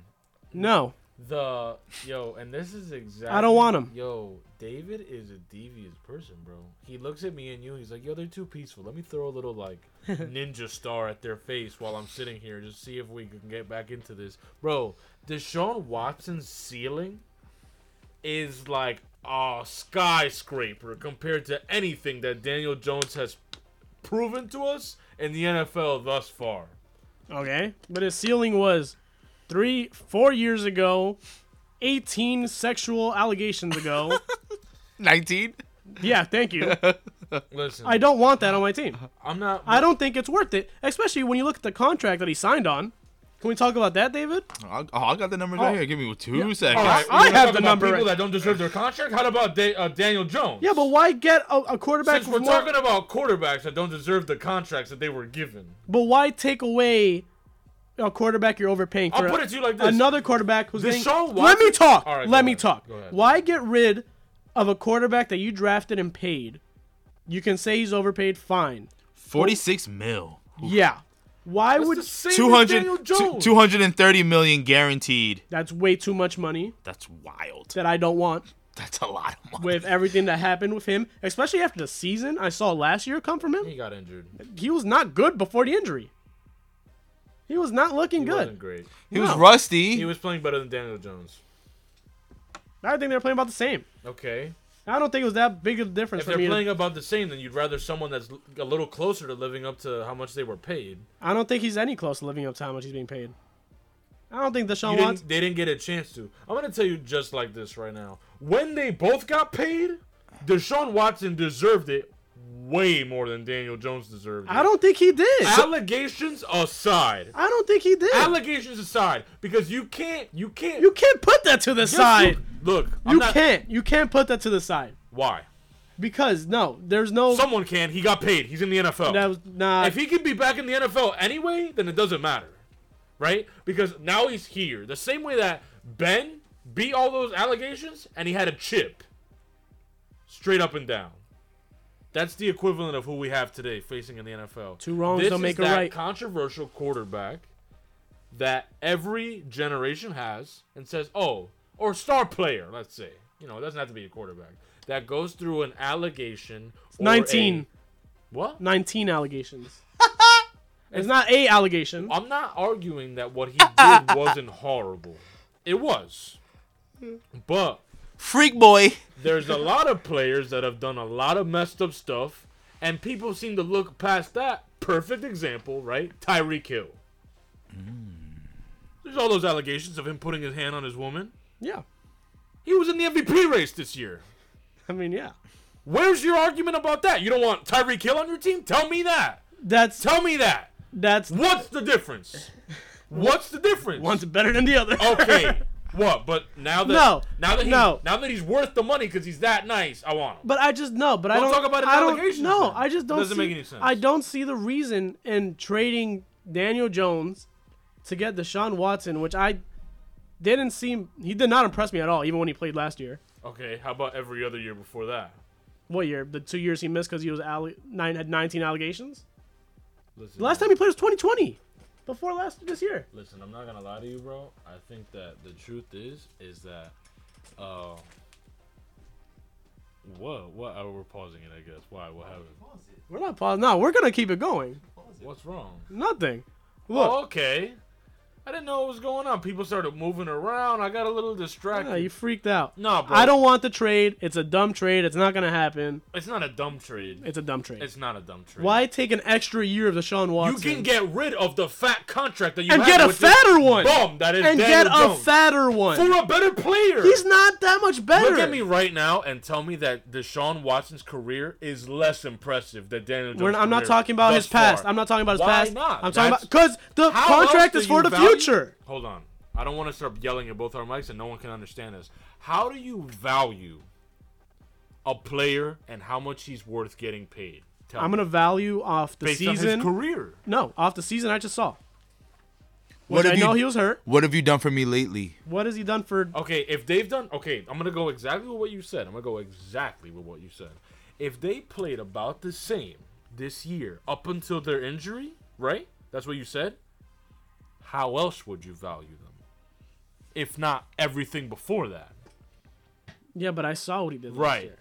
[SPEAKER 3] No,
[SPEAKER 1] the yo, and this is exactly.
[SPEAKER 3] I don't want him.
[SPEAKER 1] Yo, David is a devious person, bro. He looks at me and you. He's like, yo, they're too peaceful. Let me throw a little
[SPEAKER 3] [LAUGHS]
[SPEAKER 1] like ninja star at their face while I'm sitting here, just see if we can get back into this, bro. Deshaun Watson's ceiling is like a skyscraper compared to anything that Daniel Jones has proven to us in the NFL thus far.
[SPEAKER 3] Okay, but his ceiling was three, four
[SPEAKER 1] [LAUGHS]
[SPEAKER 3] years ago, eighteen sexual allegations ago,
[SPEAKER 2] Nineteen.
[SPEAKER 3] Yeah, thank you.
[SPEAKER 1] Listen,
[SPEAKER 3] I don't want that on my team.
[SPEAKER 1] I'm not.
[SPEAKER 3] I don't think it's worth it, especially when you look at the contract that he signed on. Can we talk about that, David?
[SPEAKER 2] I, oh, I got the numbers right here. Give me two seconds.
[SPEAKER 1] All right,
[SPEAKER 3] I
[SPEAKER 1] we're gonna
[SPEAKER 3] have
[SPEAKER 1] talk
[SPEAKER 3] the
[SPEAKER 1] about
[SPEAKER 3] number
[SPEAKER 1] People
[SPEAKER 3] right-
[SPEAKER 1] that don't deserve their contract. How about da- uh, Daniel Jones?
[SPEAKER 3] Yeah, but why get a, a quarterback?
[SPEAKER 1] Since we're
[SPEAKER 3] with more-
[SPEAKER 1] talking about quarterbacks that don't deserve the contracts that they were given,
[SPEAKER 3] but why take away a quarterback you're overpaying
[SPEAKER 1] I'll
[SPEAKER 3] for?
[SPEAKER 1] put it to you like this.
[SPEAKER 3] Another quarterback who's getting.
[SPEAKER 1] Deshaun
[SPEAKER 3] Let me
[SPEAKER 1] Watson-
[SPEAKER 3] talk.
[SPEAKER 1] All right,
[SPEAKER 3] Let
[SPEAKER 1] go
[SPEAKER 3] me
[SPEAKER 1] ahead.
[SPEAKER 3] talk.
[SPEAKER 1] Go ahead.
[SPEAKER 3] Why get rid of a quarterback that you drafted and paid? You can say he's overpaid. Fine.
[SPEAKER 2] 46 mil.
[SPEAKER 3] Yeah. Why
[SPEAKER 1] That's
[SPEAKER 3] would
[SPEAKER 1] the same as
[SPEAKER 2] 200,
[SPEAKER 1] Daniel Jones.
[SPEAKER 2] 230 million guaranteed.
[SPEAKER 3] that's way too much money
[SPEAKER 2] That's wild.
[SPEAKER 3] that I don't want
[SPEAKER 2] That's a lot of money.
[SPEAKER 3] with everything that happened with him, especially after the season I saw last year come from him.
[SPEAKER 1] he got injured.
[SPEAKER 3] He was not good before the injury. He was not looking
[SPEAKER 1] He
[SPEAKER 3] good.
[SPEAKER 1] wasn't great.
[SPEAKER 2] He was
[SPEAKER 3] No.
[SPEAKER 2] rusty.
[SPEAKER 1] He was playing better than Daniel Jones.
[SPEAKER 3] I think they're playing about the same.
[SPEAKER 1] Okay.
[SPEAKER 3] I don't think it was that big of a difference
[SPEAKER 1] If
[SPEAKER 3] for
[SPEAKER 1] they're
[SPEAKER 3] me. to-
[SPEAKER 1] playing about the same, then you'd rather someone that's l- a little closer to living up to how much they were paid.
[SPEAKER 3] I don't think he's any close to living up to how much he's being paid. I don't think
[SPEAKER 1] You
[SPEAKER 3] Deshaun
[SPEAKER 1] didn't,
[SPEAKER 3] Watson.
[SPEAKER 1] they didn't get a chance to. I'm gonna tell you just like this right now. When they both got paid, Deshaun Watson deserved it way more than Daniel Jones deserved it.
[SPEAKER 3] I don't think he did.
[SPEAKER 1] Allegations aside,
[SPEAKER 3] I don't think he did.
[SPEAKER 1] allegations aside, because you can't, you can't,
[SPEAKER 3] you can't put that to the
[SPEAKER 1] Yes,
[SPEAKER 3] side.
[SPEAKER 1] Look, look, I'm
[SPEAKER 3] You
[SPEAKER 1] not-
[SPEAKER 3] can't. You can't put that to the side
[SPEAKER 1] Why?
[SPEAKER 3] because no, there's no.
[SPEAKER 1] Someone can. He got paid. He's in the NFL.
[SPEAKER 3] that was not.
[SPEAKER 1] if he can be back in the NFL anyway, then it doesn't matter, right? Because now he's here. The same way that Ben beat all those allegations and he had a chip, straight up and down. That's the equivalent of who we have today facing in the NFL.
[SPEAKER 3] Two wrongs
[SPEAKER 1] this
[SPEAKER 3] don't make
[SPEAKER 1] is
[SPEAKER 3] a
[SPEAKER 1] that
[SPEAKER 3] right.
[SPEAKER 1] Controversial quarterback that every generation has and says, "Oh," or star player, let's say. You know, it doesn't have to be a quarterback that goes through an allegation. or a-
[SPEAKER 3] 19,
[SPEAKER 1] what? [LAUGHS]
[SPEAKER 3] 19 allegations. it's not a allegation.
[SPEAKER 1] I'm not arguing that what he did wasn't horrible. It was. But
[SPEAKER 2] Freak boy.
[SPEAKER 1] there's a lot of players that have done a lot of messed up stuff, and people seem to look past that. Perfect example, right? Tyreek Hill. There's all those allegations of him putting his hand on his woman.
[SPEAKER 3] Yeah,
[SPEAKER 1] He was in the MVP race this year.
[SPEAKER 3] I mean, yeah.
[SPEAKER 1] Where's your argument about that? You don't want Tyreek Hill on your team? Tell me that.
[SPEAKER 3] That's
[SPEAKER 1] Tell me that.
[SPEAKER 3] that's
[SPEAKER 1] What's the difference? What's the difference?
[SPEAKER 3] one's better than the other. [LAUGHS]
[SPEAKER 1] okay. What? But now that
[SPEAKER 3] No.
[SPEAKER 1] now that he's,
[SPEAKER 3] No.
[SPEAKER 1] now that he's worth the money because he's that nice, I want him.
[SPEAKER 3] But I just no. But I
[SPEAKER 1] Don't
[SPEAKER 3] don't
[SPEAKER 1] talk about it in
[SPEAKER 3] I don't,
[SPEAKER 1] allegations,
[SPEAKER 3] No,
[SPEAKER 1] then.
[SPEAKER 3] I just
[SPEAKER 1] It
[SPEAKER 3] don't.
[SPEAKER 1] doesn't
[SPEAKER 3] see-
[SPEAKER 1] make any sense.
[SPEAKER 3] I don't see the reason in trading Daniel Jones to get Deshaun Watson, which I didn't seem he did not impress me at all, even when he played last year.
[SPEAKER 1] Okay. How about every other year before that?
[SPEAKER 3] What year? The two years he missed because he was alle- nine had 19 allegations.
[SPEAKER 1] Listen,
[SPEAKER 3] The last time he played was 2020, before last this year.
[SPEAKER 1] listen, I'm not gonna lie to you, bro. I think that the truth is is that, uh, what? What? Oh, we're pausing it, I guess. Why? What happened?
[SPEAKER 3] We're not pausing. No, we're gonna keep it going.
[SPEAKER 1] What's wrong? Oh,
[SPEAKER 3] Nothing. Look,
[SPEAKER 1] okay. I didn't know what was going on. People started moving around. I got a little distracted.
[SPEAKER 3] Yeah, you freaked out.
[SPEAKER 1] No, Oh, bro.
[SPEAKER 3] I don't want the trade. It's a dumb trade. It's not gonna happen.
[SPEAKER 1] It's not a dumb trade.
[SPEAKER 3] It's a dumb trade.
[SPEAKER 1] It's not a dumb trade.
[SPEAKER 3] Why take an extra year of Deshaun
[SPEAKER 1] You
[SPEAKER 3] Watson?
[SPEAKER 1] can get rid of the fat contract that you
[SPEAKER 3] and
[SPEAKER 1] have
[SPEAKER 3] get a
[SPEAKER 1] with this
[SPEAKER 3] fatter one.
[SPEAKER 1] Bum, that is
[SPEAKER 3] and
[SPEAKER 1] Daniel
[SPEAKER 3] get a
[SPEAKER 1] Jones.
[SPEAKER 3] fatter one.
[SPEAKER 1] for a better player.
[SPEAKER 3] He's not that much better.
[SPEAKER 1] Look at me right now and tell me that Deshaun Watson's career is less impressive than Daniel Jones.
[SPEAKER 3] We're not- I'm not
[SPEAKER 1] career
[SPEAKER 3] talking about
[SPEAKER 1] thus
[SPEAKER 3] his past.
[SPEAKER 1] far.
[SPEAKER 3] I'm not talking about his
[SPEAKER 1] Why
[SPEAKER 3] past.
[SPEAKER 1] Not?
[SPEAKER 3] I'm talking
[SPEAKER 1] That's-
[SPEAKER 3] about because the
[SPEAKER 1] How else
[SPEAKER 3] contract
[SPEAKER 1] do
[SPEAKER 3] is for
[SPEAKER 1] you
[SPEAKER 3] the
[SPEAKER 1] value-
[SPEAKER 3] future.
[SPEAKER 1] Hold on. I don't want to start yelling at both our mics and no one can understand this. How do you value a player and how much he's worth getting paid? Tell
[SPEAKER 3] I'm
[SPEAKER 1] me.
[SPEAKER 3] gonna value off the
[SPEAKER 1] based on
[SPEAKER 3] season.
[SPEAKER 1] his career.
[SPEAKER 3] No, off the season I just saw.
[SPEAKER 2] What
[SPEAKER 3] Which I
[SPEAKER 2] have you-
[SPEAKER 3] know he was hurt.
[SPEAKER 2] What have you done for me lately?
[SPEAKER 3] What has he done for?
[SPEAKER 1] Okay, if they've done okay, I'm gonna go exactly with what you said. I'm gonna go exactly with what you said. If they played about the same this year up until their injury, right? That's what you said. How else would you value them? If not everything before that.
[SPEAKER 3] Yeah, but I saw what he did. last
[SPEAKER 1] Right.
[SPEAKER 3] year.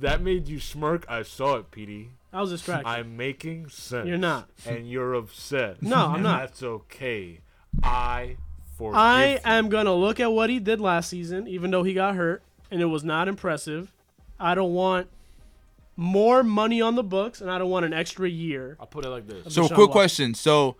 [SPEAKER 1] That made you smirk. I saw it, PD.
[SPEAKER 3] I was distracted.
[SPEAKER 1] I'm making sense.
[SPEAKER 3] You're not.
[SPEAKER 1] And you're upset.
[SPEAKER 3] No, I'm
[SPEAKER 1] And
[SPEAKER 3] not.
[SPEAKER 1] That's okay. I forgive
[SPEAKER 3] I
[SPEAKER 1] you.
[SPEAKER 3] am gonna look at what he did last season, even though he got hurt and it was not impressive. I don't want more money on the books, and I don't want an extra year.
[SPEAKER 1] I'll put it like this.
[SPEAKER 2] So,
[SPEAKER 3] Deshaun
[SPEAKER 2] quick
[SPEAKER 3] Watson.
[SPEAKER 2] question. So,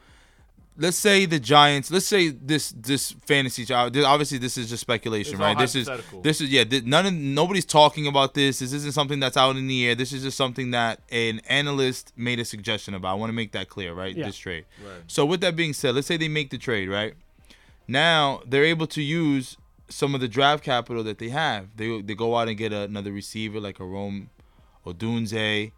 [SPEAKER 2] let's say the Giants. Let's say this this fantasy. uh, th- Obviously, this is just speculation,
[SPEAKER 1] It's all
[SPEAKER 2] right? This is
[SPEAKER 1] hypothetical.
[SPEAKER 2] this is yeah. Th- none of nobody's talking about this. This isn't something that's out in the air. This is just something that an analyst made a suggestion about. I want to make that clear, right?
[SPEAKER 3] Yeah.
[SPEAKER 2] This trade.
[SPEAKER 1] Right.
[SPEAKER 2] So with that being said, let's say they make the trade, right? Now they're able to use some of the draft capital that they have. They they go out and get another receiver like a Rome Odunze. They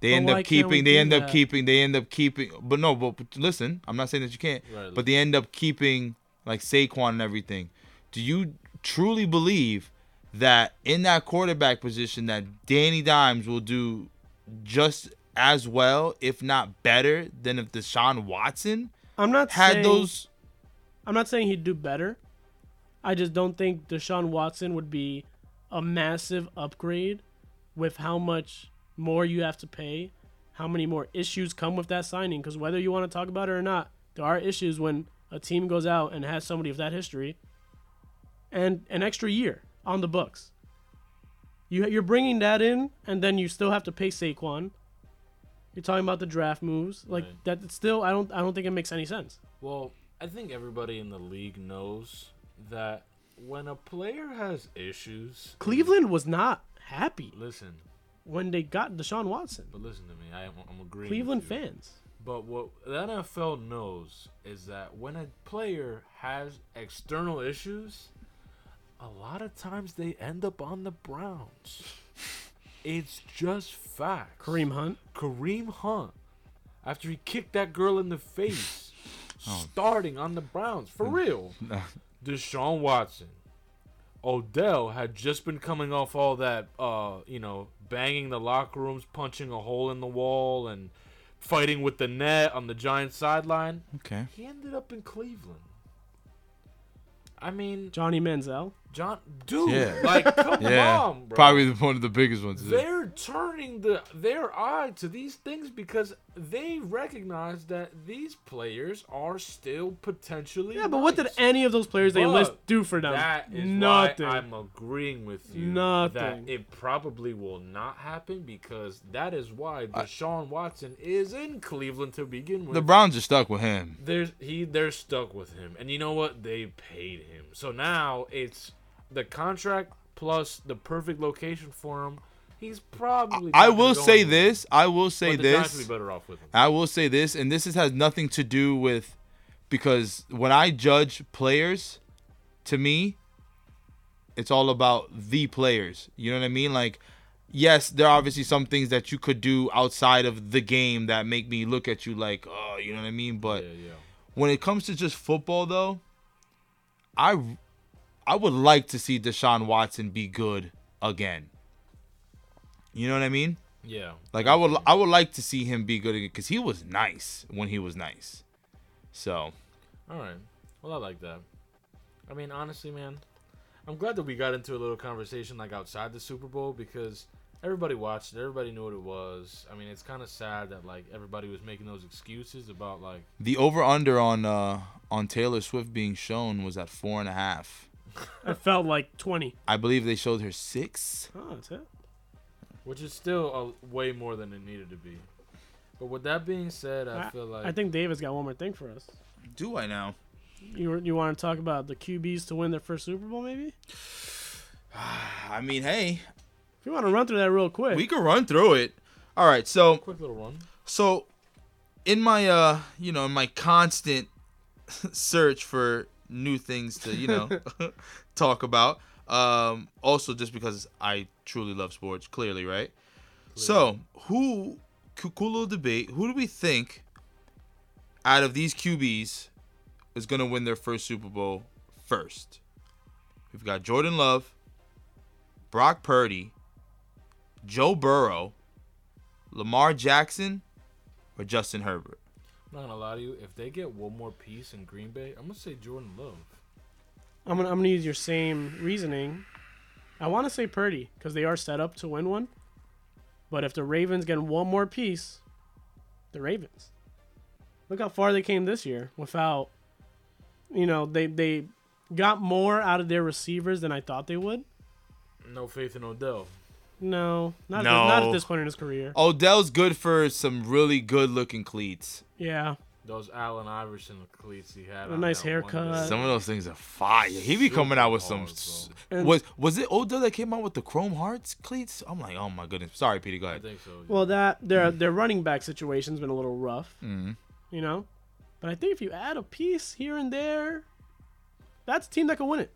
[SPEAKER 3] But
[SPEAKER 2] end
[SPEAKER 3] why
[SPEAKER 2] up
[SPEAKER 3] can't
[SPEAKER 2] keeping.
[SPEAKER 3] we
[SPEAKER 2] They
[SPEAKER 3] do
[SPEAKER 2] end up
[SPEAKER 3] that?
[SPEAKER 2] keeping. They end up keeping. But no, but, but listen, I'm not saying that you can't.
[SPEAKER 1] Right.
[SPEAKER 2] But they end up keeping like Saquon and everything. Do you truly believe that in that quarterback position that Danny Dimes will do just as well, if not better, than if Deshaun Watson
[SPEAKER 3] I'm not
[SPEAKER 2] had
[SPEAKER 3] saying,
[SPEAKER 2] those?
[SPEAKER 3] I'm not saying he'd do better. I just don't think Deshaun Watson would be a massive upgrade with how much more you have to pay, how many more issues come with that signing. Because whether you want to talk about it or not, there are issues when a team goes out and has somebody of that history and an extra year on the books. You, you're bringing that in, and then you still have to pay Saquon. You're talking about the draft moves, like
[SPEAKER 1] Right.
[SPEAKER 3] that. It's still, I don't, I don't think it makes any sense.
[SPEAKER 1] Well, I think everybody in the league knows that when a player has issues,
[SPEAKER 3] Cleveland was not happy
[SPEAKER 1] listen,
[SPEAKER 3] when they got Deshaun Watson.
[SPEAKER 1] but listen to me. I am, I'm agreeing. with
[SPEAKER 3] Cleveland
[SPEAKER 1] you.
[SPEAKER 3] fans.
[SPEAKER 1] But what the NFL knows is that when a player has external issues, a lot of times they end up on the Browns. It's just facts.
[SPEAKER 3] Kareem Hunt.
[SPEAKER 1] Kareem Hunt, after he kicked that girl in the
[SPEAKER 2] [LAUGHS]
[SPEAKER 1] face,
[SPEAKER 2] Oh.
[SPEAKER 1] starting on the Browns
[SPEAKER 2] Mm.
[SPEAKER 1] for real. Deshaun Watson, Odell had just been coming off all that, uh, you know, banging the locker rooms, punching a hole in the wall, and fighting with the net on the Giants sideline.
[SPEAKER 2] Okay.
[SPEAKER 1] He ended up in Cleveland. I mean,
[SPEAKER 3] Johnny Manziel.
[SPEAKER 1] John, dude,
[SPEAKER 2] Yeah.
[SPEAKER 1] like, come
[SPEAKER 2] [LAUGHS] Yeah.
[SPEAKER 1] on, bro
[SPEAKER 2] Probably one of the biggest ones.
[SPEAKER 1] they're turning the their eye to these things because they recognize that these players are still potentially
[SPEAKER 3] Yeah, but what did
[SPEAKER 1] nice.
[SPEAKER 3] any of those players they
[SPEAKER 1] But
[SPEAKER 3] list do for them?
[SPEAKER 1] that is
[SPEAKER 3] Nothing.
[SPEAKER 1] why I'm agreeing with you that
[SPEAKER 3] Nothing.
[SPEAKER 1] it probably will not happen because that is why Deshaun Watson is in Cleveland to begin with.
[SPEAKER 2] The Browns are stuck with him.
[SPEAKER 1] There's he they're stuck with him. And you know what? They paid him. So now it's the contract plus the perfect location for him. He's probably
[SPEAKER 2] I
[SPEAKER 1] not gonna
[SPEAKER 2] will
[SPEAKER 1] go
[SPEAKER 2] say
[SPEAKER 1] anywhere.
[SPEAKER 2] this. I will say
[SPEAKER 1] But the Giants
[SPEAKER 2] this.
[SPEAKER 1] would be better off with him.
[SPEAKER 2] I will say this, and this is, has nothing to do with because when I judge players, to me, it's all about the players. You know what I mean? Like, yes, there are obviously some things that you could do outside of the game that make me look at you like, oh, you know what I mean? But
[SPEAKER 1] Yeah, yeah.
[SPEAKER 2] when it comes to just football, though, I I would like to see Deshaun Watson be good again. You know what I mean?
[SPEAKER 1] Yeah.
[SPEAKER 2] Like I would I would like to see him be good again because he was nice when he was nice. So
[SPEAKER 1] All right. Well, I like that. I mean, honestly, man, I'm glad that we got into a little conversation like outside the Super Bowl because everybody watched it. Everybody knew what it was. I mean, it's kind of sad that like everybody was making those excuses about like
[SPEAKER 2] the over under on uh on Taylor Swift being shown was at four and a half.
[SPEAKER 3] I felt like 20.
[SPEAKER 2] I believe they showed her six.
[SPEAKER 3] Oh, that's it.
[SPEAKER 1] which is still uh, way more than it needed to be. But with that being said, I, feel like
[SPEAKER 3] I think Davis got one more thing for us.
[SPEAKER 2] Do I now?
[SPEAKER 3] You were- you want to talk about the QBs to win their first Super Bowl, maybe?
[SPEAKER 2] I mean, hey,
[SPEAKER 3] If you want to run through that real quick.
[SPEAKER 2] we could run through it. All right, so
[SPEAKER 1] quick little run.
[SPEAKER 2] so in my uh you know in my constant [LAUGHS] search for new things to you know talk about um also just because i truly love sports clearly right so who cool little debate who do we think out of these qb's is gonna win their first super bowl first we've got jordan love brock purdy joe burrow lamar jackson or Justin Herbert.
[SPEAKER 1] I'm not gonna lie to you. If they get one more piece in Green Bay, I'm gonna say Jordan Love.
[SPEAKER 3] I'm gonna I'm gonna use your same reasoning. I want to say Purdy because they are set up to win one, but if the Ravens get one more piece, the Ravens. Look how far they came this year without, you know, they they got more out of their receivers than I thought they would.
[SPEAKER 1] No faith in Odell.
[SPEAKER 3] No, not At,
[SPEAKER 2] No.
[SPEAKER 3] this, not at this point in his career.
[SPEAKER 2] Odell's good for some really good looking cleats.
[SPEAKER 3] Yeah,
[SPEAKER 1] Those Allen Iverson cleats he had.
[SPEAKER 3] A
[SPEAKER 1] on
[SPEAKER 3] nice
[SPEAKER 1] that one
[SPEAKER 3] haircut.
[SPEAKER 1] day.
[SPEAKER 2] Some of those things are fire. He be coming out with some.
[SPEAKER 1] Super
[SPEAKER 2] s-
[SPEAKER 3] Uh, hard, bro.
[SPEAKER 2] Was was it Odell that came out with the Chrome Hearts cleats? I'm like, oh my goodness. Sorry, Petey. Go
[SPEAKER 1] I
[SPEAKER 2] ahead.
[SPEAKER 1] think so. yeah.
[SPEAKER 3] Well, that their their running back situation's been a little rough,
[SPEAKER 2] Mm.
[SPEAKER 3] you know. But I think if you add a piece here and there, that's a team that can win it.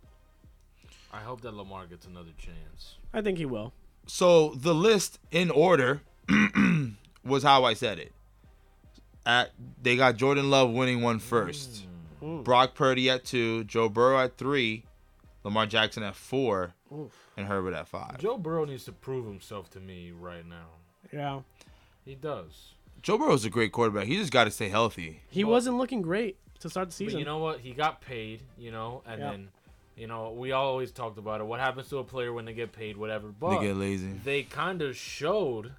[SPEAKER 1] I hope that Lamar gets another chance.
[SPEAKER 3] I think he will.
[SPEAKER 2] So the list in order [CLEARS THROAT] was how I said it. At they got Jordan Love winning one first.
[SPEAKER 3] Mm.
[SPEAKER 2] Brock Purdy at two, Joe Burrow at three, Lamar Jackson at four,
[SPEAKER 3] Oof.
[SPEAKER 2] and Herbert at five.
[SPEAKER 1] Joe Burrow needs to prove himself to me right now.
[SPEAKER 3] Yeah,
[SPEAKER 1] He does.
[SPEAKER 2] Joe Burrow's a great quarterback. He just got to stay healthy.
[SPEAKER 3] he
[SPEAKER 1] Well-
[SPEAKER 3] wasn't looking great to start the
[SPEAKER 1] But
[SPEAKER 3] season.
[SPEAKER 1] you know what? He got paid, you know, and
[SPEAKER 3] Yeah.
[SPEAKER 1] then, you know, we always talked about it. What happens to a player when they get paid, whatever. But
[SPEAKER 2] They get lazy.
[SPEAKER 1] they kind of showed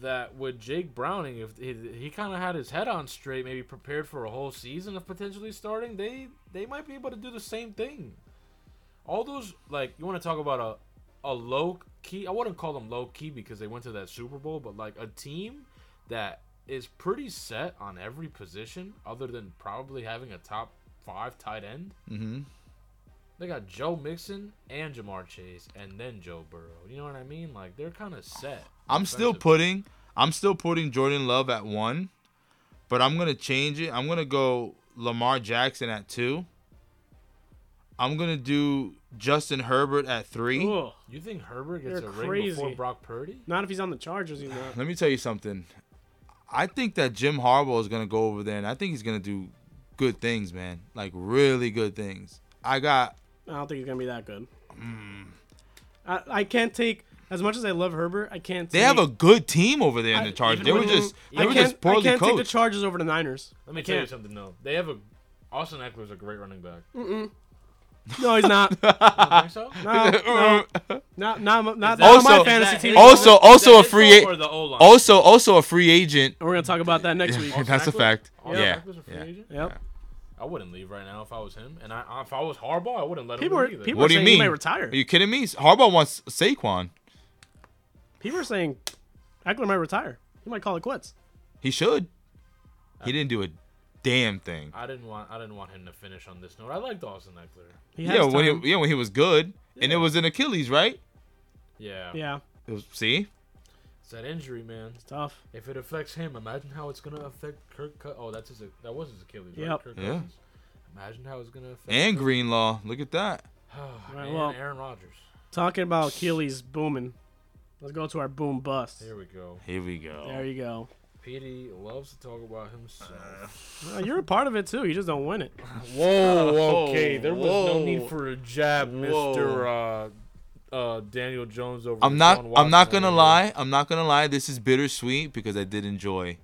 [SPEAKER 1] that with Jake Browning, if he, he kind of had his head on straight, maybe prepared for a whole season of potentially starting, they they might be able to do the same thing. All those like you want to talk about a a low key. I wouldn't call them low key because they went to that Super Bowl, but like a team that is pretty set on every position other than probably having a top five tight end.
[SPEAKER 3] Mm-hmm.
[SPEAKER 2] hmm
[SPEAKER 1] They got Joe Mixon and Jamar Chase and then Joe Burrow. You know what I mean? Like they're kind of set.
[SPEAKER 2] I'm still
[SPEAKER 1] Offensive.
[SPEAKER 2] putting I'm still putting Jordan Love at one, but I'm gonna change it. I'm gonna go Lamar Jackson at two. I'm gonna do Justin Herbert at three.
[SPEAKER 3] Ugh.
[SPEAKER 1] You think Herbert gets
[SPEAKER 3] They're
[SPEAKER 1] a ring before
[SPEAKER 3] crazy.
[SPEAKER 1] Brock Purdy?
[SPEAKER 3] Not if he's on the Chargers, he's not.
[SPEAKER 2] Let me tell you something. I think that Jim Harbaugh is gonna go over there, and I think he's gonna do good things, man. Like really good things. I got
[SPEAKER 3] I don't think he's gonna be that good.
[SPEAKER 2] Mm.
[SPEAKER 3] I, I can't take as much as I love Herbert. I can't.
[SPEAKER 2] they
[SPEAKER 3] take,
[SPEAKER 2] have a good team over there in
[SPEAKER 3] I-
[SPEAKER 2] the Chargers. They were
[SPEAKER 3] Mm,
[SPEAKER 2] just
[SPEAKER 3] I
[SPEAKER 2] they were
[SPEAKER 3] can't-
[SPEAKER 2] just poorly
[SPEAKER 3] I can't take the
[SPEAKER 2] coached.
[SPEAKER 3] Chargers over the
[SPEAKER 2] [LAUGHS]
[SPEAKER 3] Niners.
[SPEAKER 1] Let me
[SPEAKER 3] I
[SPEAKER 1] tell you
[SPEAKER 3] can't.
[SPEAKER 1] something though. They have a Austin Eckler's a great running back. You
[SPEAKER 3] No, he's not.
[SPEAKER 1] don't think so?
[SPEAKER 3] No,
[SPEAKER 2] [LAUGHS]
[SPEAKER 3] no, not
[SPEAKER 1] that-
[SPEAKER 3] not not, not on
[SPEAKER 2] Also-
[SPEAKER 3] my fantasy
[SPEAKER 1] Is
[SPEAKER 3] team.
[SPEAKER 1] that- is
[SPEAKER 2] also-
[SPEAKER 1] that
[SPEAKER 2] also a
[SPEAKER 1] his
[SPEAKER 2] free
[SPEAKER 1] fault
[SPEAKER 2] a-
[SPEAKER 1] or the O-line?
[SPEAKER 2] also, also a free agent. [LAUGHS]
[SPEAKER 3] and we're gonna talk about that next week.
[SPEAKER 2] That's a
[SPEAKER 1] Eckler?
[SPEAKER 2] fact.
[SPEAKER 1] Austin
[SPEAKER 2] yeah.
[SPEAKER 1] Eckler's a free
[SPEAKER 2] yeah.
[SPEAKER 1] agent?
[SPEAKER 3] Yep.
[SPEAKER 1] I wouldn't leave right now if I was him, and I if I was Harbaugh, I wouldn't let
[SPEAKER 3] People
[SPEAKER 1] him
[SPEAKER 3] are
[SPEAKER 1] leave either.
[SPEAKER 3] people
[SPEAKER 2] What
[SPEAKER 3] are
[SPEAKER 2] do you
[SPEAKER 3] saying he
[SPEAKER 2] mean?
[SPEAKER 3] might retire.
[SPEAKER 2] Are you kidding me? Harbaugh wants Saquon.
[SPEAKER 3] People are saying Eckler might retire. He might call it quits.
[SPEAKER 2] He should. He didn't do a damn
[SPEAKER 3] Uh,
[SPEAKER 2] thing.
[SPEAKER 1] I didn't want I didn't want him to finish on this note. I liked Austin Eckler.
[SPEAKER 3] He has
[SPEAKER 2] Yeah, when
[SPEAKER 3] time.
[SPEAKER 2] he, yeah, when he was good, and it was an Achilles, right?
[SPEAKER 1] Yeah.
[SPEAKER 3] yeah,
[SPEAKER 2] It was, see,
[SPEAKER 1] It's that injury, man.
[SPEAKER 3] it's tough.
[SPEAKER 1] If it affects him, imagine how it's gonna affect Kirk. Cous- oh, that's his. That was his Achilles.
[SPEAKER 3] Yep.
[SPEAKER 1] Right? Kirk
[SPEAKER 2] Yeah.
[SPEAKER 1] Cousins. Imagine how it's gonna affect. [SIGHS]
[SPEAKER 2] and Greenlaw. Look at that.
[SPEAKER 3] Right,
[SPEAKER 1] and
[SPEAKER 3] well-
[SPEAKER 1] Aaron Rodgers.
[SPEAKER 3] Talking about Achilles booming. Let's go to our boom bust.
[SPEAKER 1] Here we go.
[SPEAKER 2] Here we go.
[SPEAKER 3] There you go.
[SPEAKER 1] Petey loves to talk about himself.
[SPEAKER 3] Well, you're a part of it too. You just don't win it.
[SPEAKER 2] Uh,
[SPEAKER 1] Whoa,
[SPEAKER 2] okay, there was no need
[SPEAKER 1] for a jab,
[SPEAKER 2] Mr.,
[SPEAKER 1] Uh, uh, Daniel Jones over.
[SPEAKER 2] I'm not. I'm not gonna lie. I'm not gonna lie. This is bittersweet because I did enjoy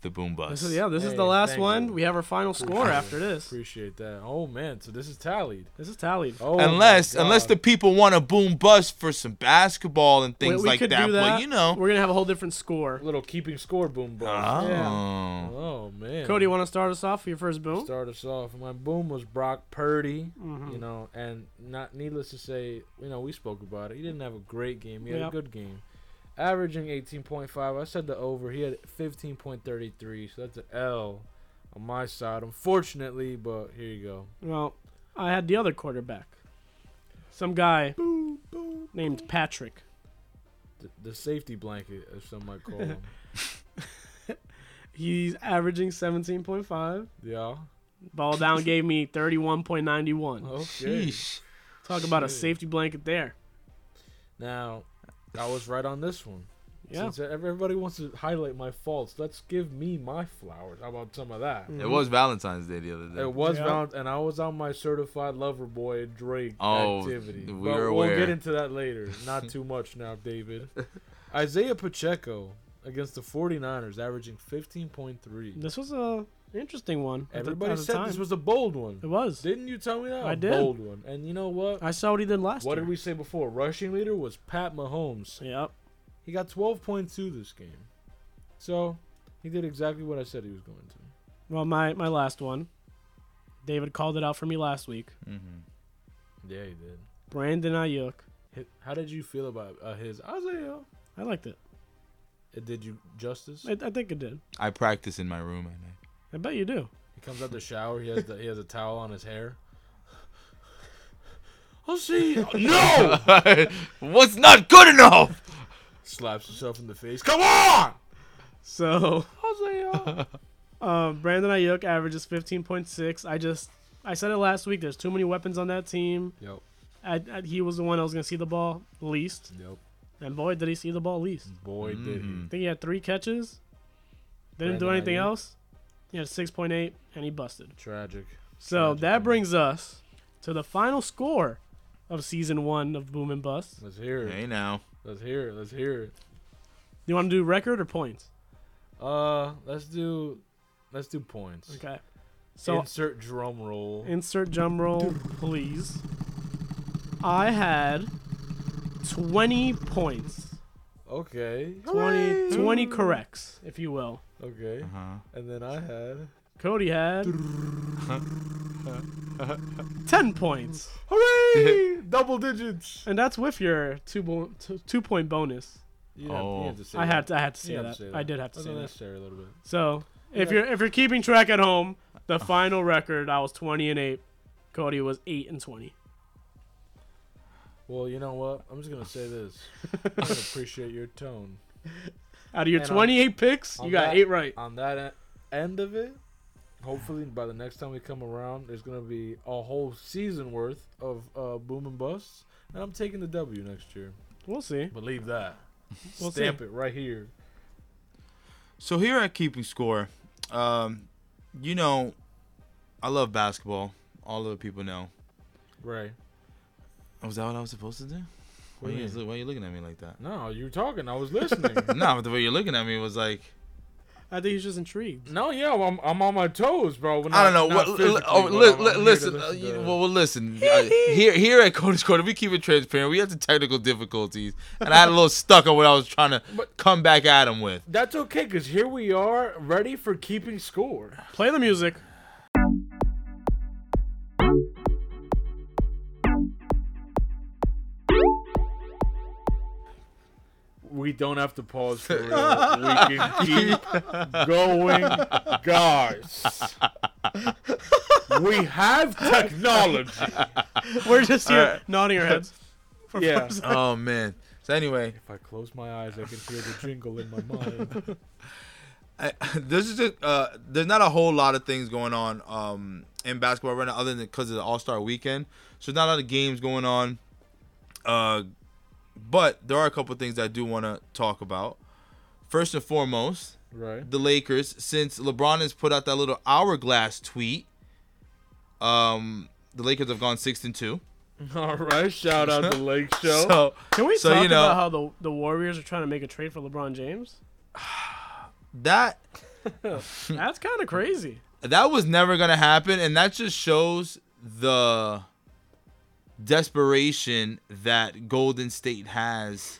[SPEAKER 2] the boom
[SPEAKER 3] This
[SPEAKER 2] bust.
[SPEAKER 3] is yeah. This is
[SPEAKER 1] Hey,
[SPEAKER 3] the last
[SPEAKER 1] thank
[SPEAKER 3] one.
[SPEAKER 1] you.
[SPEAKER 3] We have our final score after this.
[SPEAKER 1] Appreciate that. Oh man, so this is tallied.
[SPEAKER 3] This is tallied.
[SPEAKER 1] Oh, my
[SPEAKER 2] Unless, unless
[SPEAKER 1] God.
[SPEAKER 2] the people want a boom bust for some basketball and
[SPEAKER 3] We-
[SPEAKER 2] things
[SPEAKER 3] we
[SPEAKER 2] like
[SPEAKER 3] could
[SPEAKER 2] that,
[SPEAKER 3] do
[SPEAKER 2] but you
[SPEAKER 1] Oh.
[SPEAKER 2] know.
[SPEAKER 3] we're gonna have a whole different score.
[SPEAKER 1] little keeping score boom boom.
[SPEAKER 2] Oh.
[SPEAKER 1] Oh man.
[SPEAKER 3] Cody, you want to start us off with your first boom?
[SPEAKER 1] start us off. My boom was Brock Purdy,
[SPEAKER 3] Mm-hmm.
[SPEAKER 1] you know, and not needless to say, you know, we spoke about it. He didn't have a great game. He had
[SPEAKER 3] Yep.
[SPEAKER 1] a good game, averaging 18.5. I said the over. He had 15.33, so that's an L on my side, unfortunately. But here you go.
[SPEAKER 3] Well, I had the other quarterback, some guy named Patrick.
[SPEAKER 1] The, the safety blanket, as some might call
[SPEAKER 3] [LAUGHS]
[SPEAKER 1] him.
[SPEAKER 3] He's averaging 17.5.
[SPEAKER 1] yeah. [LAUGHS]
[SPEAKER 3] Ball down gave me 31.91.
[SPEAKER 1] Okay.
[SPEAKER 2] Sheesh.
[SPEAKER 3] Talk about a
[SPEAKER 1] Oh, shit.
[SPEAKER 3] safety blanket there.
[SPEAKER 1] Now, I was right on this one.
[SPEAKER 3] Yeah.
[SPEAKER 1] Since everybody wants to highlight my faults, let's give me my flowers. How about some of that?
[SPEAKER 2] It was Valentine's Day the other day.
[SPEAKER 1] It was
[SPEAKER 3] Yeah.
[SPEAKER 1] Valent- and I was on my certified lover boy Drake
[SPEAKER 2] Oh,
[SPEAKER 1] activity.
[SPEAKER 2] we
[SPEAKER 1] but
[SPEAKER 2] were
[SPEAKER 1] we'll
[SPEAKER 2] aware.
[SPEAKER 1] get into that later. Not too much now, David. Isaiah Pacheco against the 49ers, averaging 15.3.
[SPEAKER 3] This was a interesting one. at the-
[SPEAKER 1] Everybody
[SPEAKER 3] at the
[SPEAKER 1] said
[SPEAKER 3] time.
[SPEAKER 1] this was a bold one.
[SPEAKER 3] It was.
[SPEAKER 1] Didn't you tell me that?
[SPEAKER 3] I
[SPEAKER 1] A
[SPEAKER 3] did.
[SPEAKER 1] Bold one. And you know what?
[SPEAKER 3] I saw what he did last
[SPEAKER 1] What
[SPEAKER 3] year.
[SPEAKER 1] did we say before? Rushing leader was Pat Mahomes.
[SPEAKER 3] Yep.
[SPEAKER 1] He got 12.2 this game. So he did exactly what I said he was going to.
[SPEAKER 3] Well, my my last one. David called it out for me last week.
[SPEAKER 1] Yeah, he did.
[SPEAKER 3] Brandon Ayuk.
[SPEAKER 1] Hi- How did you feel about uh, his Isaiah?
[SPEAKER 3] I liked it.
[SPEAKER 1] It did you justice?
[SPEAKER 3] I, I think it did.
[SPEAKER 2] I practice in my room at night.
[SPEAKER 3] I bet you do.
[SPEAKER 1] He comes out the shower. He has the, he has a towel on his hair. I'll see. you." no!
[SPEAKER 2] [LAUGHS] What's not good enough?
[SPEAKER 1] [LAUGHS] Slaps himself in the face. Come on!
[SPEAKER 3] So [LAUGHS]
[SPEAKER 1] I'll see. you.
[SPEAKER 3] uh, Brandon Ayuk averages 15.6. I just I said it last week. There's too many weapons on that team.
[SPEAKER 1] Yep.
[SPEAKER 3] I, I, he was the one that was going to see the ball least,
[SPEAKER 1] Yep.
[SPEAKER 3] and boy did he see the ball least.
[SPEAKER 1] Boy, did he.
[SPEAKER 2] Mm-hmm.
[SPEAKER 3] I think he had three catches. Didn't do
[SPEAKER 1] Brandon
[SPEAKER 3] anything
[SPEAKER 1] Ayuk.
[SPEAKER 3] else. He had 6.8 and he busted.
[SPEAKER 1] Tragic.
[SPEAKER 3] So
[SPEAKER 1] Tragic, man.
[SPEAKER 3] that brings us to the final score of season one of Boom and Bust.
[SPEAKER 1] Let's hear it.
[SPEAKER 2] Hey now.
[SPEAKER 1] Let's hear it. Let's hear it.
[SPEAKER 3] You want to do record or points?
[SPEAKER 1] Uh, let's do, let's do points.
[SPEAKER 3] Okay. So
[SPEAKER 1] insert drum roll.
[SPEAKER 3] insert drum roll, please. I had 20 points.
[SPEAKER 1] okay.
[SPEAKER 3] 20, 20 corrects, if you will.
[SPEAKER 1] Okay.
[SPEAKER 2] Uh-huh.
[SPEAKER 1] And then I had.
[SPEAKER 3] Cody had 10 points.
[SPEAKER 1] Hooray! [LAUGHS] Double digits.
[SPEAKER 3] And that's with your two, bo- two, two point bonus.
[SPEAKER 1] You have-
[SPEAKER 2] Oh.
[SPEAKER 1] you have to say
[SPEAKER 3] I
[SPEAKER 1] that.
[SPEAKER 3] had to, I had to say,
[SPEAKER 1] You have
[SPEAKER 3] that.
[SPEAKER 1] to say
[SPEAKER 3] I did have to
[SPEAKER 1] That's
[SPEAKER 3] say that.
[SPEAKER 1] unnecessary a little bit.
[SPEAKER 3] So if
[SPEAKER 1] Yeah.
[SPEAKER 3] you're if you're keeping track at home, the final record I was 20 and 8. Cody was 8 and 20.
[SPEAKER 1] Well, you know what? I'm just gonna say
[SPEAKER 2] [LAUGHS]
[SPEAKER 1] this. I don't appreciate your tone.
[SPEAKER 3] Out of your
[SPEAKER 1] And on-
[SPEAKER 3] 28 picks, you
[SPEAKER 1] on
[SPEAKER 3] got
[SPEAKER 1] that-
[SPEAKER 3] 8 right.
[SPEAKER 1] On that e- end of it, hopefully by the next time we come around, there's gonna be a whole season worth of uh, boom and busts, and I'm taking the W next year.
[SPEAKER 3] We'll see.
[SPEAKER 1] Believe
[SPEAKER 2] [LAUGHS]
[SPEAKER 1] that.
[SPEAKER 3] We'll see.
[SPEAKER 1] Stamp it right here.
[SPEAKER 2] So here at Keeping Score, um, you know, I love basketball. All of the people know.
[SPEAKER 1] Right.
[SPEAKER 2] Was Oh, that what I was supposed to do? Why
[SPEAKER 1] What do you
[SPEAKER 2] you,
[SPEAKER 1] mean?
[SPEAKER 2] why you looking at me [LAUGHS] like that?
[SPEAKER 1] No, you were talking. I was listening.
[SPEAKER 2] [LAUGHS] no, but the way you're looking at me was like
[SPEAKER 3] I think he's just intrigued.
[SPEAKER 1] no, yeah, well, I'm, I'm on my toes, bro. Well,
[SPEAKER 2] I don't know.
[SPEAKER 1] not-
[SPEAKER 2] What,
[SPEAKER 1] not
[SPEAKER 2] li-
[SPEAKER 1] physically,
[SPEAKER 2] oh,
[SPEAKER 1] but
[SPEAKER 2] li-
[SPEAKER 1] I'm-
[SPEAKER 2] li-
[SPEAKER 1] I'm here to
[SPEAKER 2] listen. uh,
[SPEAKER 1] listen
[SPEAKER 2] you-
[SPEAKER 1] to-
[SPEAKER 2] well, well, listen. uh, here, here at Cody's Corner, we keep it transparent. We had some technical difficulties, and I had a little stuck on what I was trying [LAUGHS] to
[SPEAKER 1] But-
[SPEAKER 2] come back at him with.
[SPEAKER 1] That's okay, cause here we are, ready for keeping score.
[SPEAKER 3] Play the music. [LAUGHS]
[SPEAKER 1] We don't have to pause
[SPEAKER 2] [LAUGHS]
[SPEAKER 1] for real. we can keep going, guys. We have
[SPEAKER 3] [LAUGHS]
[SPEAKER 1] technology.
[SPEAKER 3] We're just here
[SPEAKER 2] Alright.
[SPEAKER 3] nodding our
[SPEAKER 2] [LAUGHS]
[SPEAKER 3] heads. For
[SPEAKER 1] Yeah.
[SPEAKER 3] four seconds.
[SPEAKER 2] Oh man. So anyway,
[SPEAKER 1] If I close my eyes, I can hear the jingle in my mind.
[SPEAKER 2] I, [LAUGHS] this is just, uh, there's not a whole lot of things going on um, in basketball right now, other than because of the All Star Weekend. So there's not a lot of games going on, uh, but there are a couple things I do want to talk about. First and foremost,
[SPEAKER 1] Right?
[SPEAKER 2] the Lakers since LeBron has put out that little hourglass tweet. Um, the Lakers have gone six and two.
[SPEAKER 1] All right. Shout out the
[SPEAKER 2] [LAUGHS]
[SPEAKER 1] Lake Show.
[SPEAKER 2] So
[SPEAKER 3] Can we
[SPEAKER 2] so,
[SPEAKER 3] talk
[SPEAKER 2] you know-
[SPEAKER 3] about how the, the Warriors are trying to make a trade for LeBron James?
[SPEAKER 2] that Hmm.
[SPEAKER 3] That's kind of crazy.
[SPEAKER 2] that was never gonna happen, and that just shows the desperation that Golden State has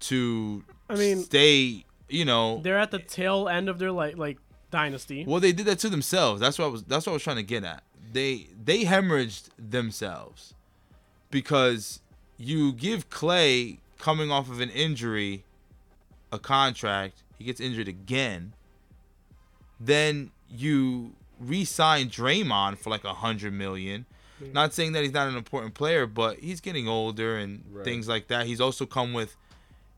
[SPEAKER 2] to
[SPEAKER 3] I mean-
[SPEAKER 2] stay. You know,
[SPEAKER 3] They're at the tail end of their like like dynasty.
[SPEAKER 2] well, they did that to themselves. That's what I was. That's what I was trying to get at. They they hemorrhaged themselves because you give Clay coming off of an injury a contract. He gets injured again. Then you re-sign Draymond for like a hundred million. Not saying that he's not an important player, but he's getting older and
[SPEAKER 1] Right.
[SPEAKER 2] things like that. He's also come with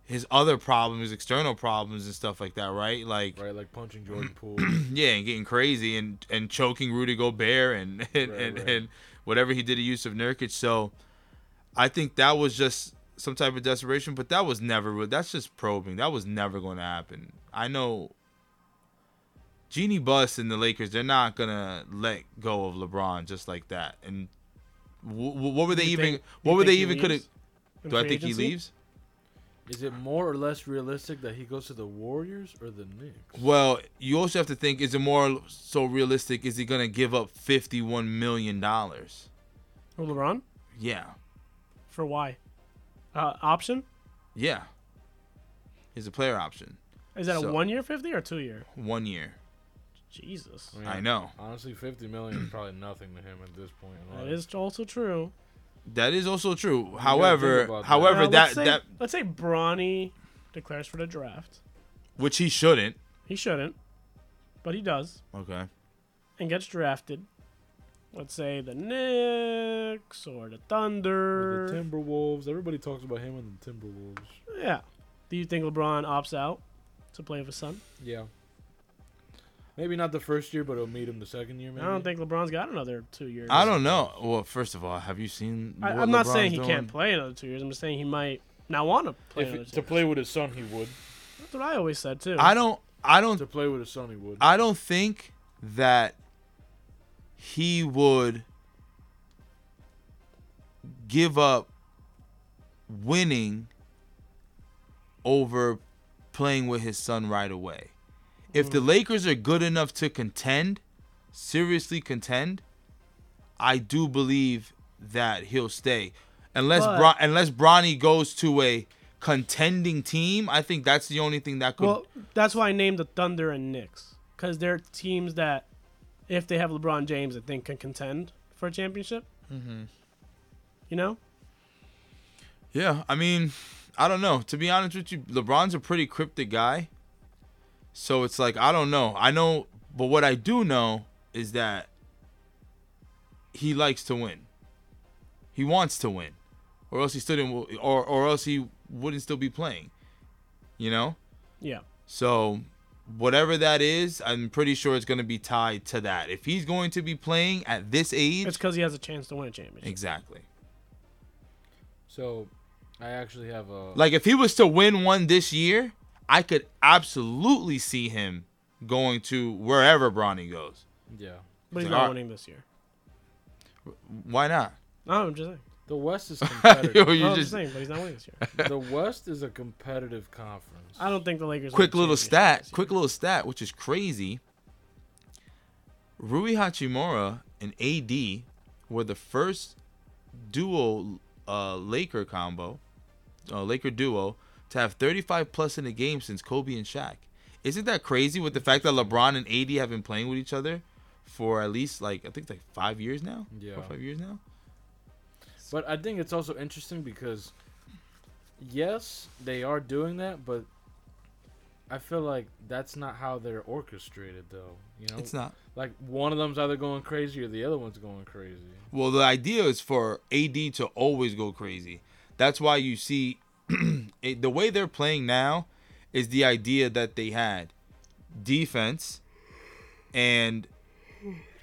[SPEAKER 2] his other problems, his external problems and stuff like that, right? Like
[SPEAKER 1] Right, like punching Jordan
[SPEAKER 2] [CLEARS THROAT]
[SPEAKER 1] Poole.
[SPEAKER 2] yeah, and getting crazy and and choking Rudy Gobert and [LAUGHS] and
[SPEAKER 1] Right,
[SPEAKER 2] and,
[SPEAKER 1] right.
[SPEAKER 2] and whatever he did to Yusuf Nurkic. So I think that was just some type of desperation, but that was never. re- That's just probing. That was never going to happen. I know. Genie Bus and the Lakers, they're not gonna let go of LeBron just like that. And w- w- what were they
[SPEAKER 3] You
[SPEAKER 2] even?
[SPEAKER 3] think-
[SPEAKER 2] what
[SPEAKER 3] you
[SPEAKER 2] were
[SPEAKER 3] think
[SPEAKER 2] they
[SPEAKER 3] he
[SPEAKER 2] even could? have
[SPEAKER 3] leaves in
[SPEAKER 2] Do I
[SPEAKER 3] free
[SPEAKER 2] think he
[SPEAKER 3] agency?
[SPEAKER 2] leaves?
[SPEAKER 1] Is it more or less realistic that he goes to the Warriors or the Knicks?
[SPEAKER 2] Well, you also have to think: is it more so realistic? Is he gonna give up fifty-one million dollars?
[SPEAKER 3] Or LeBron?
[SPEAKER 2] Yeah.
[SPEAKER 3] For why? Uh, option?
[SPEAKER 2] Yeah. He's a player option.
[SPEAKER 3] Is that a
[SPEAKER 2] So-
[SPEAKER 3] one year 50 or two year?
[SPEAKER 2] One year.
[SPEAKER 3] Jesus.
[SPEAKER 1] mean,
[SPEAKER 2] I know.
[SPEAKER 1] Honestly, fifty million is probably nothing to him at this point. in
[SPEAKER 3] That
[SPEAKER 1] life.
[SPEAKER 3] is also true.
[SPEAKER 2] That is also true.
[SPEAKER 1] think
[SPEAKER 2] However,
[SPEAKER 1] about that.
[SPEAKER 2] however
[SPEAKER 3] Now,
[SPEAKER 2] that
[SPEAKER 3] let's say,
[SPEAKER 2] that
[SPEAKER 3] let's say Bronny declares for the draft.
[SPEAKER 2] which he shouldn't.
[SPEAKER 3] He shouldn't. but he does
[SPEAKER 2] Okay.
[SPEAKER 3] and gets drafted. Let's say the Knicks or the Thunder.
[SPEAKER 1] The Timberwolves. Everybody talks about him and the Timberwolves.
[SPEAKER 3] yeah. Do you think LeBron opts out to play with his son?
[SPEAKER 1] Yeah. Maybe not the first year, but it'll meet him the second year. Maybe.
[SPEAKER 3] I don't think LeBron's got another two years.
[SPEAKER 2] I don't know. Well, first of all, have you seen?
[SPEAKER 3] I,
[SPEAKER 2] what
[SPEAKER 3] am not
[SPEAKER 2] LeBron's
[SPEAKER 3] saying he
[SPEAKER 2] doing?
[SPEAKER 3] can't play another two years. I'm just saying he might not want to play another
[SPEAKER 1] If,
[SPEAKER 3] two.
[SPEAKER 1] to play with his son, he would.
[SPEAKER 3] That's what I always said too.
[SPEAKER 2] I don't. I don't
[SPEAKER 1] To play with his son, he would.
[SPEAKER 2] I don't think that he would give up winning over playing with his son right away. If
[SPEAKER 3] Mm.
[SPEAKER 2] the Lakers are good enough to contend, seriously contend, I do believe that he'll stay. Unless
[SPEAKER 3] But-
[SPEAKER 2] Bron- unless Bronny goes to a contending team, I think that's the only thing that could
[SPEAKER 3] well, that's why I named the Thunder and Knicks because they're teams that, if they have LeBron James, I think can contend for a championship. Mm-hmm. You know,
[SPEAKER 2] Yeah, I mean, I don't know. To be honest with you, LeBron's a pretty cryptic guy. So it's like, I don't know. I know, but what I do know is that he likes to win. He wants to win. Or else he still didn't, or, or else he wouldn't still be playing. You know?
[SPEAKER 3] yeah.
[SPEAKER 2] So whatever that is, I'm pretty sure it's going to be tied to that. If he's going to be playing at this age,
[SPEAKER 3] It's because he has a chance to win a championship.
[SPEAKER 2] exactly.
[SPEAKER 1] So, I actually have a.
[SPEAKER 2] Like if he was to win one this year, I could absolutely see him going to wherever Bronny goes.
[SPEAKER 1] yeah.
[SPEAKER 3] But he's
[SPEAKER 2] Like,
[SPEAKER 3] not
[SPEAKER 2] alright.
[SPEAKER 3] winning this year.
[SPEAKER 2] Why not? [LAUGHS]
[SPEAKER 3] No, I'm just saying.
[SPEAKER 1] The West [LAUGHS] is
[SPEAKER 2] Yo,
[SPEAKER 1] competitive.
[SPEAKER 2] you
[SPEAKER 3] No, I'm just
[SPEAKER 2] just
[SPEAKER 3] saying, but he's not winning this
[SPEAKER 2] [LAUGHS]
[SPEAKER 3] year.
[SPEAKER 1] the West is a competitive conference.
[SPEAKER 3] I don't think the Lakers.
[SPEAKER 2] quick
[SPEAKER 3] win a
[SPEAKER 2] little
[SPEAKER 3] championship
[SPEAKER 2] stat,
[SPEAKER 3] this year.
[SPEAKER 2] quick little stat, which is crazy. Rui Hachimura and AD were the first duo uh, Laker combo, uh, Laker duo to have 35 plus in a game since Kobe and Shaq. Isn't that crazy with the fact that LeBron and AD have been playing with each other for at least like I think like 5 years now?
[SPEAKER 1] Yeah.
[SPEAKER 2] Four, 5 years now?
[SPEAKER 1] But I think it's also interesting because, yes, they are doing that, but I feel like that's not how they're orchestrated, though. You know,
[SPEAKER 2] It's not
[SPEAKER 1] like one of them's either going crazy or the other one's going crazy.
[SPEAKER 2] Well, the idea is for AD to always go crazy. That's why you see [CLEARS THROAT] it- the way they're playing now is the idea that they had defense and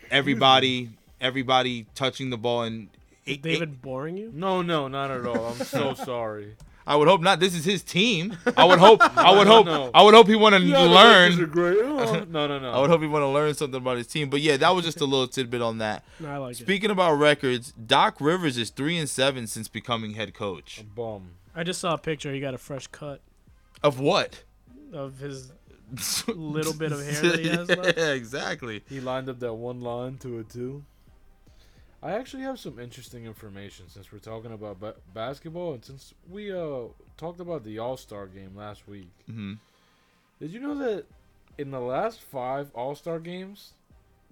[SPEAKER 2] everybody everybody touching the ball and
[SPEAKER 3] Is
[SPEAKER 2] e-
[SPEAKER 3] David boring you?
[SPEAKER 1] No, no, not at all. I'm [LAUGHS] so sorry.
[SPEAKER 2] I would hope not. This is his team. I would hope I would hope
[SPEAKER 1] No.
[SPEAKER 2] I would hope he want to
[SPEAKER 1] Yeah, the Lakers are
[SPEAKER 2] learn.
[SPEAKER 1] great.
[SPEAKER 2] [LAUGHS]
[SPEAKER 1] Oh, no, no,
[SPEAKER 2] I would
[SPEAKER 1] no.
[SPEAKER 2] hope he want to learn something about his team. But yeah, that was just a little tidbit on that.
[SPEAKER 3] No, I like it.
[SPEAKER 2] Speaking about records, Doc Rivers is 3 and 7 since becoming head coach.
[SPEAKER 1] Bum.
[SPEAKER 3] I just saw a picture. He got a fresh cut
[SPEAKER 2] Of what?
[SPEAKER 3] of his. [LAUGHS] Little bit of hair that he has left.
[SPEAKER 2] Yeah, [LAUGHS] exactly.
[SPEAKER 1] He lined up that one line to a two. I actually have some interesting information since we're talking about ba- basketball and since we uh talked about the All Star game last week.
[SPEAKER 2] hmm
[SPEAKER 1] Did you know that in the last five All Star games,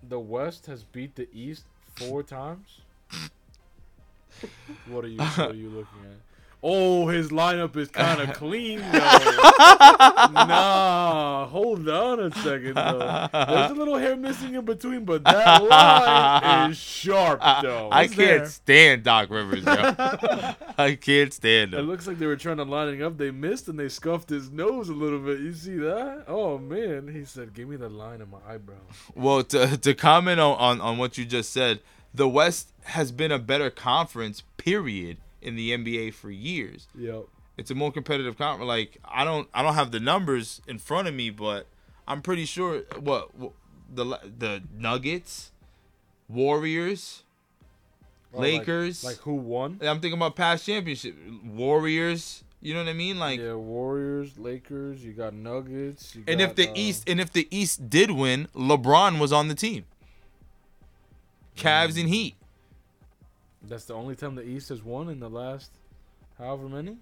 [SPEAKER 1] the West has beat the East four times? [LAUGHS] what are you What are you looking at? Oh, his lineup is kind [LAUGHS] of clean though. nah, hold on a second though. There's a little hair missing in between, but that line is sharp though.
[SPEAKER 2] I
[SPEAKER 3] It's
[SPEAKER 2] can't
[SPEAKER 3] there.
[SPEAKER 2] stand Doc Rivers, yo. I can't stand
[SPEAKER 1] It
[SPEAKER 2] him.
[SPEAKER 1] looks like they were trying to line it up. They missed and they scuffed his nose a little bit. You see that? Oh man, he said, "Give me the line in my eyebrow."
[SPEAKER 2] Well, to, to comment on, on, on what you just said, the West has been a better conference, period, in the NBA for years.
[SPEAKER 1] Yep.
[SPEAKER 2] It's a more competitive conference. Like I don't I don't have the numbers in front of me, but I'm pretty sure what, what the the Nuggets, Warriors,
[SPEAKER 1] Oh, like-
[SPEAKER 2] Lakers,
[SPEAKER 1] Like, who won?
[SPEAKER 2] I'm thinking about past championship Warriors. You know what I mean? Like,
[SPEAKER 1] yeah, Warriors, Lakers. You got Nuggets. You
[SPEAKER 2] and
[SPEAKER 1] got,
[SPEAKER 2] if the
[SPEAKER 1] uh,
[SPEAKER 2] East and if the East did win, LeBron was on the team. Cavs and Heat.
[SPEAKER 1] that's the only time the East has won in the last, however many.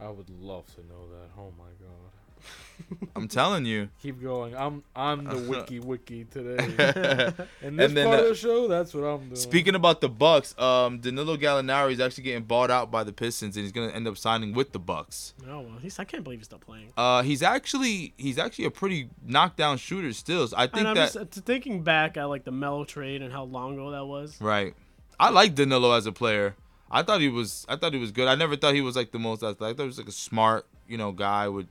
[SPEAKER 1] I would love to know that. Oh my god.
[SPEAKER 2] I'm telling you.
[SPEAKER 1] Keep going. I'm I'm the
[SPEAKER 2] [LAUGHS]
[SPEAKER 1] wiki wiki today.
[SPEAKER 2] Speaking
[SPEAKER 1] And this
[SPEAKER 2] And then,
[SPEAKER 1] part
[SPEAKER 2] uh,
[SPEAKER 1] of the show, that's what I'm doing.
[SPEAKER 2] about the Bucks, um, Danilo Gallinari is actually getting bought out by the Pistons, and he's gonna end up signing with the Bucks.
[SPEAKER 3] No, well, he's, I can't believe he's still playing.
[SPEAKER 2] Uh, he's actually he's actually a pretty knockdown shooter still. So I think
[SPEAKER 3] And I'm
[SPEAKER 2] that
[SPEAKER 3] just uh, t- thinking back at like the Mello trade and how long ago that was.
[SPEAKER 2] right. I like Danilo as a player. I thought he was I thought he was good. I never thought he was like the most athletic. I thought he was like a smart you know guy would,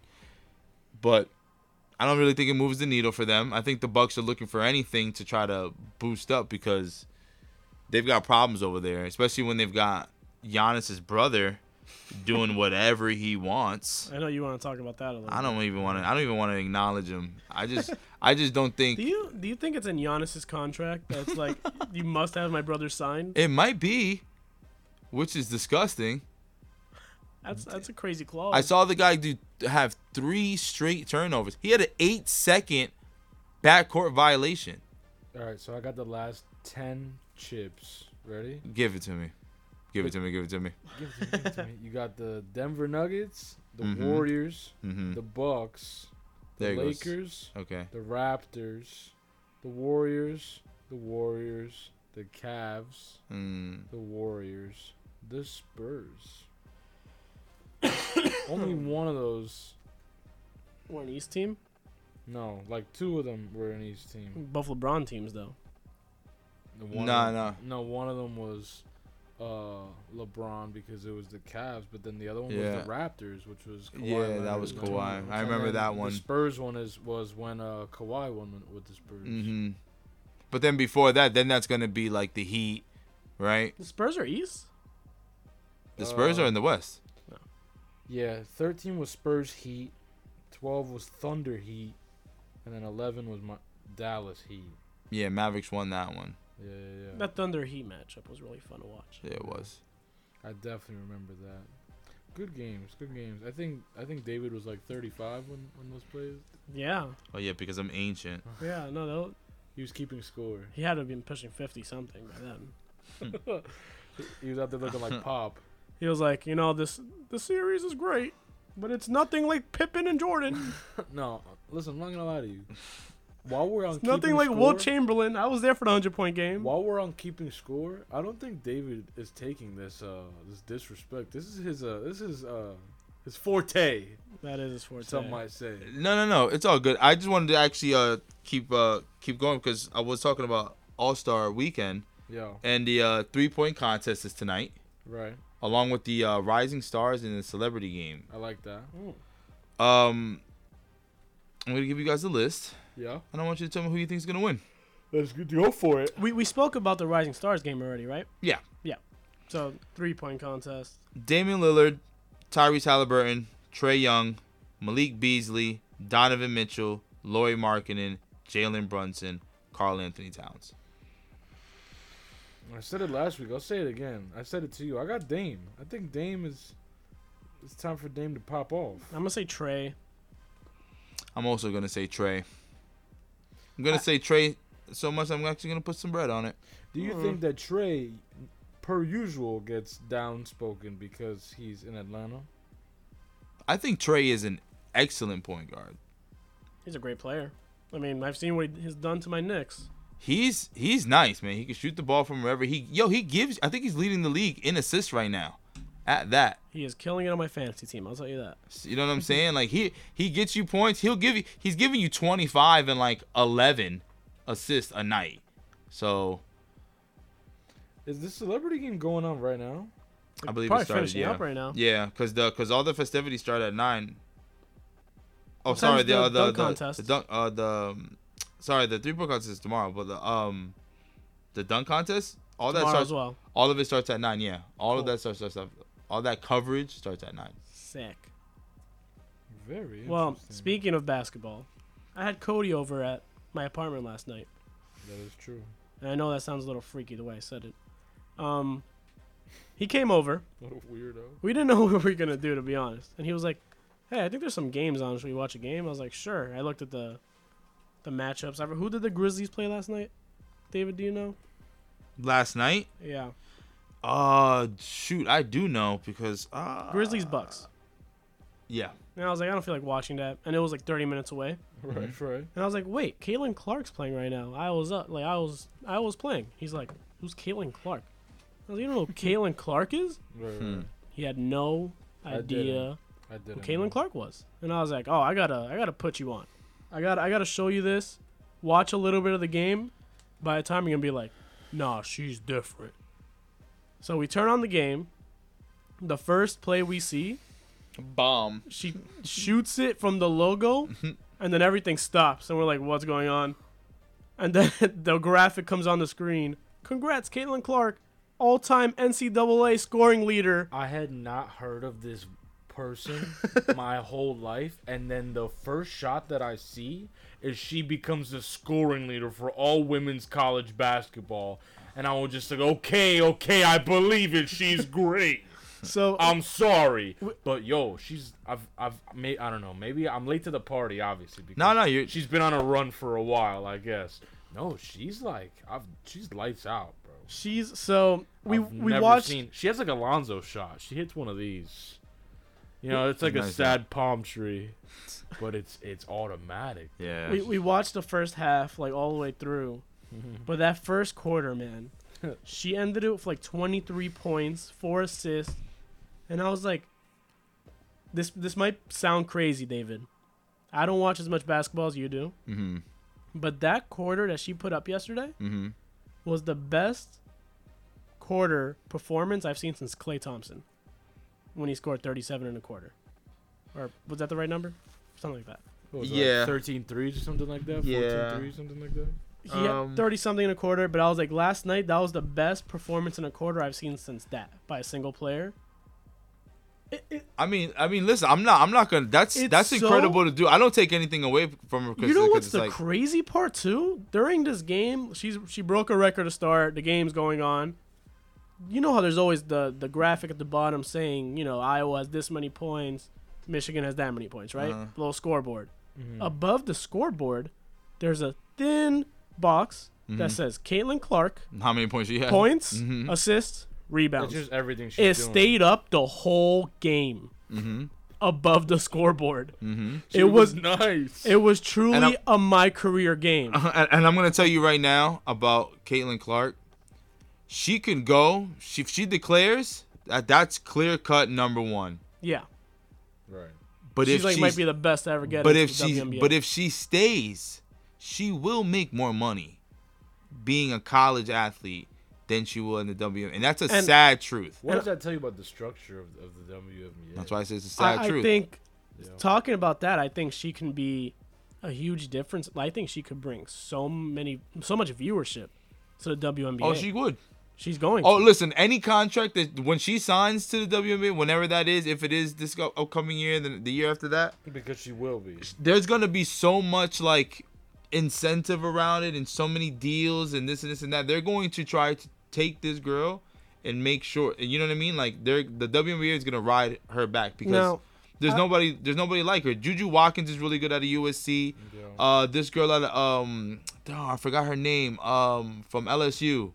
[SPEAKER 2] but I don't really think it moves the needle for them. I think the Bucks are looking for anything to try to boost up because they've got problems over there, especially when they've got Giannis's brother doing whatever he wants.
[SPEAKER 3] I know you want to talk about that a little.
[SPEAKER 2] I don't even want to. I don't even want to acknowledge him. I just, I just don't think
[SPEAKER 3] Do [LAUGHS] you do you think it's in Giannis's contract that's like you must have my brother sign?
[SPEAKER 2] it might be, which is disgusting.
[SPEAKER 3] That's that's a crazy clause.
[SPEAKER 2] I saw the guy do have three straight turnovers. He had an eight-second backcourt violation.
[SPEAKER 1] All right, so I got the last ten chips. Ready? [LAUGHS]
[SPEAKER 2] Give it to me. Give it to me. Give it to me.
[SPEAKER 1] Give it to me, give it to me. You got the Denver Nuggets, the
[SPEAKER 2] Mhm.
[SPEAKER 1] Warriors,
[SPEAKER 2] hmm
[SPEAKER 1] the Bucks, the
[SPEAKER 2] There he goes.
[SPEAKER 1] Lakers,
[SPEAKER 2] Okay.
[SPEAKER 1] the Raptors, the Warriors, the Warriors, the Cavs,
[SPEAKER 2] Mm.
[SPEAKER 1] the Warriors, the Spurs. Only one of those.
[SPEAKER 3] We're an East team,
[SPEAKER 1] No, like two of them were in each team.
[SPEAKER 3] both LeBron teams though.
[SPEAKER 1] The one
[SPEAKER 2] Nah,
[SPEAKER 1] of,
[SPEAKER 2] nah.
[SPEAKER 1] No, one of them was uh, LeBron because it was the Cavs, but then the other one
[SPEAKER 2] Yeah.
[SPEAKER 1] was the Raptors, which was Kawhi
[SPEAKER 2] Yeah,
[SPEAKER 1] Leonard
[SPEAKER 2] that was
[SPEAKER 1] and Kawhi.
[SPEAKER 2] Kawhi. I
[SPEAKER 1] And
[SPEAKER 2] remember
[SPEAKER 1] then
[SPEAKER 2] that one.
[SPEAKER 1] The Spurs one is was when uh, Kawhi won with- with the Spurs.
[SPEAKER 2] hmm But then before that, then that's gonna be like the Heat, right?
[SPEAKER 3] The Spurs are East.
[SPEAKER 2] The Spurs
[SPEAKER 1] Uh,
[SPEAKER 2] are in the West.
[SPEAKER 1] Yeah, thirteen was Spurs Heat, twelve was Thunder Heat, and then eleven was my Dallas Heat.
[SPEAKER 2] Yeah, Mavericks won that one.
[SPEAKER 1] Yeah, yeah, yeah.
[SPEAKER 3] That Thunder Heat matchup was really fun to watch.
[SPEAKER 2] Yeah, it was.
[SPEAKER 1] I definitely remember that. Good games, good games. I think I think David was like 35 when when those plays.
[SPEAKER 3] Yeah,
[SPEAKER 2] Oh yeah, because I'm ancient.
[SPEAKER 3] yeah, no, that,
[SPEAKER 1] He was keeping score.
[SPEAKER 3] he had to have been pushing fifty something by then.
[SPEAKER 1] He was out there looking like Pop.
[SPEAKER 3] He was like, you know, this the series is great, but it's nothing like Pippen and
[SPEAKER 2] [LAUGHS]
[SPEAKER 3] Jordan.
[SPEAKER 1] No, listen, I'm not gonna lie to you. While we're on
[SPEAKER 3] It's nothing
[SPEAKER 1] keeping
[SPEAKER 3] like
[SPEAKER 1] score,
[SPEAKER 3] Will Chamberlain. I was there for the hundred point game.
[SPEAKER 1] While we're on keeping score, I don't think David is taking this uh this disrespect. This is his uh this is uh his forte.
[SPEAKER 3] That is his forte.
[SPEAKER 1] Some might say.
[SPEAKER 2] No, no, no. It's all good. I just wanted to actually uh keep uh keep going because I was talking about All Star Weekend
[SPEAKER 1] Yeah,
[SPEAKER 2] and the uh, three point contest is tonight,
[SPEAKER 1] right.
[SPEAKER 2] along with the uh, Rising Stars and the Celebrity Game.
[SPEAKER 1] I like that.
[SPEAKER 2] Um, I'm gonna give you guys a list,
[SPEAKER 1] Yeah,
[SPEAKER 2] and I want you to tell me who you think is gonna win.
[SPEAKER 1] let's go for it.
[SPEAKER 3] We we spoke about the Rising Stars game already, right?
[SPEAKER 2] Yeah.
[SPEAKER 3] Yeah. So three point contest.
[SPEAKER 2] Damian Lillard, Tyrese Halliburton, Trey Young, Malik Beasley, Donovan Mitchell, Laurie Markkinen, Jalen Brunson, Carl Anthony Towns.
[SPEAKER 1] I said it last week. I'll say it again. I said it to you. I got Dame. I think Dame is. It's time for Dame to pop off.
[SPEAKER 3] I'm gonna say Trey.
[SPEAKER 2] I'm also gonna say Trey. I'm gonna say Trey so much I'm actually gonna put some bread on it.
[SPEAKER 1] Do you
[SPEAKER 3] Mm.
[SPEAKER 1] think that Trey, per usual, gets downspoken because he's in Atlanta?
[SPEAKER 2] I think Trey is an excellent point guard.
[SPEAKER 3] He's a great player. I mean, I've seen what he's done to my Knicks.
[SPEAKER 2] He's he's nice, man. He can shoot the ball from wherever he yo, he gives I think he's leading the league in assists right now. At that.
[SPEAKER 3] He is killing it on my fantasy team. I'll tell you that.
[SPEAKER 2] You know what I'm saying? Like he he gets you points, he'll give you he's giving you twenty five and like eleven assists a night. So
[SPEAKER 1] Is this celebrity game going on right now?
[SPEAKER 2] I believe
[SPEAKER 3] Probably
[SPEAKER 2] it started.
[SPEAKER 3] finishing
[SPEAKER 2] yeah.
[SPEAKER 3] up right now.
[SPEAKER 2] Yeah, because the because all the festivities start at nine. Oh,
[SPEAKER 3] What
[SPEAKER 2] sorry,
[SPEAKER 3] time's
[SPEAKER 2] the
[SPEAKER 3] the
[SPEAKER 2] uh, the,
[SPEAKER 3] dunk
[SPEAKER 2] the,
[SPEAKER 3] contest?
[SPEAKER 2] the dunk uh the um, sorry the three point contest is tomorrow, but the um the dunk contest all that
[SPEAKER 3] Tomorrow
[SPEAKER 2] starts
[SPEAKER 3] as well.
[SPEAKER 2] all of it starts at nine. Yeah, all of
[SPEAKER 3] Cool.
[SPEAKER 2] that starts starts at all that coverage starts at nine.
[SPEAKER 3] Sick.
[SPEAKER 1] Very.
[SPEAKER 3] Well,
[SPEAKER 1] interesting.
[SPEAKER 3] speaking of basketball, I had Cody over at my apartment last night,
[SPEAKER 1] That is true.
[SPEAKER 3] and I know that sounds a little freaky the way I said it. Um, he came over.
[SPEAKER 1] What a weirdo.
[SPEAKER 3] We didn't [LAUGHS] know what we were gonna do to be honest, and he was like, "Hey, I think there's some games on. Should we watch a game?" I was like, "Sure." I looked at the the matchups. I, who did the Grizzlies play last night? David, do you know?
[SPEAKER 2] Last night,
[SPEAKER 3] Yeah,
[SPEAKER 2] uh, shoot, I do know because uh,
[SPEAKER 3] Grizzlies Bucks.
[SPEAKER 2] Yeah,
[SPEAKER 3] And I was like, I don't feel like watching that. And it was like 30 minutes away.
[SPEAKER 1] Right, right.
[SPEAKER 3] And I was like, wait, Caitlin Clark's playing right now. I was up, like I was, I was playing. He's like, who's Caitlin Clark? I was like, you don't know who Caitlin Clark is?
[SPEAKER 1] right, right.
[SPEAKER 2] Hmm.
[SPEAKER 3] He had no
[SPEAKER 1] I
[SPEAKER 3] idea
[SPEAKER 1] didn't. I did.
[SPEAKER 3] who Caitlin Clark was, and I was like, oh, I gotta, I gotta put you on. I gotta, I gotta show you this. Watch a little bit of the game. By the time you're gonna be like, nah, she's different. So we turn on the game. The first play we see,
[SPEAKER 4] Bomb.
[SPEAKER 3] she shoots it from the logo
[SPEAKER 1] Mm-hmm.
[SPEAKER 3] and then everything stops and we're like what's going on and then [LAUGHS] the graphic comes on the screen congrats caitlin clark all-time ncaa scoring leader
[SPEAKER 1] I had not heard of this person
[SPEAKER 2] [LAUGHS]
[SPEAKER 1] my whole life, and then the first shot that I see is she becomes the scoring leader for all women's college basketball, and I was just like, okay, okay, I believe it.
[SPEAKER 2] [LAUGHS]
[SPEAKER 1] She's great.
[SPEAKER 3] so
[SPEAKER 1] I'm sorry, but yo, she's I've I've made I don't know maybe I'm late to the party obviously because
[SPEAKER 2] No, no, you're
[SPEAKER 1] she's been on a run for a while I guess. No, she's like I've she's lights out, bro.
[SPEAKER 3] she's so we
[SPEAKER 1] I've
[SPEAKER 3] we
[SPEAKER 1] never
[SPEAKER 3] watched
[SPEAKER 1] seen- she has like Alonzo shot. She hits one of these. You know, it's like a
[SPEAKER 2] Nice,
[SPEAKER 1] sad palm tree, but it's it's automatic.
[SPEAKER 2] yeah.
[SPEAKER 3] we, we watched the first half like all the way through but that first quarter man she ended it with like 23 points four assists and i was like this this might sound crazy david i don't watch as much basketball as you do
[SPEAKER 2] Mhm.
[SPEAKER 3] but that quarter that she put up yesterday
[SPEAKER 2] Mhm.
[SPEAKER 3] was the best quarter performance i've seen since clay thompson when he scored 37 and a quarter or was that the right number something like that
[SPEAKER 1] What was
[SPEAKER 2] Yeah.
[SPEAKER 1] That, 13 threes or something like that? 14
[SPEAKER 2] Yeah.
[SPEAKER 1] threes, something like that?
[SPEAKER 3] he
[SPEAKER 2] Um,
[SPEAKER 3] had 30 something in a quarter, but I was like, last night, that was the best performance in a quarter I've seen since that by a single player. It, it,
[SPEAKER 2] I mean, I mean, listen, I'm not, I'm not gonna. That's
[SPEAKER 3] It's
[SPEAKER 2] that's
[SPEAKER 3] so-
[SPEAKER 2] incredible to do. I don't take anything away from her.
[SPEAKER 3] you know what's
[SPEAKER 2] it's
[SPEAKER 3] the
[SPEAKER 2] like,
[SPEAKER 3] crazy part, too? During this game, she's she broke a record to start. The game's going on. You know how there's always the, the graphic at the bottom saying, you know, Iowa has this many points, Michigan has that many points, right?
[SPEAKER 2] Uh-huh.
[SPEAKER 3] Little scoreboard. Above the scoreboard, there's a thin box
[SPEAKER 2] Mm-hmm.
[SPEAKER 3] that says Caitlin Clark,
[SPEAKER 2] how many points she had?
[SPEAKER 3] points,
[SPEAKER 2] Mm-hmm.
[SPEAKER 3] assists, rebounds.
[SPEAKER 1] It's just everything she's
[SPEAKER 3] it
[SPEAKER 1] doing.
[SPEAKER 3] stayed up the whole game
[SPEAKER 2] Mm-hmm.
[SPEAKER 3] above the scoreboard.
[SPEAKER 1] She
[SPEAKER 3] It was
[SPEAKER 1] nice.
[SPEAKER 3] it was
[SPEAKER 2] And
[SPEAKER 3] truly
[SPEAKER 2] I'm- Uh-huh.
[SPEAKER 3] a my career game.
[SPEAKER 2] [LAUGHS] and, and I'm gonna tell you right now about Caitlin Clark. She can go. She if she declares that that's clear cut number one.
[SPEAKER 3] Yeah,
[SPEAKER 1] right.
[SPEAKER 2] But
[SPEAKER 3] she's
[SPEAKER 2] if
[SPEAKER 3] like
[SPEAKER 2] she,
[SPEAKER 3] might be the best I ever get.
[SPEAKER 2] but
[SPEAKER 3] into
[SPEAKER 2] if
[SPEAKER 3] the
[SPEAKER 2] she,
[SPEAKER 3] WNBA.
[SPEAKER 2] but if she stays, she will make more money being a college athlete than she will in the WM. And that's a
[SPEAKER 3] And-
[SPEAKER 2] sad truth.
[SPEAKER 1] What
[SPEAKER 3] And-
[SPEAKER 1] does that tell you about the structure of, of the WNBA?
[SPEAKER 2] That's why I say it's a sad
[SPEAKER 3] I, I
[SPEAKER 2] truth.
[SPEAKER 3] think
[SPEAKER 1] Yeah.
[SPEAKER 3] talking about that, I think she can be a huge difference. I think she could bring so many, so much viewership to the WNBA.
[SPEAKER 2] oh, she would.
[SPEAKER 3] she's going.
[SPEAKER 2] Oh,
[SPEAKER 3] to.
[SPEAKER 2] listen, any contract that when she signs to the WNBA, whenever that is, if it is this go- upcoming year, then the year after that,
[SPEAKER 1] Because she will be.
[SPEAKER 2] there's gonna be so much like incentive around it and so many deals and this and this and that. They're going to try to take this girl and make sure and you know what I mean? Like they're the WNBA is gonna ride her back because
[SPEAKER 3] Now,
[SPEAKER 2] there's nobody there's nobody like her. Juju Watkins is really good at a USC.
[SPEAKER 1] Yeah.
[SPEAKER 2] Uh this girl at um darn, I forgot her name. Um from LSU.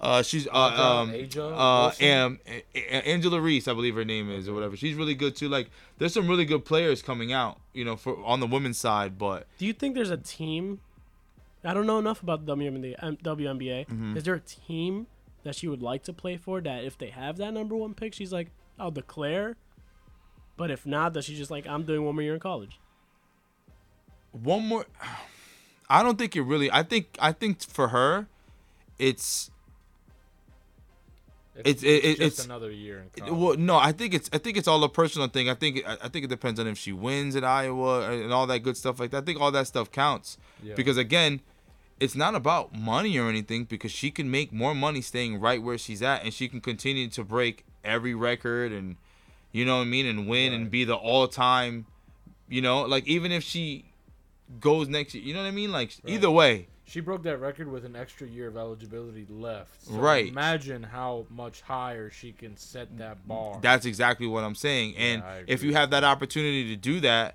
[SPEAKER 2] Uh, she's uh, um,
[SPEAKER 1] Aja
[SPEAKER 2] uh,
[SPEAKER 1] Wilson?
[SPEAKER 2] am, A- A- Angela Reese, I believe her name is, or whatever. She's really good too. Like, there's some really good players coming out, you know, for on the women's side. But
[SPEAKER 3] Do you think there's a team? I don't know enough about the WNBA. um, WNBA. Is there a team that she would like to play for that if they have that number one pick, she's like, I'll declare. But if not, that she's just like, I'm doing one more year in college.
[SPEAKER 2] one more, [SIGHS] I don't think it really. I think I think for her, it's it's- it-
[SPEAKER 1] just
[SPEAKER 2] it's-
[SPEAKER 1] another year in college.
[SPEAKER 2] well, no, I think it's I think it's all a personal thing. I think I I think it depends on if she wins at Iowa uh, and all that good stuff like that. I think all that stuff counts
[SPEAKER 1] Yeah.
[SPEAKER 2] because again, it's not about money or anything because she can make more money staying right where she's at and she can continue to break every record and you know what I mean and win and
[SPEAKER 1] Right.
[SPEAKER 2] be the all-time, you know, like even if she goes next year, you know what I mean? Like either way,
[SPEAKER 1] She broke that record with an extra year of eligibility left. So
[SPEAKER 2] Right. Mm,
[SPEAKER 1] Imagine how much higher she can set that bar.
[SPEAKER 2] That's exactly what I'm saying. And
[SPEAKER 1] I agree
[SPEAKER 2] if you
[SPEAKER 1] with
[SPEAKER 2] have that opportunity to do that,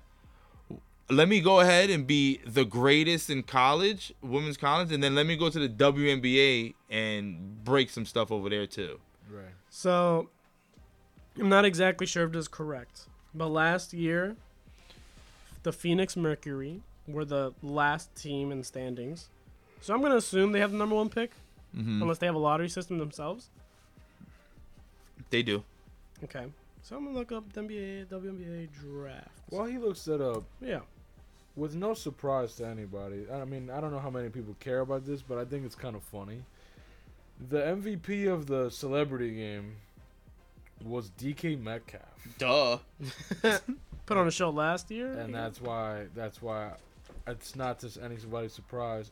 [SPEAKER 2] let me go ahead and be the greatest in college, women's college, and then let me go to the WNBA and break some stuff over there too.
[SPEAKER 1] right.
[SPEAKER 3] So I'm not exactly sure if this is correct. But last year, The Phoenix Mercury were the last team in standings. So I'm going to assume they have the number one pick,
[SPEAKER 2] Mm-hmm.
[SPEAKER 3] unless they have a lottery system themselves.
[SPEAKER 2] They do.
[SPEAKER 3] Okay. So I'm going to look up NBA, WNBA draft.
[SPEAKER 1] While he looks that up,
[SPEAKER 3] yeah.
[SPEAKER 1] with no surprise to anybody, I mean, I don't know how many people care about this, but I think it's kind of funny. The MVP of the celebrity game was DK Metcalf.
[SPEAKER 2] Duh.
[SPEAKER 3] Put on a show last year.
[SPEAKER 1] and that's why that's why it's not just anybody's surprise.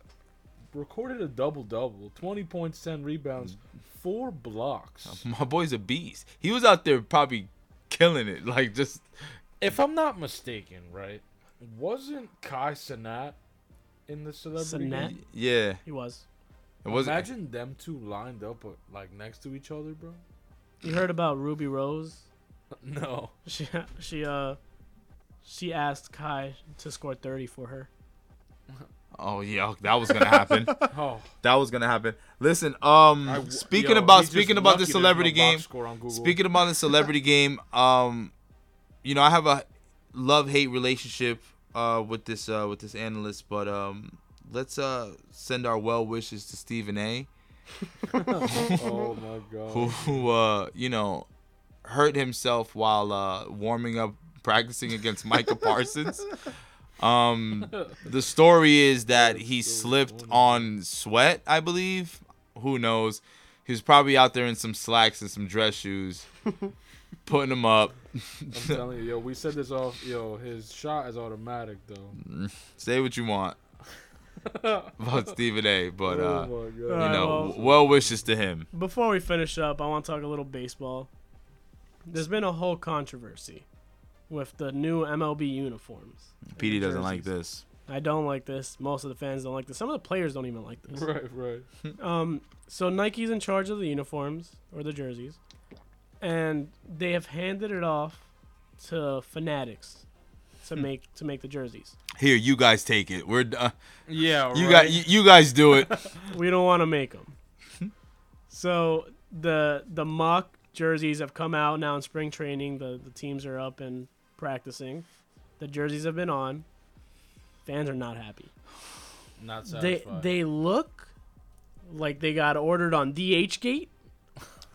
[SPEAKER 1] Recorded a double double, twenty points, ten rebounds, four
[SPEAKER 3] Um,
[SPEAKER 1] blocks.
[SPEAKER 2] [LAUGHS] My boy's a beast. He was out there probably killing it. Like just
[SPEAKER 1] If I'm not mistaken, right? Wasn't Kai Sanat in the celebrity?
[SPEAKER 3] Sinat?
[SPEAKER 1] game?
[SPEAKER 2] yeah.
[SPEAKER 3] He was.
[SPEAKER 2] It wasn't
[SPEAKER 1] Imagine them two lined up uh, like next to each other, bro.
[SPEAKER 3] You heard about Ruby Rose? [LAUGHS]
[SPEAKER 1] No,
[SPEAKER 3] She she uh she asked Kai to score 30 for her.
[SPEAKER 2] Oh yeah, that was
[SPEAKER 1] [LAUGHS]
[SPEAKER 2] gonna happen.
[SPEAKER 1] oh,
[SPEAKER 2] that was gonna happen. Listen, um,
[SPEAKER 1] I w-
[SPEAKER 2] speaking
[SPEAKER 1] yo, he's
[SPEAKER 2] about
[SPEAKER 1] just
[SPEAKER 2] speaking about
[SPEAKER 1] lucky
[SPEAKER 2] the
[SPEAKER 1] there's no
[SPEAKER 2] celebrity
[SPEAKER 1] box
[SPEAKER 2] game.
[SPEAKER 1] score on Google.
[SPEAKER 2] Speaking about the celebrity game, um, you know I have a love hate relationship uh with this uh with this analyst, but um, let's uh send our well wishes to Stephen A. [LAUGHS]
[SPEAKER 1] oh my god,
[SPEAKER 2] who, who uh, you know, hurt himself while uh, warming up practicing against Micah Parsons. Um, the story is that he slipped on sweat, I believe. Who knows? He was probably out there in some slacks and some dress shoes, putting them up.
[SPEAKER 1] I'm telling you, yo, we said this off. Yo, his shot is automatic though.
[SPEAKER 2] [LAUGHS] Say what you want about Stephen A, but
[SPEAKER 1] oh
[SPEAKER 2] uh,
[SPEAKER 1] my
[SPEAKER 3] Uh,
[SPEAKER 1] god.
[SPEAKER 2] you know,
[SPEAKER 3] well-
[SPEAKER 2] w- well wishes to him.
[SPEAKER 3] Before we finish up, I want to talk a little baseball. There's been a whole controversy with the new MLB uniforms.
[SPEAKER 2] Petey doesn't like
[SPEAKER 3] Jerseys.
[SPEAKER 2] this.
[SPEAKER 3] I don't like this. Most of the fans don't like this. Some of the players don't even like this.
[SPEAKER 1] Right, right.
[SPEAKER 3] Um, so Nike's in charge of the uniforms or the jerseys, and they have handed it off to Fanatics to make to make the jerseys.
[SPEAKER 2] Here, you guys take it. We're d- uh,
[SPEAKER 1] Yeah,
[SPEAKER 2] you got you, you guys do it.
[SPEAKER 3] We don't want to make them. so the the mock jerseys have come out now in spring training. The the teams are up and practicing. The jerseys have been on. Fans are not happy.
[SPEAKER 1] not
[SPEAKER 3] They they look like they got ordered on DH Gate.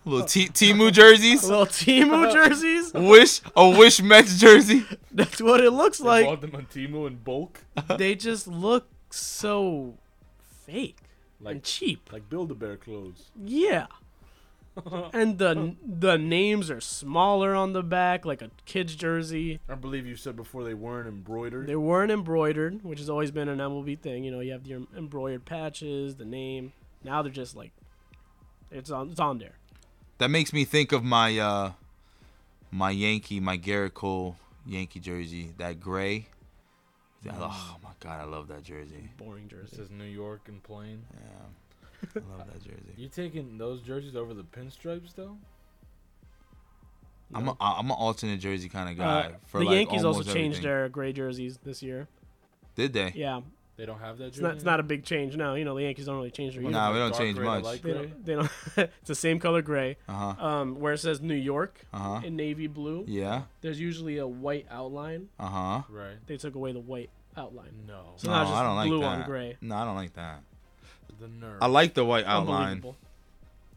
[SPEAKER 2] Little
[SPEAKER 3] Oh.
[SPEAKER 2] T- Timu
[SPEAKER 3] [LAUGHS]
[SPEAKER 2] jerseys.
[SPEAKER 3] Little Timu jerseys.
[SPEAKER 2] Wish a Wish Mets jersey.
[SPEAKER 3] That's what it looks like.
[SPEAKER 1] bought them on Timo in bulk,
[SPEAKER 3] they just look so fake and
[SPEAKER 1] like
[SPEAKER 3] cheap.
[SPEAKER 1] like Build a Bear clothes.
[SPEAKER 3] Yeah.
[SPEAKER 2] [LAUGHS]
[SPEAKER 3] and the the names are smaller on the back, like a kid's jersey.
[SPEAKER 1] I believe you said before they weren't embroidered.
[SPEAKER 3] They weren't embroidered, which has always been an MLB thing. You know, you have your embroidered patches, the name. Now they're just like, it's on it's on there.
[SPEAKER 2] That makes me think of my uh, my Yankee, my Garrett Cole Yankee jersey. That gray. Yeah,
[SPEAKER 3] Mm.
[SPEAKER 2] Oh my God, I love that jersey.
[SPEAKER 3] Boring
[SPEAKER 1] it
[SPEAKER 3] jersey.
[SPEAKER 1] says New York in plain.
[SPEAKER 2] Yeah, I love that
[SPEAKER 3] [LAUGHS]
[SPEAKER 2] jersey.
[SPEAKER 1] You taking those jerseys over the pinstripes though?
[SPEAKER 2] I'm a, I- I'm an alternate jersey kind of guy.
[SPEAKER 3] Uh,
[SPEAKER 2] for
[SPEAKER 3] the
[SPEAKER 2] like
[SPEAKER 3] Yankees also
[SPEAKER 2] almost
[SPEAKER 3] changed
[SPEAKER 2] everything.
[SPEAKER 3] their gray jerseys this year.
[SPEAKER 2] Did they?
[SPEAKER 3] Yeah,
[SPEAKER 1] They don't have that
[SPEAKER 3] it's
[SPEAKER 1] jersey.
[SPEAKER 3] not, it's not a big change now. You know, the Yankees don't really change their
[SPEAKER 1] One
[SPEAKER 3] uniform.
[SPEAKER 2] Nah,
[SPEAKER 1] of
[SPEAKER 2] we
[SPEAKER 1] the dark
[SPEAKER 2] don't change
[SPEAKER 1] gray to
[SPEAKER 2] much.
[SPEAKER 1] light
[SPEAKER 3] They
[SPEAKER 1] gray?
[SPEAKER 3] don't, they don't [LAUGHS] it's the same color gray.
[SPEAKER 2] Uh huh.
[SPEAKER 3] um, where it says New York
[SPEAKER 2] Uh huh.
[SPEAKER 3] in navy blue,
[SPEAKER 2] Yeah.
[SPEAKER 3] there's usually a white outline.
[SPEAKER 2] Uh huh.
[SPEAKER 1] Right.
[SPEAKER 3] They took away the white outline.
[SPEAKER 1] No.
[SPEAKER 3] So
[SPEAKER 2] No,
[SPEAKER 3] now it's just
[SPEAKER 2] I don't like
[SPEAKER 3] blue
[SPEAKER 2] that.
[SPEAKER 3] on gray.
[SPEAKER 2] No, I don't like that.
[SPEAKER 1] The nerve.
[SPEAKER 2] I like the white outline.
[SPEAKER 3] Unbelievable.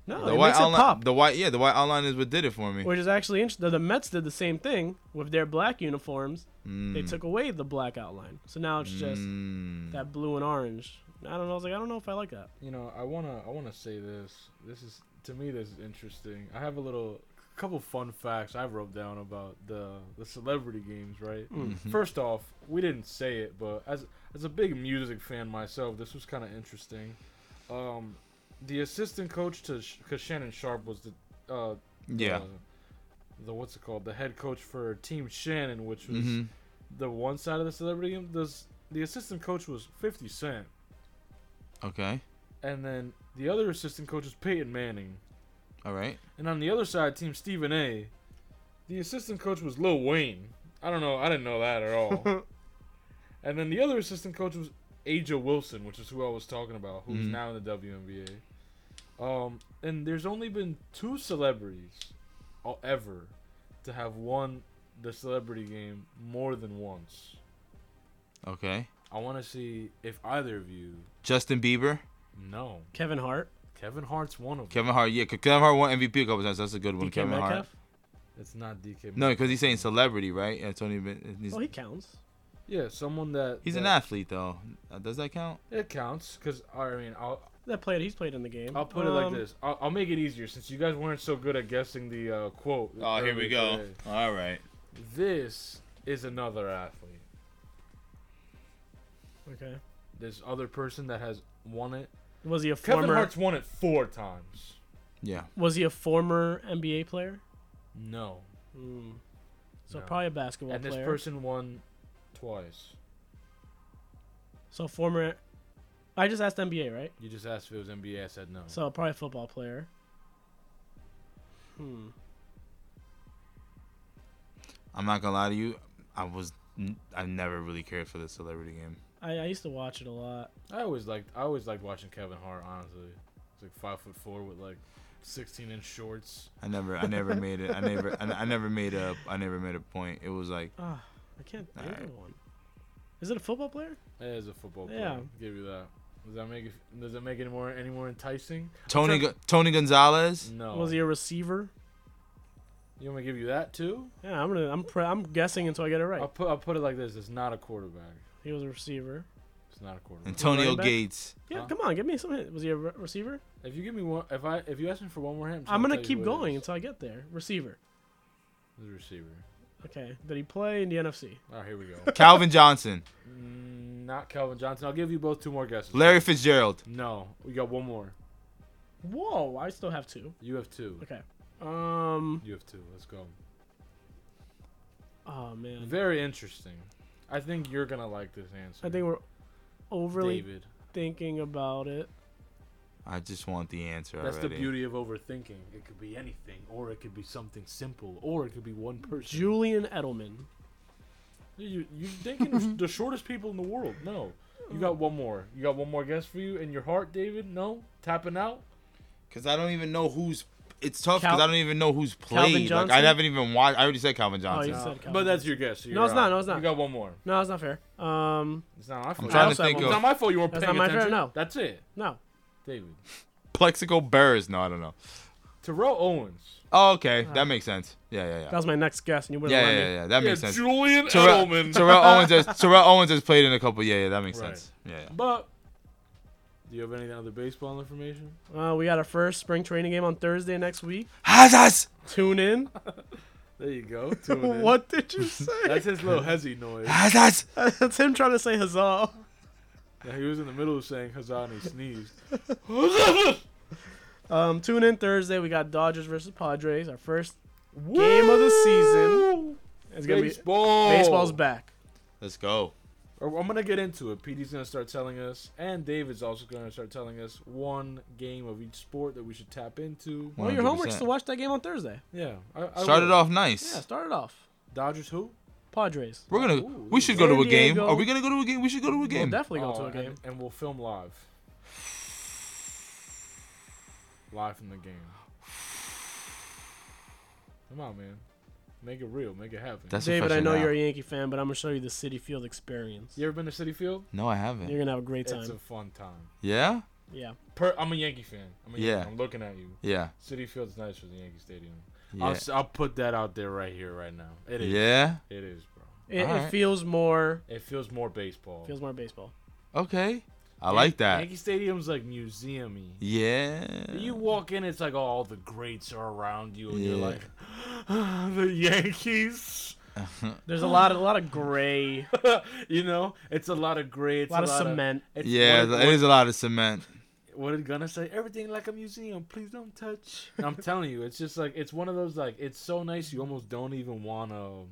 [SPEAKER 3] No,
[SPEAKER 2] The
[SPEAKER 3] it
[SPEAKER 2] white
[SPEAKER 3] makes it
[SPEAKER 2] outline.
[SPEAKER 3] pop.
[SPEAKER 2] The white. Yeah, the white outline is what did it for me.
[SPEAKER 3] Which is actually interesting. The Mets did the same thing with their black uniforms. They
[SPEAKER 2] Mm.
[SPEAKER 3] took away the black outline. So now it's just
[SPEAKER 2] Mm.
[SPEAKER 3] that blue and orange. I don't know. I was like, I don't know if I like that.
[SPEAKER 1] you know, I wanna I wanna say this. This is to me this is interesting. I have a little couple fun facts I wrote down about the the celebrity games, right?
[SPEAKER 3] Mm.
[SPEAKER 2] Mm-hmm.
[SPEAKER 1] First off, we didn't say it, but as as a big music fan myself, this was kind of interesting. Um, the assistant coach to because Shannon Sharp was the uh,
[SPEAKER 2] Yeah.
[SPEAKER 1] the, the what's it called the head coach for Team Shannon, which was
[SPEAKER 2] hmm
[SPEAKER 1] the one side of the celebrity game. This the assistant coach was Fifty Cent,
[SPEAKER 2] Okay.
[SPEAKER 1] and then the other assistant coach was Peyton Manning,
[SPEAKER 2] All right.
[SPEAKER 1] and on the other side, Team Stephen A, the assistant coach was Lil Wayne. I don't know. I didn't know that at all. And then the other assistant coach was Aja Wilson, which is who I was talking about, who's
[SPEAKER 2] Mhm.
[SPEAKER 1] now in the WNBA. Um, and there's only been two celebrities uh, ever to have won the celebrity game more than once.
[SPEAKER 2] Okay.
[SPEAKER 1] I want to see if either of you
[SPEAKER 2] Justin Bieber,
[SPEAKER 1] know.
[SPEAKER 3] Kevin Hart,
[SPEAKER 1] Kevin Hart's one of them.
[SPEAKER 2] Kevin Hart. Yeah, 'cause Kevin Hart won MVP a couple times. That's a good one.
[SPEAKER 3] DK
[SPEAKER 2] Kevin
[SPEAKER 3] Metcalf.
[SPEAKER 2] Hart.
[SPEAKER 1] It's not DK.
[SPEAKER 2] No, because he's saying celebrity, right? It's only been. He's,
[SPEAKER 3] Oh, he counts.
[SPEAKER 1] Yeah, someone that
[SPEAKER 2] he's an
[SPEAKER 1] that-
[SPEAKER 2] athlete though. Uh, Does that count?
[SPEAKER 1] It counts because I mean I'll
[SPEAKER 3] That player he's played in the game.
[SPEAKER 1] I'll put it like
[SPEAKER 3] Um,
[SPEAKER 1] this. I'll, I'll make it easier since you guys weren't so good at guessing the uh, quote.
[SPEAKER 2] Oh,
[SPEAKER 1] earlier today.
[SPEAKER 2] All right.
[SPEAKER 1] This is another athlete.
[SPEAKER 3] Okay.
[SPEAKER 1] This other person that has won it.
[SPEAKER 3] Was he a
[SPEAKER 1] Kevin
[SPEAKER 3] former?
[SPEAKER 1] Hart's won it four times.
[SPEAKER 2] Yeah.
[SPEAKER 3] Was he a former NBA player?
[SPEAKER 1] No,
[SPEAKER 3] Mm. So
[SPEAKER 1] No.
[SPEAKER 3] probably a basketball
[SPEAKER 1] and this
[SPEAKER 3] player.
[SPEAKER 1] person won twice.
[SPEAKER 3] so former. I just asked NBA, right?
[SPEAKER 1] You just asked if it was NBA. I said no.
[SPEAKER 3] So probably a football player. Hmm.
[SPEAKER 2] I'm not gonna lie to you. I was. n- I never really cared for the celebrity game.
[SPEAKER 3] I, I used to watch it a lot.
[SPEAKER 1] I always liked I always liked watching Kevin Hart. Honestly, he's like five foot four with like sixteen inch shorts.
[SPEAKER 2] I never. I never made it. I never. I, I never made a. I never made a point. It was like.
[SPEAKER 3] Ah, I can't think
[SPEAKER 2] Alright.
[SPEAKER 3] of one. Is it a football player?
[SPEAKER 1] It is a football player.
[SPEAKER 3] Yeah.
[SPEAKER 1] give you that. Does that make it? Does it make it more any more enticing?
[SPEAKER 2] Tony Gu- Tony Gonzalez.
[SPEAKER 1] No.
[SPEAKER 3] Was he a receiver?
[SPEAKER 1] You want me to give you that too?
[SPEAKER 3] Yeah, I'm gonna. I'm. Pre- I'm guessing until I get it right.
[SPEAKER 1] I'll put I'll put it like this. It's not a quarterback.
[SPEAKER 3] He was a receiver.
[SPEAKER 1] It's not a quarterback.
[SPEAKER 2] [LAUGHS] Antonio
[SPEAKER 3] Running back?
[SPEAKER 2] Gates.
[SPEAKER 3] Yeah,
[SPEAKER 1] Huh?
[SPEAKER 3] come on, give me some hint. Was he a re- receiver?
[SPEAKER 1] If you give me one, if I if you ask me for one more hint,
[SPEAKER 3] I'm
[SPEAKER 1] just
[SPEAKER 3] gonna
[SPEAKER 1] tell you
[SPEAKER 3] keep
[SPEAKER 1] who it
[SPEAKER 3] going
[SPEAKER 1] is.
[SPEAKER 3] until I get there. Receiver.
[SPEAKER 1] It's a receiver.
[SPEAKER 3] Okay. Did he play in the NFC?
[SPEAKER 1] All right, here we go.
[SPEAKER 2] Calvin Johnson.
[SPEAKER 1] Mm, not Calvin Johnson. I'll give you both two more guesses.
[SPEAKER 2] Larry Fitzgerald.
[SPEAKER 1] No, we got one more.
[SPEAKER 3] Whoa, I still have two.
[SPEAKER 1] You have two.
[SPEAKER 3] Okay. Um.
[SPEAKER 1] You have two. Let's go.
[SPEAKER 3] Oh man.
[SPEAKER 1] Very interesting. I think you're gonna like this answer.
[SPEAKER 3] I think we're overly
[SPEAKER 1] David.
[SPEAKER 3] thinking about it.
[SPEAKER 2] I just want the answer
[SPEAKER 1] That's
[SPEAKER 2] already.
[SPEAKER 1] the beauty of overthinking. It could be anything, or it could be something simple, or it could be one person.
[SPEAKER 3] Julian Edelman.
[SPEAKER 1] You you thinking [LAUGHS] of the shortest people in the world? No. You got one more. You got one more guess for you in your heart, David? No. Tapping out.
[SPEAKER 2] Because I don't even know who's. It's tough because
[SPEAKER 3] Cal-
[SPEAKER 2] I don't even know who's
[SPEAKER 3] Calvin
[SPEAKER 2] played. Like I
[SPEAKER 3] Johnson? Oh,
[SPEAKER 2] haven't even watched. I already said Calvin Johnson.
[SPEAKER 3] you said Calvin
[SPEAKER 1] but that's your guess. so you're
[SPEAKER 3] No, it's not,
[SPEAKER 1] out.
[SPEAKER 3] no, it's not.
[SPEAKER 1] You got one more.
[SPEAKER 3] No, that's not fair. Um.
[SPEAKER 1] It's not my fault.
[SPEAKER 2] trying
[SPEAKER 3] to think
[SPEAKER 1] It's
[SPEAKER 3] of-
[SPEAKER 1] not my fault. You weren't
[SPEAKER 3] That's
[SPEAKER 1] paying
[SPEAKER 3] not my fault,
[SPEAKER 1] attention.
[SPEAKER 3] no.
[SPEAKER 1] That's it,
[SPEAKER 3] No.
[SPEAKER 1] David.
[SPEAKER 2] Plexico Burrs. No, I don't know.
[SPEAKER 1] Terrell Owens.
[SPEAKER 2] Oh, okay, that makes sense. Yeah, yeah,
[SPEAKER 3] That
[SPEAKER 2] yeah.
[SPEAKER 3] was my next guess, and you wouldn't
[SPEAKER 2] Yeah,
[SPEAKER 3] let
[SPEAKER 2] yeah,
[SPEAKER 3] me.
[SPEAKER 2] yeah, yeah. That makes sense.
[SPEAKER 1] Julian
[SPEAKER 2] Terrell,
[SPEAKER 1] Edelman.
[SPEAKER 2] Terrell Owens has Terrell Owens has played in a couple. Yeah, yeah, that makes
[SPEAKER 1] Right.
[SPEAKER 2] sense. Yeah, yeah.
[SPEAKER 1] [LAUGHS] But do you have any other baseball information?
[SPEAKER 3] Uh, we got our first spring training game on Thursday next week.
[SPEAKER 2] Hazas.
[SPEAKER 3] Tune in.
[SPEAKER 1] There you go.
[SPEAKER 2] [LAUGHS]
[SPEAKER 1] Tune in.
[SPEAKER 3] what did you say?
[SPEAKER 1] That's his little hezzy noise.
[SPEAKER 2] Hazas.
[SPEAKER 3] that's him trying to say huzzah.
[SPEAKER 1] Now, he was in the middle of saying huzzah and he sneezed.
[SPEAKER 3] Um, tune in Thursday. We got Dodgers versus Padres. Our first game of the season. It's gonna be
[SPEAKER 1] Baseball.
[SPEAKER 3] baseball's back.
[SPEAKER 2] Let's go.
[SPEAKER 1] Or I'm gonna get into it. PD's gonna start telling us, and David's also gonna start telling us one game of each sport that we should tap into.
[SPEAKER 3] Well, your homework's
[SPEAKER 2] 100%.
[SPEAKER 3] to watch that game on Thursday.
[SPEAKER 1] Yeah, I, I
[SPEAKER 2] Started
[SPEAKER 1] will.
[SPEAKER 2] off nice.
[SPEAKER 3] Yeah, start it off.
[SPEAKER 1] Dodgers who?
[SPEAKER 3] Padres.
[SPEAKER 2] We're gonna.
[SPEAKER 1] Ooh,
[SPEAKER 2] we should go to a
[SPEAKER 3] San
[SPEAKER 2] game.
[SPEAKER 3] Diego.
[SPEAKER 2] Are we gonna go to a game? We should go to a game.
[SPEAKER 3] We'll definitely go
[SPEAKER 1] Oh,
[SPEAKER 3] to a
[SPEAKER 1] and-
[SPEAKER 3] game.
[SPEAKER 1] and, we'll film live. Live from the game. Come on, man. Make it real. Make it happen.
[SPEAKER 2] That's
[SPEAKER 3] David,
[SPEAKER 2] a
[SPEAKER 3] I know
[SPEAKER 2] now.
[SPEAKER 3] you're a Yankee fan, but I'm gonna show you the City Field experience.
[SPEAKER 1] you ever been to City Field?
[SPEAKER 2] No, I haven't.
[SPEAKER 3] You're gonna have a great time.
[SPEAKER 1] It's a fun time.
[SPEAKER 2] Yeah.
[SPEAKER 3] yeah.
[SPEAKER 1] Per, I'm a Yankee fan. I'm a Yankee.
[SPEAKER 2] Yeah.
[SPEAKER 1] I'm looking at you.
[SPEAKER 2] Yeah.
[SPEAKER 1] City Field's nice for the Yankee Stadium. I'll,
[SPEAKER 2] Yeah.
[SPEAKER 1] s- I'll put that out there right here, right now. It is.
[SPEAKER 2] Yeah.
[SPEAKER 1] It is, bro.
[SPEAKER 3] It, it
[SPEAKER 2] Alright.
[SPEAKER 3] feels more
[SPEAKER 1] It feels more baseball.
[SPEAKER 3] feels more baseball.
[SPEAKER 2] Okay. I
[SPEAKER 1] Yan-
[SPEAKER 2] like that.
[SPEAKER 1] Yankee Stadium's like museumy.
[SPEAKER 2] Yeah.
[SPEAKER 1] You walk in, it's like all the greats are around you, and you're
[SPEAKER 2] Yeah.
[SPEAKER 1] like, [GASPS] the Yankees. [LAUGHS]
[SPEAKER 3] There's a lot of a lot of gray, a
[SPEAKER 1] you know, it's a lot of gray. It's
[SPEAKER 3] lot of cement.
[SPEAKER 1] it's
[SPEAKER 2] yeah,
[SPEAKER 1] What,
[SPEAKER 2] it is a lot of cement.
[SPEAKER 1] what- what did Gunna say? Everything like a museum. Please don't touch. I'm telling you, it's just like it's one of those like it's so nice you almost don't even wanna.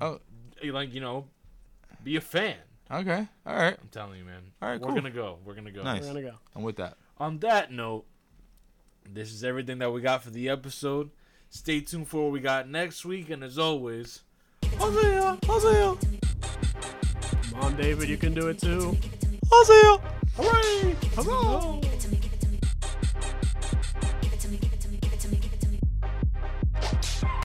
[SPEAKER 2] Oh.
[SPEAKER 1] Like you know, be a fan.
[SPEAKER 2] Okay. All right.
[SPEAKER 1] I'm telling you, man.
[SPEAKER 2] All right,
[SPEAKER 1] We're
[SPEAKER 2] cool.
[SPEAKER 1] gonna go. We're gonna go.
[SPEAKER 2] Nice.
[SPEAKER 3] We're gonna go.
[SPEAKER 2] I'm with that.
[SPEAKER 1] On that note, this is everything that we got for the episode. Stay tuned for what we got next week, and as always,
[SPEAKER 3] Hosea, Hosea. Come on, David, you can do it too.
[SPEAKER 2] I'll see you.
[SPEAKER 3] Hooray! Hooray!